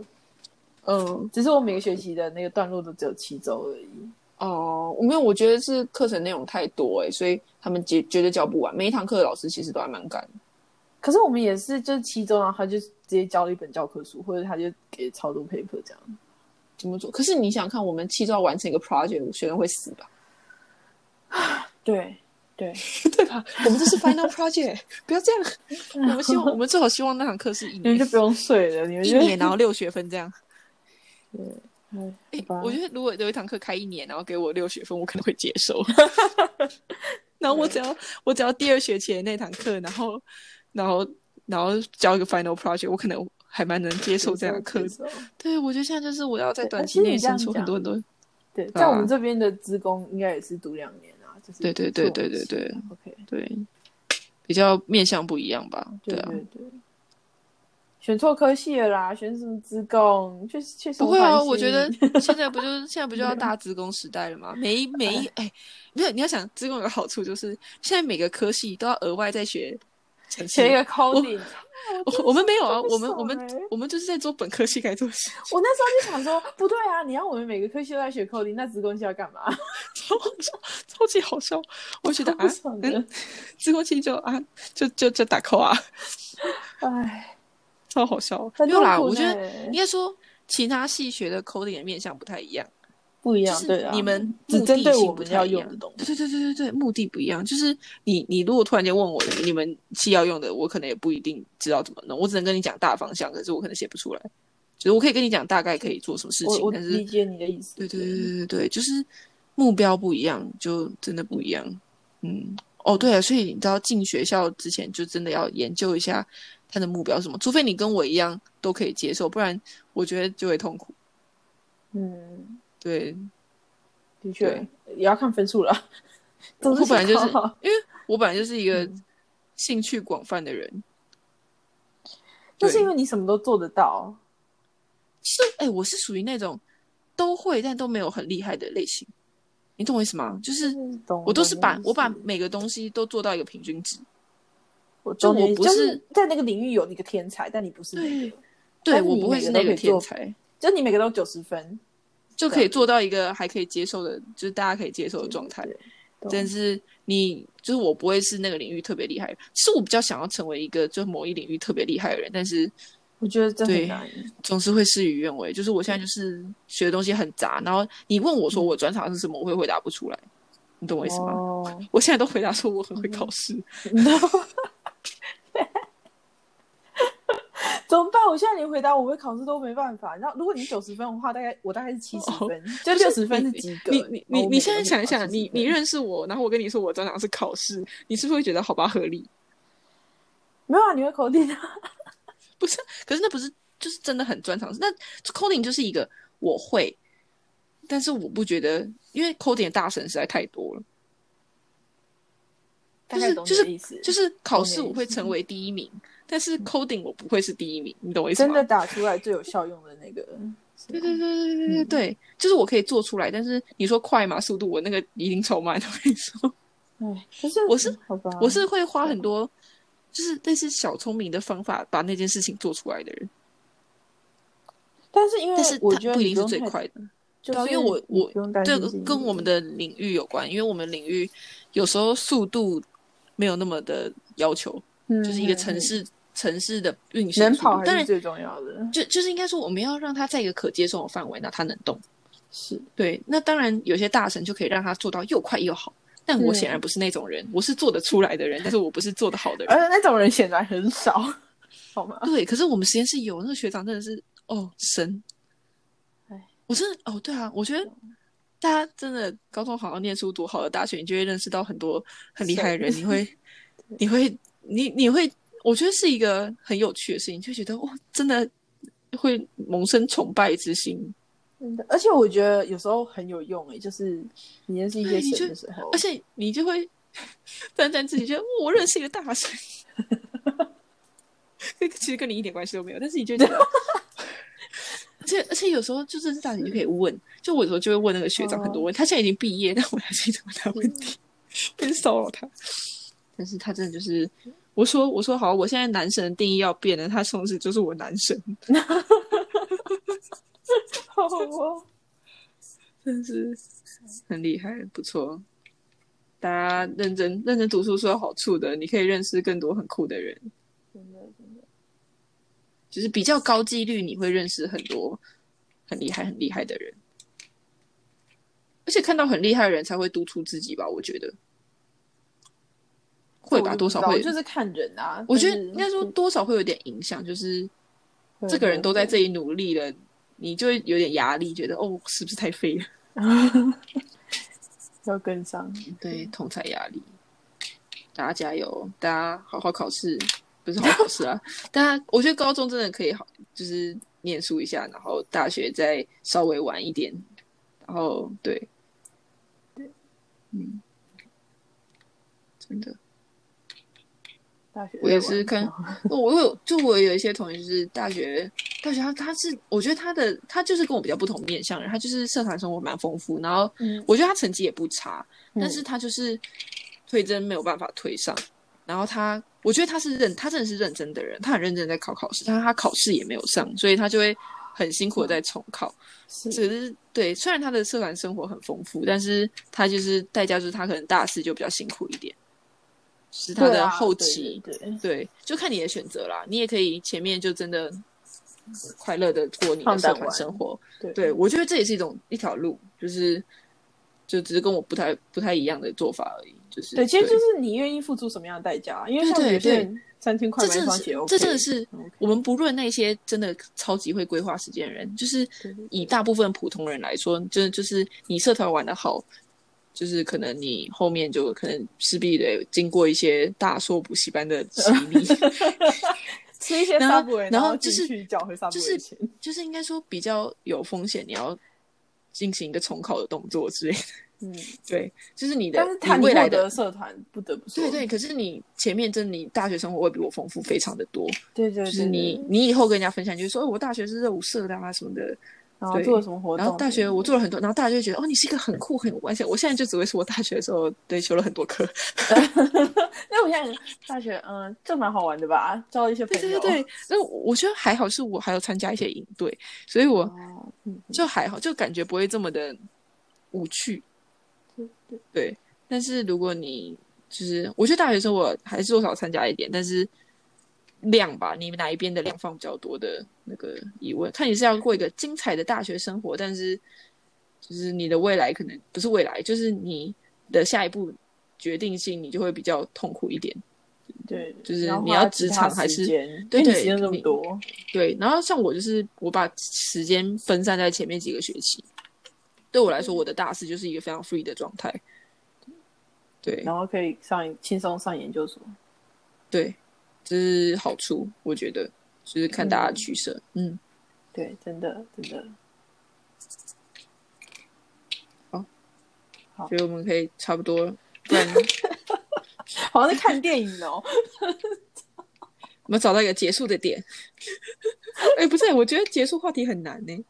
B: 二，
A: 嗯，
B: 只是我每个学期的那个段落都只有七周而已。
A: 哦、我没有，我觉得是课程内容太多哎、所以他们绝绝对教不完。每一堂课的老师其实都还蛮赶的。
B: 可是我们也是，就是期中，然后他就直接交了一本教科书，或者他就给超多 paper 这样。
A: 怎么做？可是你想看，我们七周要完成一个 project，学生会死吧？
B: 对对，
A: 对吧？我们这是 final project，不 [laughs] 要这样。我们希望，我们最好希望那堂课是一
B: [laughs] 你们
A: 年
B: 就不用睡了，你们
A: 一
B: 就 [laughs]
A: 年，然后六学分这样。
B: 哎
A: 哎
B: 好吧
A: 我觉得如果有一堂课开一年，然后给我六学分，我可能会接
B: [laughs]
A: 受。然后我只要我只要第二学期的那堂课，然后然后然后交一个 final project，我可能还蛮能接受这样的课
B: 接
A: 程。
B: 受
A: 对，我觉得现在就是我要在
B: 对
A: 短
B: 那
A: 期
B: 其实
A: 内
B: 你这样
A: 生出很多很多。
B: 对，
A: 啊
B: 在我们这边的职工应该也是读两年啊，就是
A: 对对对
B: 做完
A: 对对
B: 事
A: 对
B: 啊，OK，
A: 对，比较面向不一样吧？
B: 对
A: 啊，
B: 对对。选错科系了啦，选什么职工？去去什
A: 不
B: 么
A: 会啊，
B: 环
A: 我觉得
B: 系 [laughs]
A: 现在不就是现在不就要大职工时代了吗？每一每一哎，没有你要想职工有个好处就是现在每个科系都要额外再学程式。
B: 学一个 coding。
A: 我我们没有啊，
B: 真
A: 我们
B: 的爽
A: 我们
B: 欸
A: 我们就是在做本科系该做的事，
B: 我那时候就想说，不对啊，你要我们每个科系都在学 coding，那职工系要干嘛？
A: 超好笑，超级好笑。我觉得啊
B: 不，爽的，
A: 职工系就啊，就就就打 call 啊，
B: 哎，
A: 超好笑。
B: 很
A: 没有啦，
B: 痛苦
A: 我觉得
B: 呢
A: 应该说其他系学的 coding 的面向不太一样。
B: 不一
A: 就
B: 样，对
A: 是
B: 啊，
A: 你们
B: 只
A: 目
B: 针
A: 的
B: 对
A: 性
B: 我
A: 不
B: 们
A: 太
B: 要
A: 一
B: 用
A: 样
B: 的东西。
A: 对对对对对，目的不一样。就是你你如果突然间问我你们系要用的，我可能也不一定知道怎么弄，我只能跟你讲大方向，可是我可能写不出来。就是我可以跟你讲大概可以做什么事
B: 我
A: 情
B: 我，
A: 但
B: 理
A: 是
B: 解你的意思。
A: 对对对对对对，就是目标不一样，就真的不一样。嗯，哦对了，所以你知道进学校之前就真的要研究一下他的目标是什么，除非你跟我一样都可以接受，不然我觉得就会痛苦。
B: 嗯，
A: 对，
B: 的确
A: 对
B: 也要看分数了。总之
A: 我本来就是
B: 想考好
A: 因为我本来就是一
B: 嗯
A: 个兴趣广泛的人，
B: 那是
A: 对
B: 因为你什么都做得到，
A: 是哎、我是属于那种都会但都没有很厉害的类型，你懂我意思吗？就是
B: 懂
A: 我都是把
B: 懂
A: 我把每个东西都做到一个平均值。
B: 我
A: 就
B: 懂你
A: 我不
B: 就是在那个领域有那个天才，但你不是那个，
A: 对
B: 但是
A: 我
B: 你
A: 不会
B: 每
A: 是
B: 个都
A: 那个
B: 可以做啊
A: 天才，
B: 就你每个都九十分，
A: 就可以做到一个还可以接受的，就是大家可以接受的状态。
B: 懂
A: 但是你就是我不会是那个领域特别厉害，其实我比较想要成为一个就某一领域特别厉害的人，但是
B: 我觉得这
A: 对
B: 很难。
A: 总是会事与愿违。就是我现在就是学的东西很杂，然后你问我说我专长是什么，我会回答不出来，你懂我意思吗？
B: 嗯哦，嗯
A: 我现在都回答说我很会考试，
B: 怎么办？我现在连回答我会考试都没办法。然后，如果你九十分的话，大概我大概是七十分，就六十分是及格。
A: 哦你你
B: 然后
A: 你
B: 我
A: 你
B: 每
A: 现
B: 个
A: 在
B: 都
A: 想一
B: 考
A: 想，
B: 70
A: 你
B: 分
A: 你认识我，然后我跟你说我专长是考试，你是不是会觉得好吧合理？
B: 没有啊？你会口令啊？
A: 不是，可是那不是就是真的很专长。那 coding 就是一个我会，但是我不觉得，因为 coding 的大神实在太多了。
B: 大概懂
A: [laughs]
B: 啊你
A: 就是
B: 的意思，
A: 就是考试
B: 懂你的
A: 我会
B: 意思
A: 成为第一名，但是 coding 我不会是第一名，你懂我意思吗？
B: 嗯真的打出来最有效用的那个。
A: 对对对对对
B: 嗯
A: 对对，就是我可以做出来，但是你说快吗？速度我那个一定超慢。我跟你说，
B: 哎，可是
A: 我是
B: 嗯好吧，
A: 我是会花很多，就是类似小聪明的方法把那件事情做出来的人，
B: 但是因为
A: 但是
B: 我
A: 它
B: 觉得
A: 不一
B: 你
A: 定是最
B: 用太，
A: 快的。
B: 就
A: 对啊
B: 是
A: 因为我
B: 你
A: 我
B: 不用担心
A: 这个
B: 自己
A: 跟我们的领域有关，因为我们领域有时候速度没有那么的要求，
B: 嗯
A: 就是一个
B: 嗯
A: 城
B: 嗯
A: 市城市的运行
B: 能
A: 速度
B: 跑
A: 当
B: 还是
A: 然
B: 最重要的。
A: 就就是应该说我们要让它在一个可接受的范围，那它能动。
B: 是，
A: 对，那当然有些大神就可以让他做到又快又好，但我
B: 嗯
A: 显然不是那种人，我是做得出来的人，但是我不是做得好的人
B: 而。呃且那种人显然很少，好吗？
A: 对，可是我们实验室有那个学长真的是哦神
B: 哎，
A: 我真的哦对啊，我觉得大家真的高中好好念书，读好的大学，你就会认识到很多很厉害的人，你 [laughs] 会你会你你会，我觉得是一个很有趣的事情，就觉得哇、真的会萌生崇拜之心。
B: 真的，而且我觉得有时候很有用诶、欸就是你认识一些
A: 对哎你
B: 神
A: 就
B: 的时候
A: 而，且你就会沾沾自喜，觉得哦我认识一个大神， [laughs] 这个其实跟你一点关系都没有，但是你就觉得，而且而且有时候就是大神你就可以问，就我有时候就会问那个学长很多问题，他现在已经毕业，但我还是一直问他问题， [laughs] 很骚扰他，但是他真的就是。我说，我说好，我现在男神的定义要变了，他从此就是我男神，
B: [laughs] 好哦，
A: 真是很厉害，不错。大家认真认真读书是有好处的，你可以认识更多很酷的人。
B: 真的真的，
A: 就是比较高几率你会认识很多很厉害、很厉害的人，而且看到很厉害的人才会督促自己吧，我觉得会
B: 这我
A: 吧，
B: 就
A: 多少
B: 不知道
A: 会。
B: 就是看人啊。
A: 我觉得
B: 但是
A: 应该说多少会有点影响，就是
B: 会
A: 这个人都在
B: 会
A: 这里努力了，你就会有点压力，觉得哦，是不是太废了？
B: 要跟上，
A: 对，同才压力。大家加油，大家好好考试，不是好好考试啊！大家，我觉得高中真的可以好，就是念书一下，然后大学再稍微晚一点，然后对，嗯，真的，
B: 大学
A: 我也
B: 在玩
A: 是看，我我有就我有一些同学就是大学，大学他他是我觉得他的他就是跟我比较不同面向的人，他就是社团生活蛮丰富，然后
B: 嗯
A: 我觉得他成绩也不差， [laughs] 但是
B: 嗯
A: 他就是推甄没有办法推上，然后他我觉得他是认他真的是认真的人，他很认真在考考试，但是他考试也没有上，所以他就会很辛苦的在重考。
B: 是
A: 只是对，虽然他的社团生活很丰富，但是他就是代价就是他可能大四就比较辛苦一点，就是他
B: 对
A: 的
B: 啊
A: 后
B: 对
A: 期。
B: 对对
A: 对，就看你的选择啦。你也可以前面就真的快乐的过你的
B: 放
A: 社
B: 胆
A: 团
B: 玩
A: 生活。
B: 对
A: 对，我觉得这也是一种一条路，就是就只是跟我不太不太一样的做法而已。就是
B: 对，其实就是你愿意付出什么样的代价啊，因为
A: 对
B: 像
A: 对
B: 有些
A: 对
B: 人三千块
A: 这
B: 买一
A: 真的
B: 双
A: 是
B: 鞋 OK，
A: 这真的是
B: 很 OK
A: 我们不论那些真的超级会规划时间的人，就是
B: 对对
A: 以大部分普通人来说，真的就是你社团玩的好。就是可能你后面就可能势必得经过一些大硕补习班的洗
B: [laughs]
A: 礼，
B: 吃一些
A: 然后
B: Subway，
A: 然后
B: 后
A: 就
B: 自己
A: 是
B: 去缴回 Subway
A: 就是
B: 的钱
A: 就是应该说比较有风险，你要进行一个重考的动作之类的。
B: 嗯，
A: 对，就是你的
B: 但是他
A: 你未来
B: 的
A: 的。
B: 社团不得不说，
A: 对对，可是你前面真的你大学生活会比我丰富非常的多，
B: 对对，
A: 就是
B: 对
A: 你，你以后跟人家分享，你就说、哦、我大学是热舞社的啊什么的，
B: 然后
A: 对
B: 做了什么活动？
A: 然后大学我做了很多，然后大家就会觉得哦你是一个很酷很完整。我现在就只会说我大学的时候对修了很多课，
B: 那我想大学，嗯，这蛮好玩的吧？交一些朋
A: 对
B: 友，
A: 对对，那我觉得还好，是我还有参加一些营队，所以我
B: 哦，嗯，
A: 就还好，就感觉不会这么的无趣。
B: 对对
A: 对，但是如果你就是，我觉得大学生活还是多少参加一点，但是量吧，你哪一边的量放比较多的那个疑问，看你是要过一个精彩的大学生活，但是就是你的未来可能不是未来，就是你的下一步决定性，你就会比较痛苦一点。
B: 对，
A: 就是
B: 然后
A: 你要
B: 花
A: 职
B: 其他
A: 场还
B: 时
A: 是
B: 间
A: 对
B: 因为
A: 对
B: 你时间这么
A: 你
B: 多，
A: 对，然后像我就是我把时间分散在前面几个学期，对我来说，我的大四就是一个非常 free 的状态。对
B: 然后可以上轻松上研究所。
A: 对，这是好处，我觉得就是看大家取舍。嗯，
B: 对，真的真的，好
A: 所以我们可以差不多，不然
B: [laughs] 好像在看电影哦。
A: 我们找到一个结束的点。 [laughs] 哎、不是，我觉得结束话题很难呢、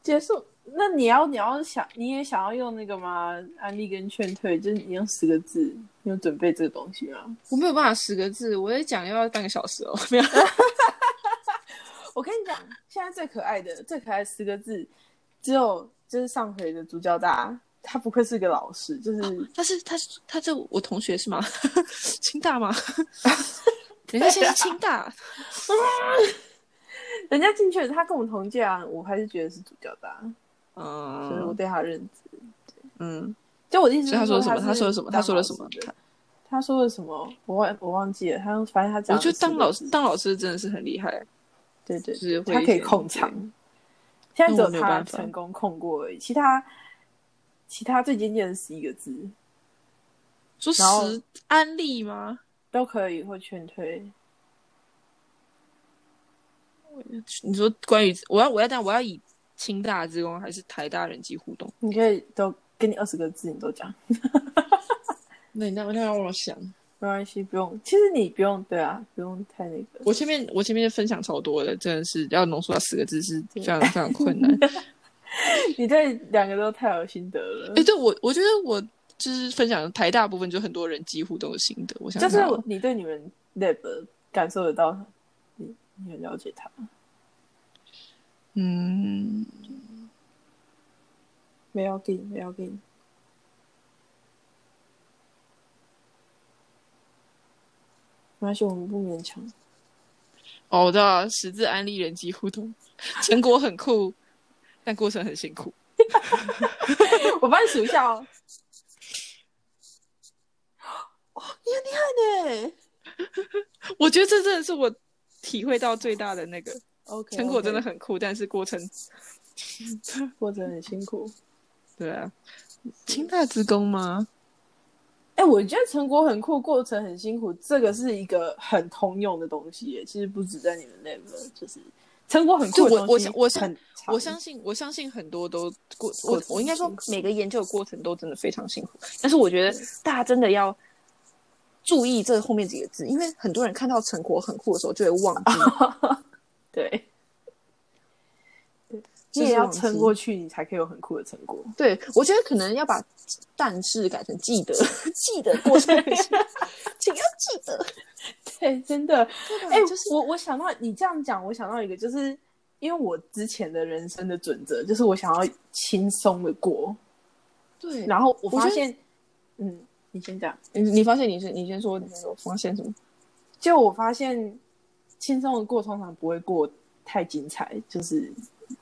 B: 结束，那你要你要想，你也想要用那个吗？安利跟劝退，就是你用十个字，你有准备这个东西吗？
A: 我没有办法十个字，我在讲要半个小时哦。 [laughs] 没有，
B: 我跟你讲，现在最可爱的最可爱的十个字，只有就是上回的主角大，他不愧是个老师，就是
A: 他是他是他这我同学是吗？ [laughs] 清大 [laughs] 吗？人家现在是清大，
B: [laughs] 人家进去了，他跟我们同届啊，我还是觉得是主角大，
A: [laughs] 嗯，
B: 所以我对他的认知。
A: 嗯，
B: 就我的意思
A: 所以
B: 是
A: 他
B: 是
A: 说
B: 说
A: 了什么？他说了
B: 是
A: 什么？
B: 当
A: 他说了什么
B: 老？师的他说了什么？我忘我忘记了。他反正他讲
A: 我
B: 了
A: 觉得当老
B: 十
A: 师当老师真的是很厉害，
B: 个字，对对
A: 就是会
B: 他可以控场。现在只
A: 那我
B: 有
A: 没有
B: 他
A: 办法
B: 成功控过而已，其他其他最尖尖的十一个字
A: 说
B: 然后
A: 实安利吗？
B: 都可以或劝退。
A: 你说关于我要我要但我要以清大之工还是台大人际互动？
B: 你可以都给你二十个字，你都讲
A: 那那那让我想，
B: 没关系，不用。其实你不用，对啊，不用太那个。
A: 我前面我前面分享超多的，真的是要浓缩到四个字是非常非常困
B: [laughs]
A: 难。
B: 你对两个都太有心得了
A: 哎、。对我我觉得我就是分享台大部分就很多人几乎都有心得，我想
B: 就是
A: 想哦
B: 我你对你们 lab 感受得到，你你很了解他。
A: 嗯，
B: 没有给你，没有给你。没关系，我们不勉 [laughs] 强。
A: 哦，我知道了十字安利人机互动，成果很酷，但过程很辛苦。
B: 我帮你数一下哦。哇，哦你很厉害呢。
A: 我觉得这真的是我体会到最大的那个
B: OK，
A: 成果，真的很酷，但是过程
B: 过程很辛苦。
A: 对啊，清大之工吗？
B: 哎、我觉得成果很酷，过程很辛苦，这个是一个很通用的东西耶。其实不止在你们 level，就是成果很酷
A: 就
B: 的
A: 我
B: 东西
A: 我相
B: 很
A: 我相
B: 长
A: 信，我相信很多都过
B: 过
A: 我
B: 程
A: 我应该说
B: 很辛
A: 每个研究的过程都真的非常辛苦，但是我觉得大家真的要注意这后面几个字，因为很多人看到成果很酷的时候就会忘 [laughs] 记，
B: 对。
A: 就
B: 你
A: 是
B: 也要
A: 忘记
B: 撑过去，你才可以有很酷的成果。
A: 对，我觉得可能要把“但是”改成“记得”， [laughs] 记得过程很辛苦，请要记 [laughs] 得。
B: [laughs] 对，真 [laughs] 的。哎、
A: 就是
B: 我我想到你这样讲，我想到一个，就是因为我之前的人生的准则，就是我想要轻松的过，
A: 对，
B: 然后我
A: 我
B: 发
A: 觉得
B: 现，嗯，你先讲。
A: 你你发现你先你先说，你先说发现什么？
B: 就我发现，轻松的过通常不会过太精彩，就是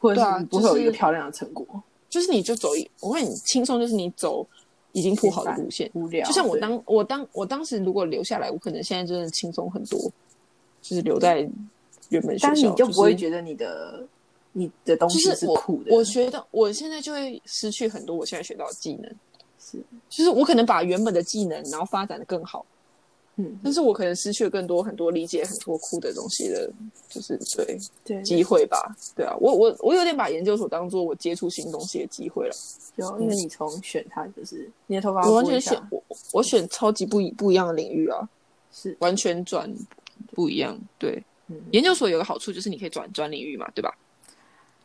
B: 或者
A: 对啊
B: 是你不会有一
A: 就是
B: 个漂亮的成果，
A: 就是你就走一，我问你轻松，就是你走已经铺好的路线。
B: 无聊。
A: 就像我
B: 对
A: 当我当我当时如果留下来，我可能现在真的轻松很多，就是留在原本学校。
B: 但是你就不会
A: 得
B: 觉得你的你的东
A: 就
B: 西
A: 是我
B: 酷的，
A: 我学到我现在就会失去很多我现在学到的技能，
B: 是
A: 就是我可能把原本的技能然后发展的更好，
B: 嗯，
A: 但是我可能失去了更多很多理解很多酷的东西的，就是对
B: 对，
A: 机会吧，对啊，我我我有点把研究所当做我接触新东西的机会了，
B: 有，因为你从选它就是你的头发
A: 我完
B: 拨一
A: 全
B: 下
A: 选我我选超级不一不一样的领域啊，
B: 是，
A: 完全转不一样，对，
B: 嗯，
A: 研究所有个好处就是你可以转专领域嘛，对吧？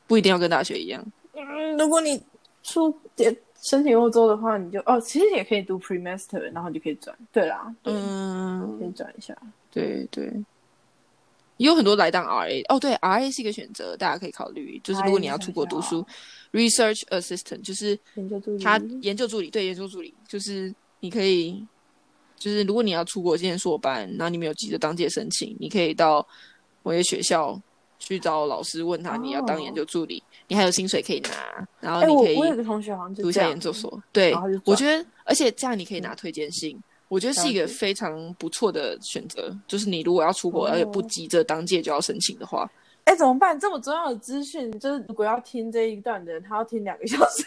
A: 不一定要跟大学一样。
B: 嗯，如果你出也申请欧洲的话，你就哦，其实也可以读 pre master，然后你就可以转。对啦，对，可以
A: 嗯，
B: 转一下。
A: 对对，也有很多来当 RA 哦，对，RA 是一个选择，大家可以考虑。就是如果你要出国读书，research
B: 啊
A: assistant 就是
B: 研究助理，
A: 他研究助理，对，研究助理就是你可以，就是如果你要出国念硕班，然后你没有急着当届申请，你可以到某些学校去找老师问他你要当研究助理，你还有薪水可以拿，然后
B: 哦哎、
A: 你
B: 我
A: 可以
B: 我有个同学好像就
A: 读一
B: 这
A: 下
B: 样
A: 研究所。对
B: 然后就，
A: 我
B: 转嗯
A: 觉得，而且这样你可以拿推荐信，我觉得是一
B: 了
A: 个
B: 解
A: 非常不错的选择。就是你如果要出国，
B: 哦
A: 而且不急着当届就要申请的话，
B: 哎、怎么办？这么重要的资讯，就是如果要听这一段的人，他要听两个小
A: [laughs]
B: 时，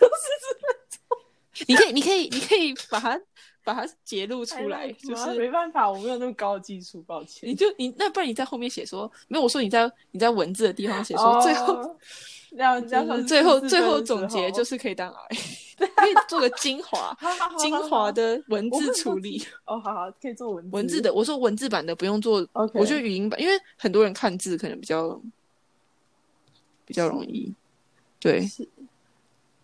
A: 你可以，你可以，你可以把它把它截
B: [laughs]
A: 录
B: 太
A: 出来，
B: 累
A: 就
B: 了
A: 是。
B: 没办法，我没有那么高的技术，抱歉
A: 你。就你那，不然你在后面写说没有？我说你在你在文字的地方写说、最后
B: 哦，让加
A: 就是
B: 上
A: 最后最后总结就是是可以当
B: [laughs]
A: R，可以做个精华精华的文
B: 我
A: 字
B: 会
A: 处
B: 做
A: 理。
B: 哦，好好可以做文字
A: 文字的，我说文字版的不用做
B: OK
A: 我觉得语音版，因为很多人看字可能比较比较容易。对
B: 是，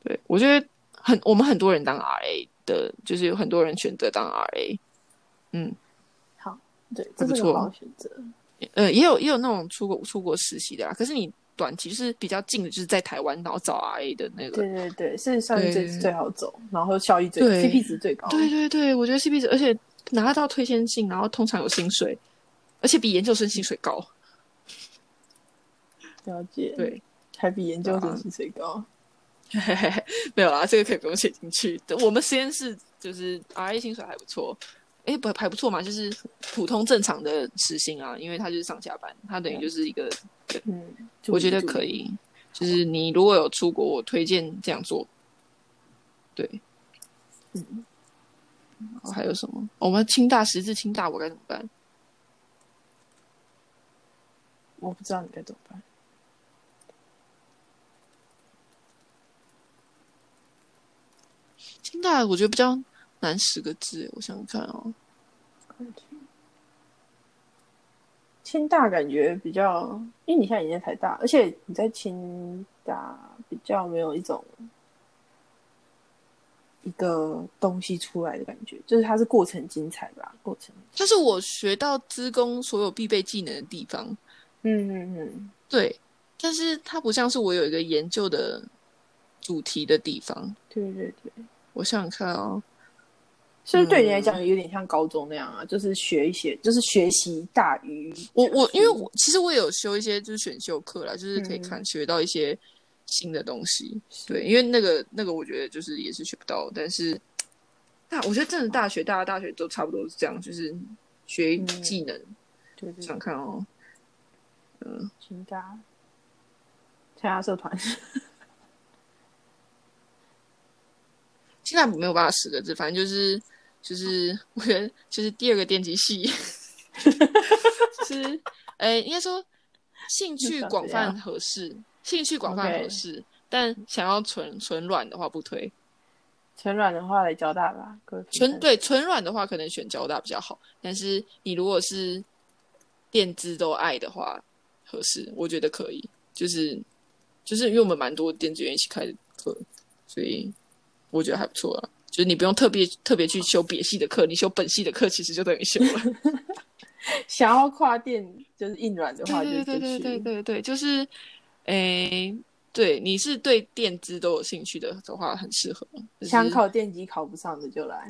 A: 对，我觉得很，我们很多人当 RA 的，就是有很多人选择当 RA，嗯，
B: 对，这
A: 不
B: 是
A: 错
B: 个好选择。
A: 呃，也有也有那种出国出国实习的啊，可是你短期就是比较近的，就是在台湾然后找 RA 的那个。
B: 对对对，是算
A: 对
B: 最最好走，然后效益最
A: 对
B: CP 值最高。
A: 对对对，我觉得 CP 值，而且拿到推荐信，然后通常有薪水，而且比研究生薪水高。
B: 了解。
A: 对，， [laughs]
B: 还比研究
A: 对啊
B: 生薪水高。
A: 没有啦，这个可以不用写进去。我们实验室就是 RA 薪水还不错，诶，不还不错嘛，就是普通正常的时薪啊，因为他就是上下班，他等于就是一个，
B: 嗯，
A: 我觉得可。以。就是你如果有出国，我推荐这样做。对，
B: 嗯，
A: 然后还有什么？哦我们清大实质清大，我该怎么办？
B: 我不知道你该怎么办。
A: 清大我觉得比较难十个字，我想想看哦。
B: 清大感觉比较，因为你现在已经在台大，而且你在清大比较没有一种一个东西出来的感觉，就是它是过程精彩吧，过程。
A: 但是我学到资工所有必备技能的地方，
B: 嗯嗯嗯，
A: 对，但是它不像是我有一个研究的主题的地方。
B: 对对对，
A: 我想想看哦，
B: 所以对你来讲有点像高中那样啊，就是学一些，就是学习大于
A: 我我因为我其实我也有修一些就是选修课啦，就是可以
B: 嗯
A: 看学到一些新的东西。对，因为那个那个我觉得就是也是学不到，但是大我觉得真的大学大家大学都差不多是这样，就是学
B: 嗯
A: 技能。
B: 对对
A: 想看哦，
B: 清大参加社团， [laughs]
A: 现在没有办法十个字，反正就是就是， [laughs] 我觉得就是第二个电机
B: [laughs]
A: 系，就是呃，应该说兴趣广泛合适，兴趣广泛合适但想要纯纯软的话不推，
B: 纯软的话来交大吧，各位评判
A: 纯对纯软的话可能选交大比较好，但是你如果是电资都爱的话，合适，我觉得可以，就是就是因为我们蛮多电子园一起开的课，所以我觉得还不错啊。就是你不用特别特别去修别系的课，你修本系的课其实就等于修了。
B: 想要跨店就是硬软的话就
A: 对
B: 就去，
A: 对对对对对，就是，诶、对，你是对电资都有兴趣的的话，很适合。就是
B: 想考电机考不上的就来，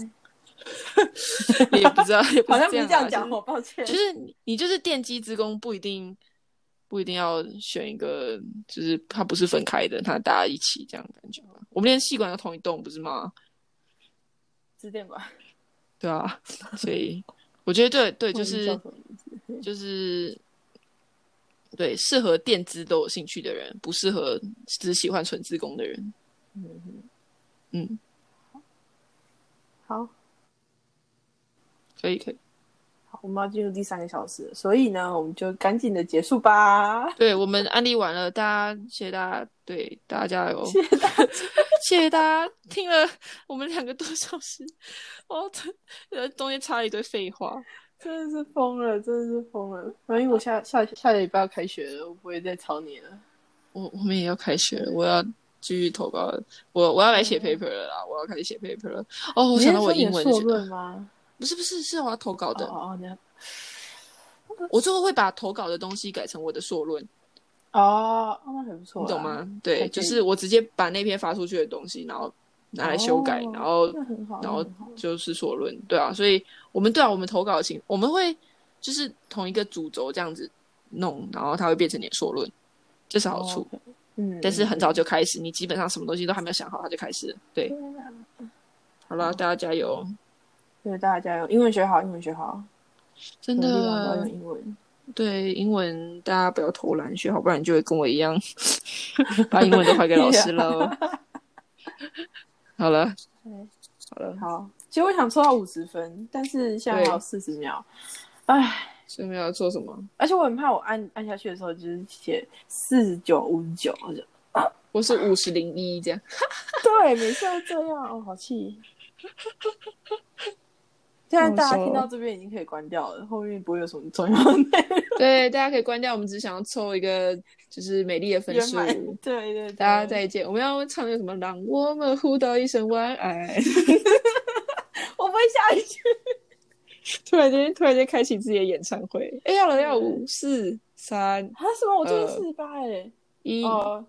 A: 也不知道，也不
B: 好
A: 是
B: 像不是
A: 样
B: 这样
A: 啊
B: 讲哦，抱歉 [laughs]
A: 就。是你你就是电机职工不一定不一定要选一个，就是它不是分开的，它大家一起这样的感觉吧。我们连系管都同一栋，不是吗？
B: 致电吧，
A: 对啊，所以我觉得对对，就
B: 忘
A: 是
B: 记叫什么名字
A: 就是对适合电资都有兴趣的人，不适合只喜欢纯自工的人。
B: 嗯嗯
A: 嗯，
B: 好
A: 可以可以。
B: 好，我们要进入第三个小时了，所以呢，我们就赶紧的结束吧。 [laughs]
A: 对我们安利完了，大家谢谢大家，对大家加油，谢谢大家，谢谢大家听了我们两个多小时，哦，呃中间插了一堆废话，
B: 真的是疯了，真的是疯了。万一我下下下个礼拜要开学了，我不会再吵你了。
A: 我我们也要开学了，我要继续投稿了，我我要来写 paper 了啦，我要开始写 paper 了。哦，我
B: 哦你
A: 想
B: 是
A: 到我
B: 说你
A: 英
B: 的
A: 文
B: 硕
A: 觉得 [laughs]
B: 论吗？
A: 不是不是是我要投稿
B: 哦
A: 的，
B: 哦，你要
A: 我最后会把投稿的东西改成我的硕论。
B: 哦，哦那很不错，
A: 你懂？吗？对，
B: 还
A: 就
B: 可以
A: 是我直接把那篇发出去的东西，然后拿来修改，
B: 哦
A: 然后
B: 那很好，
A: 然后
B: 那很好
A: 就是所论，对啊，所以我们对啊，我们投稿的情，我们会就是同一个主轴这样子弄，然后它会变成你的硕论，这是好处。
B: 哦，OK 嗯，
A: 但是很早就开始，你基本上什么东西都还没有想好，它就开始了。对，好啦，大家加油！
B: 对大家加油，英文学好，英文学好，
A: 真
B: 努力吧不要
A: 的
B: 用，英文，
A: 对英文大家不要偷懒学好，不然你就会跟我一样，把英文都还给老师喽。
B: [laughs]
A: 好了，好了。
B: 好。其实我想抽到五十分，但是现在还有四十秒，唉，
A: 所以我们要做什么？
B: 而且我很怕我按按下去的时候就是写四十九、五十九，我就
A: 我是五十零一这样。
B: 对，每次都这样，哦，好气。现在大家
A: 哦
B: 听到这边已经可以关掉了，后面不会有什么重要的内容
A: [laughs] 对，大家可以关掉。我们只想要凑一个就是美丽的分数。
B: 圆满对对对，
A: 大家再见。我们要唱那个什么？让我们互道一声晚安。
B: 我不会下一句。
A: [laughs] 突然间，突然间开启自己的演唱会。哎，要了，要五四三
B: [laughs] 啊什么？我最近
A: 呃
B: 四十八哎。
A: 一。
B: 哦，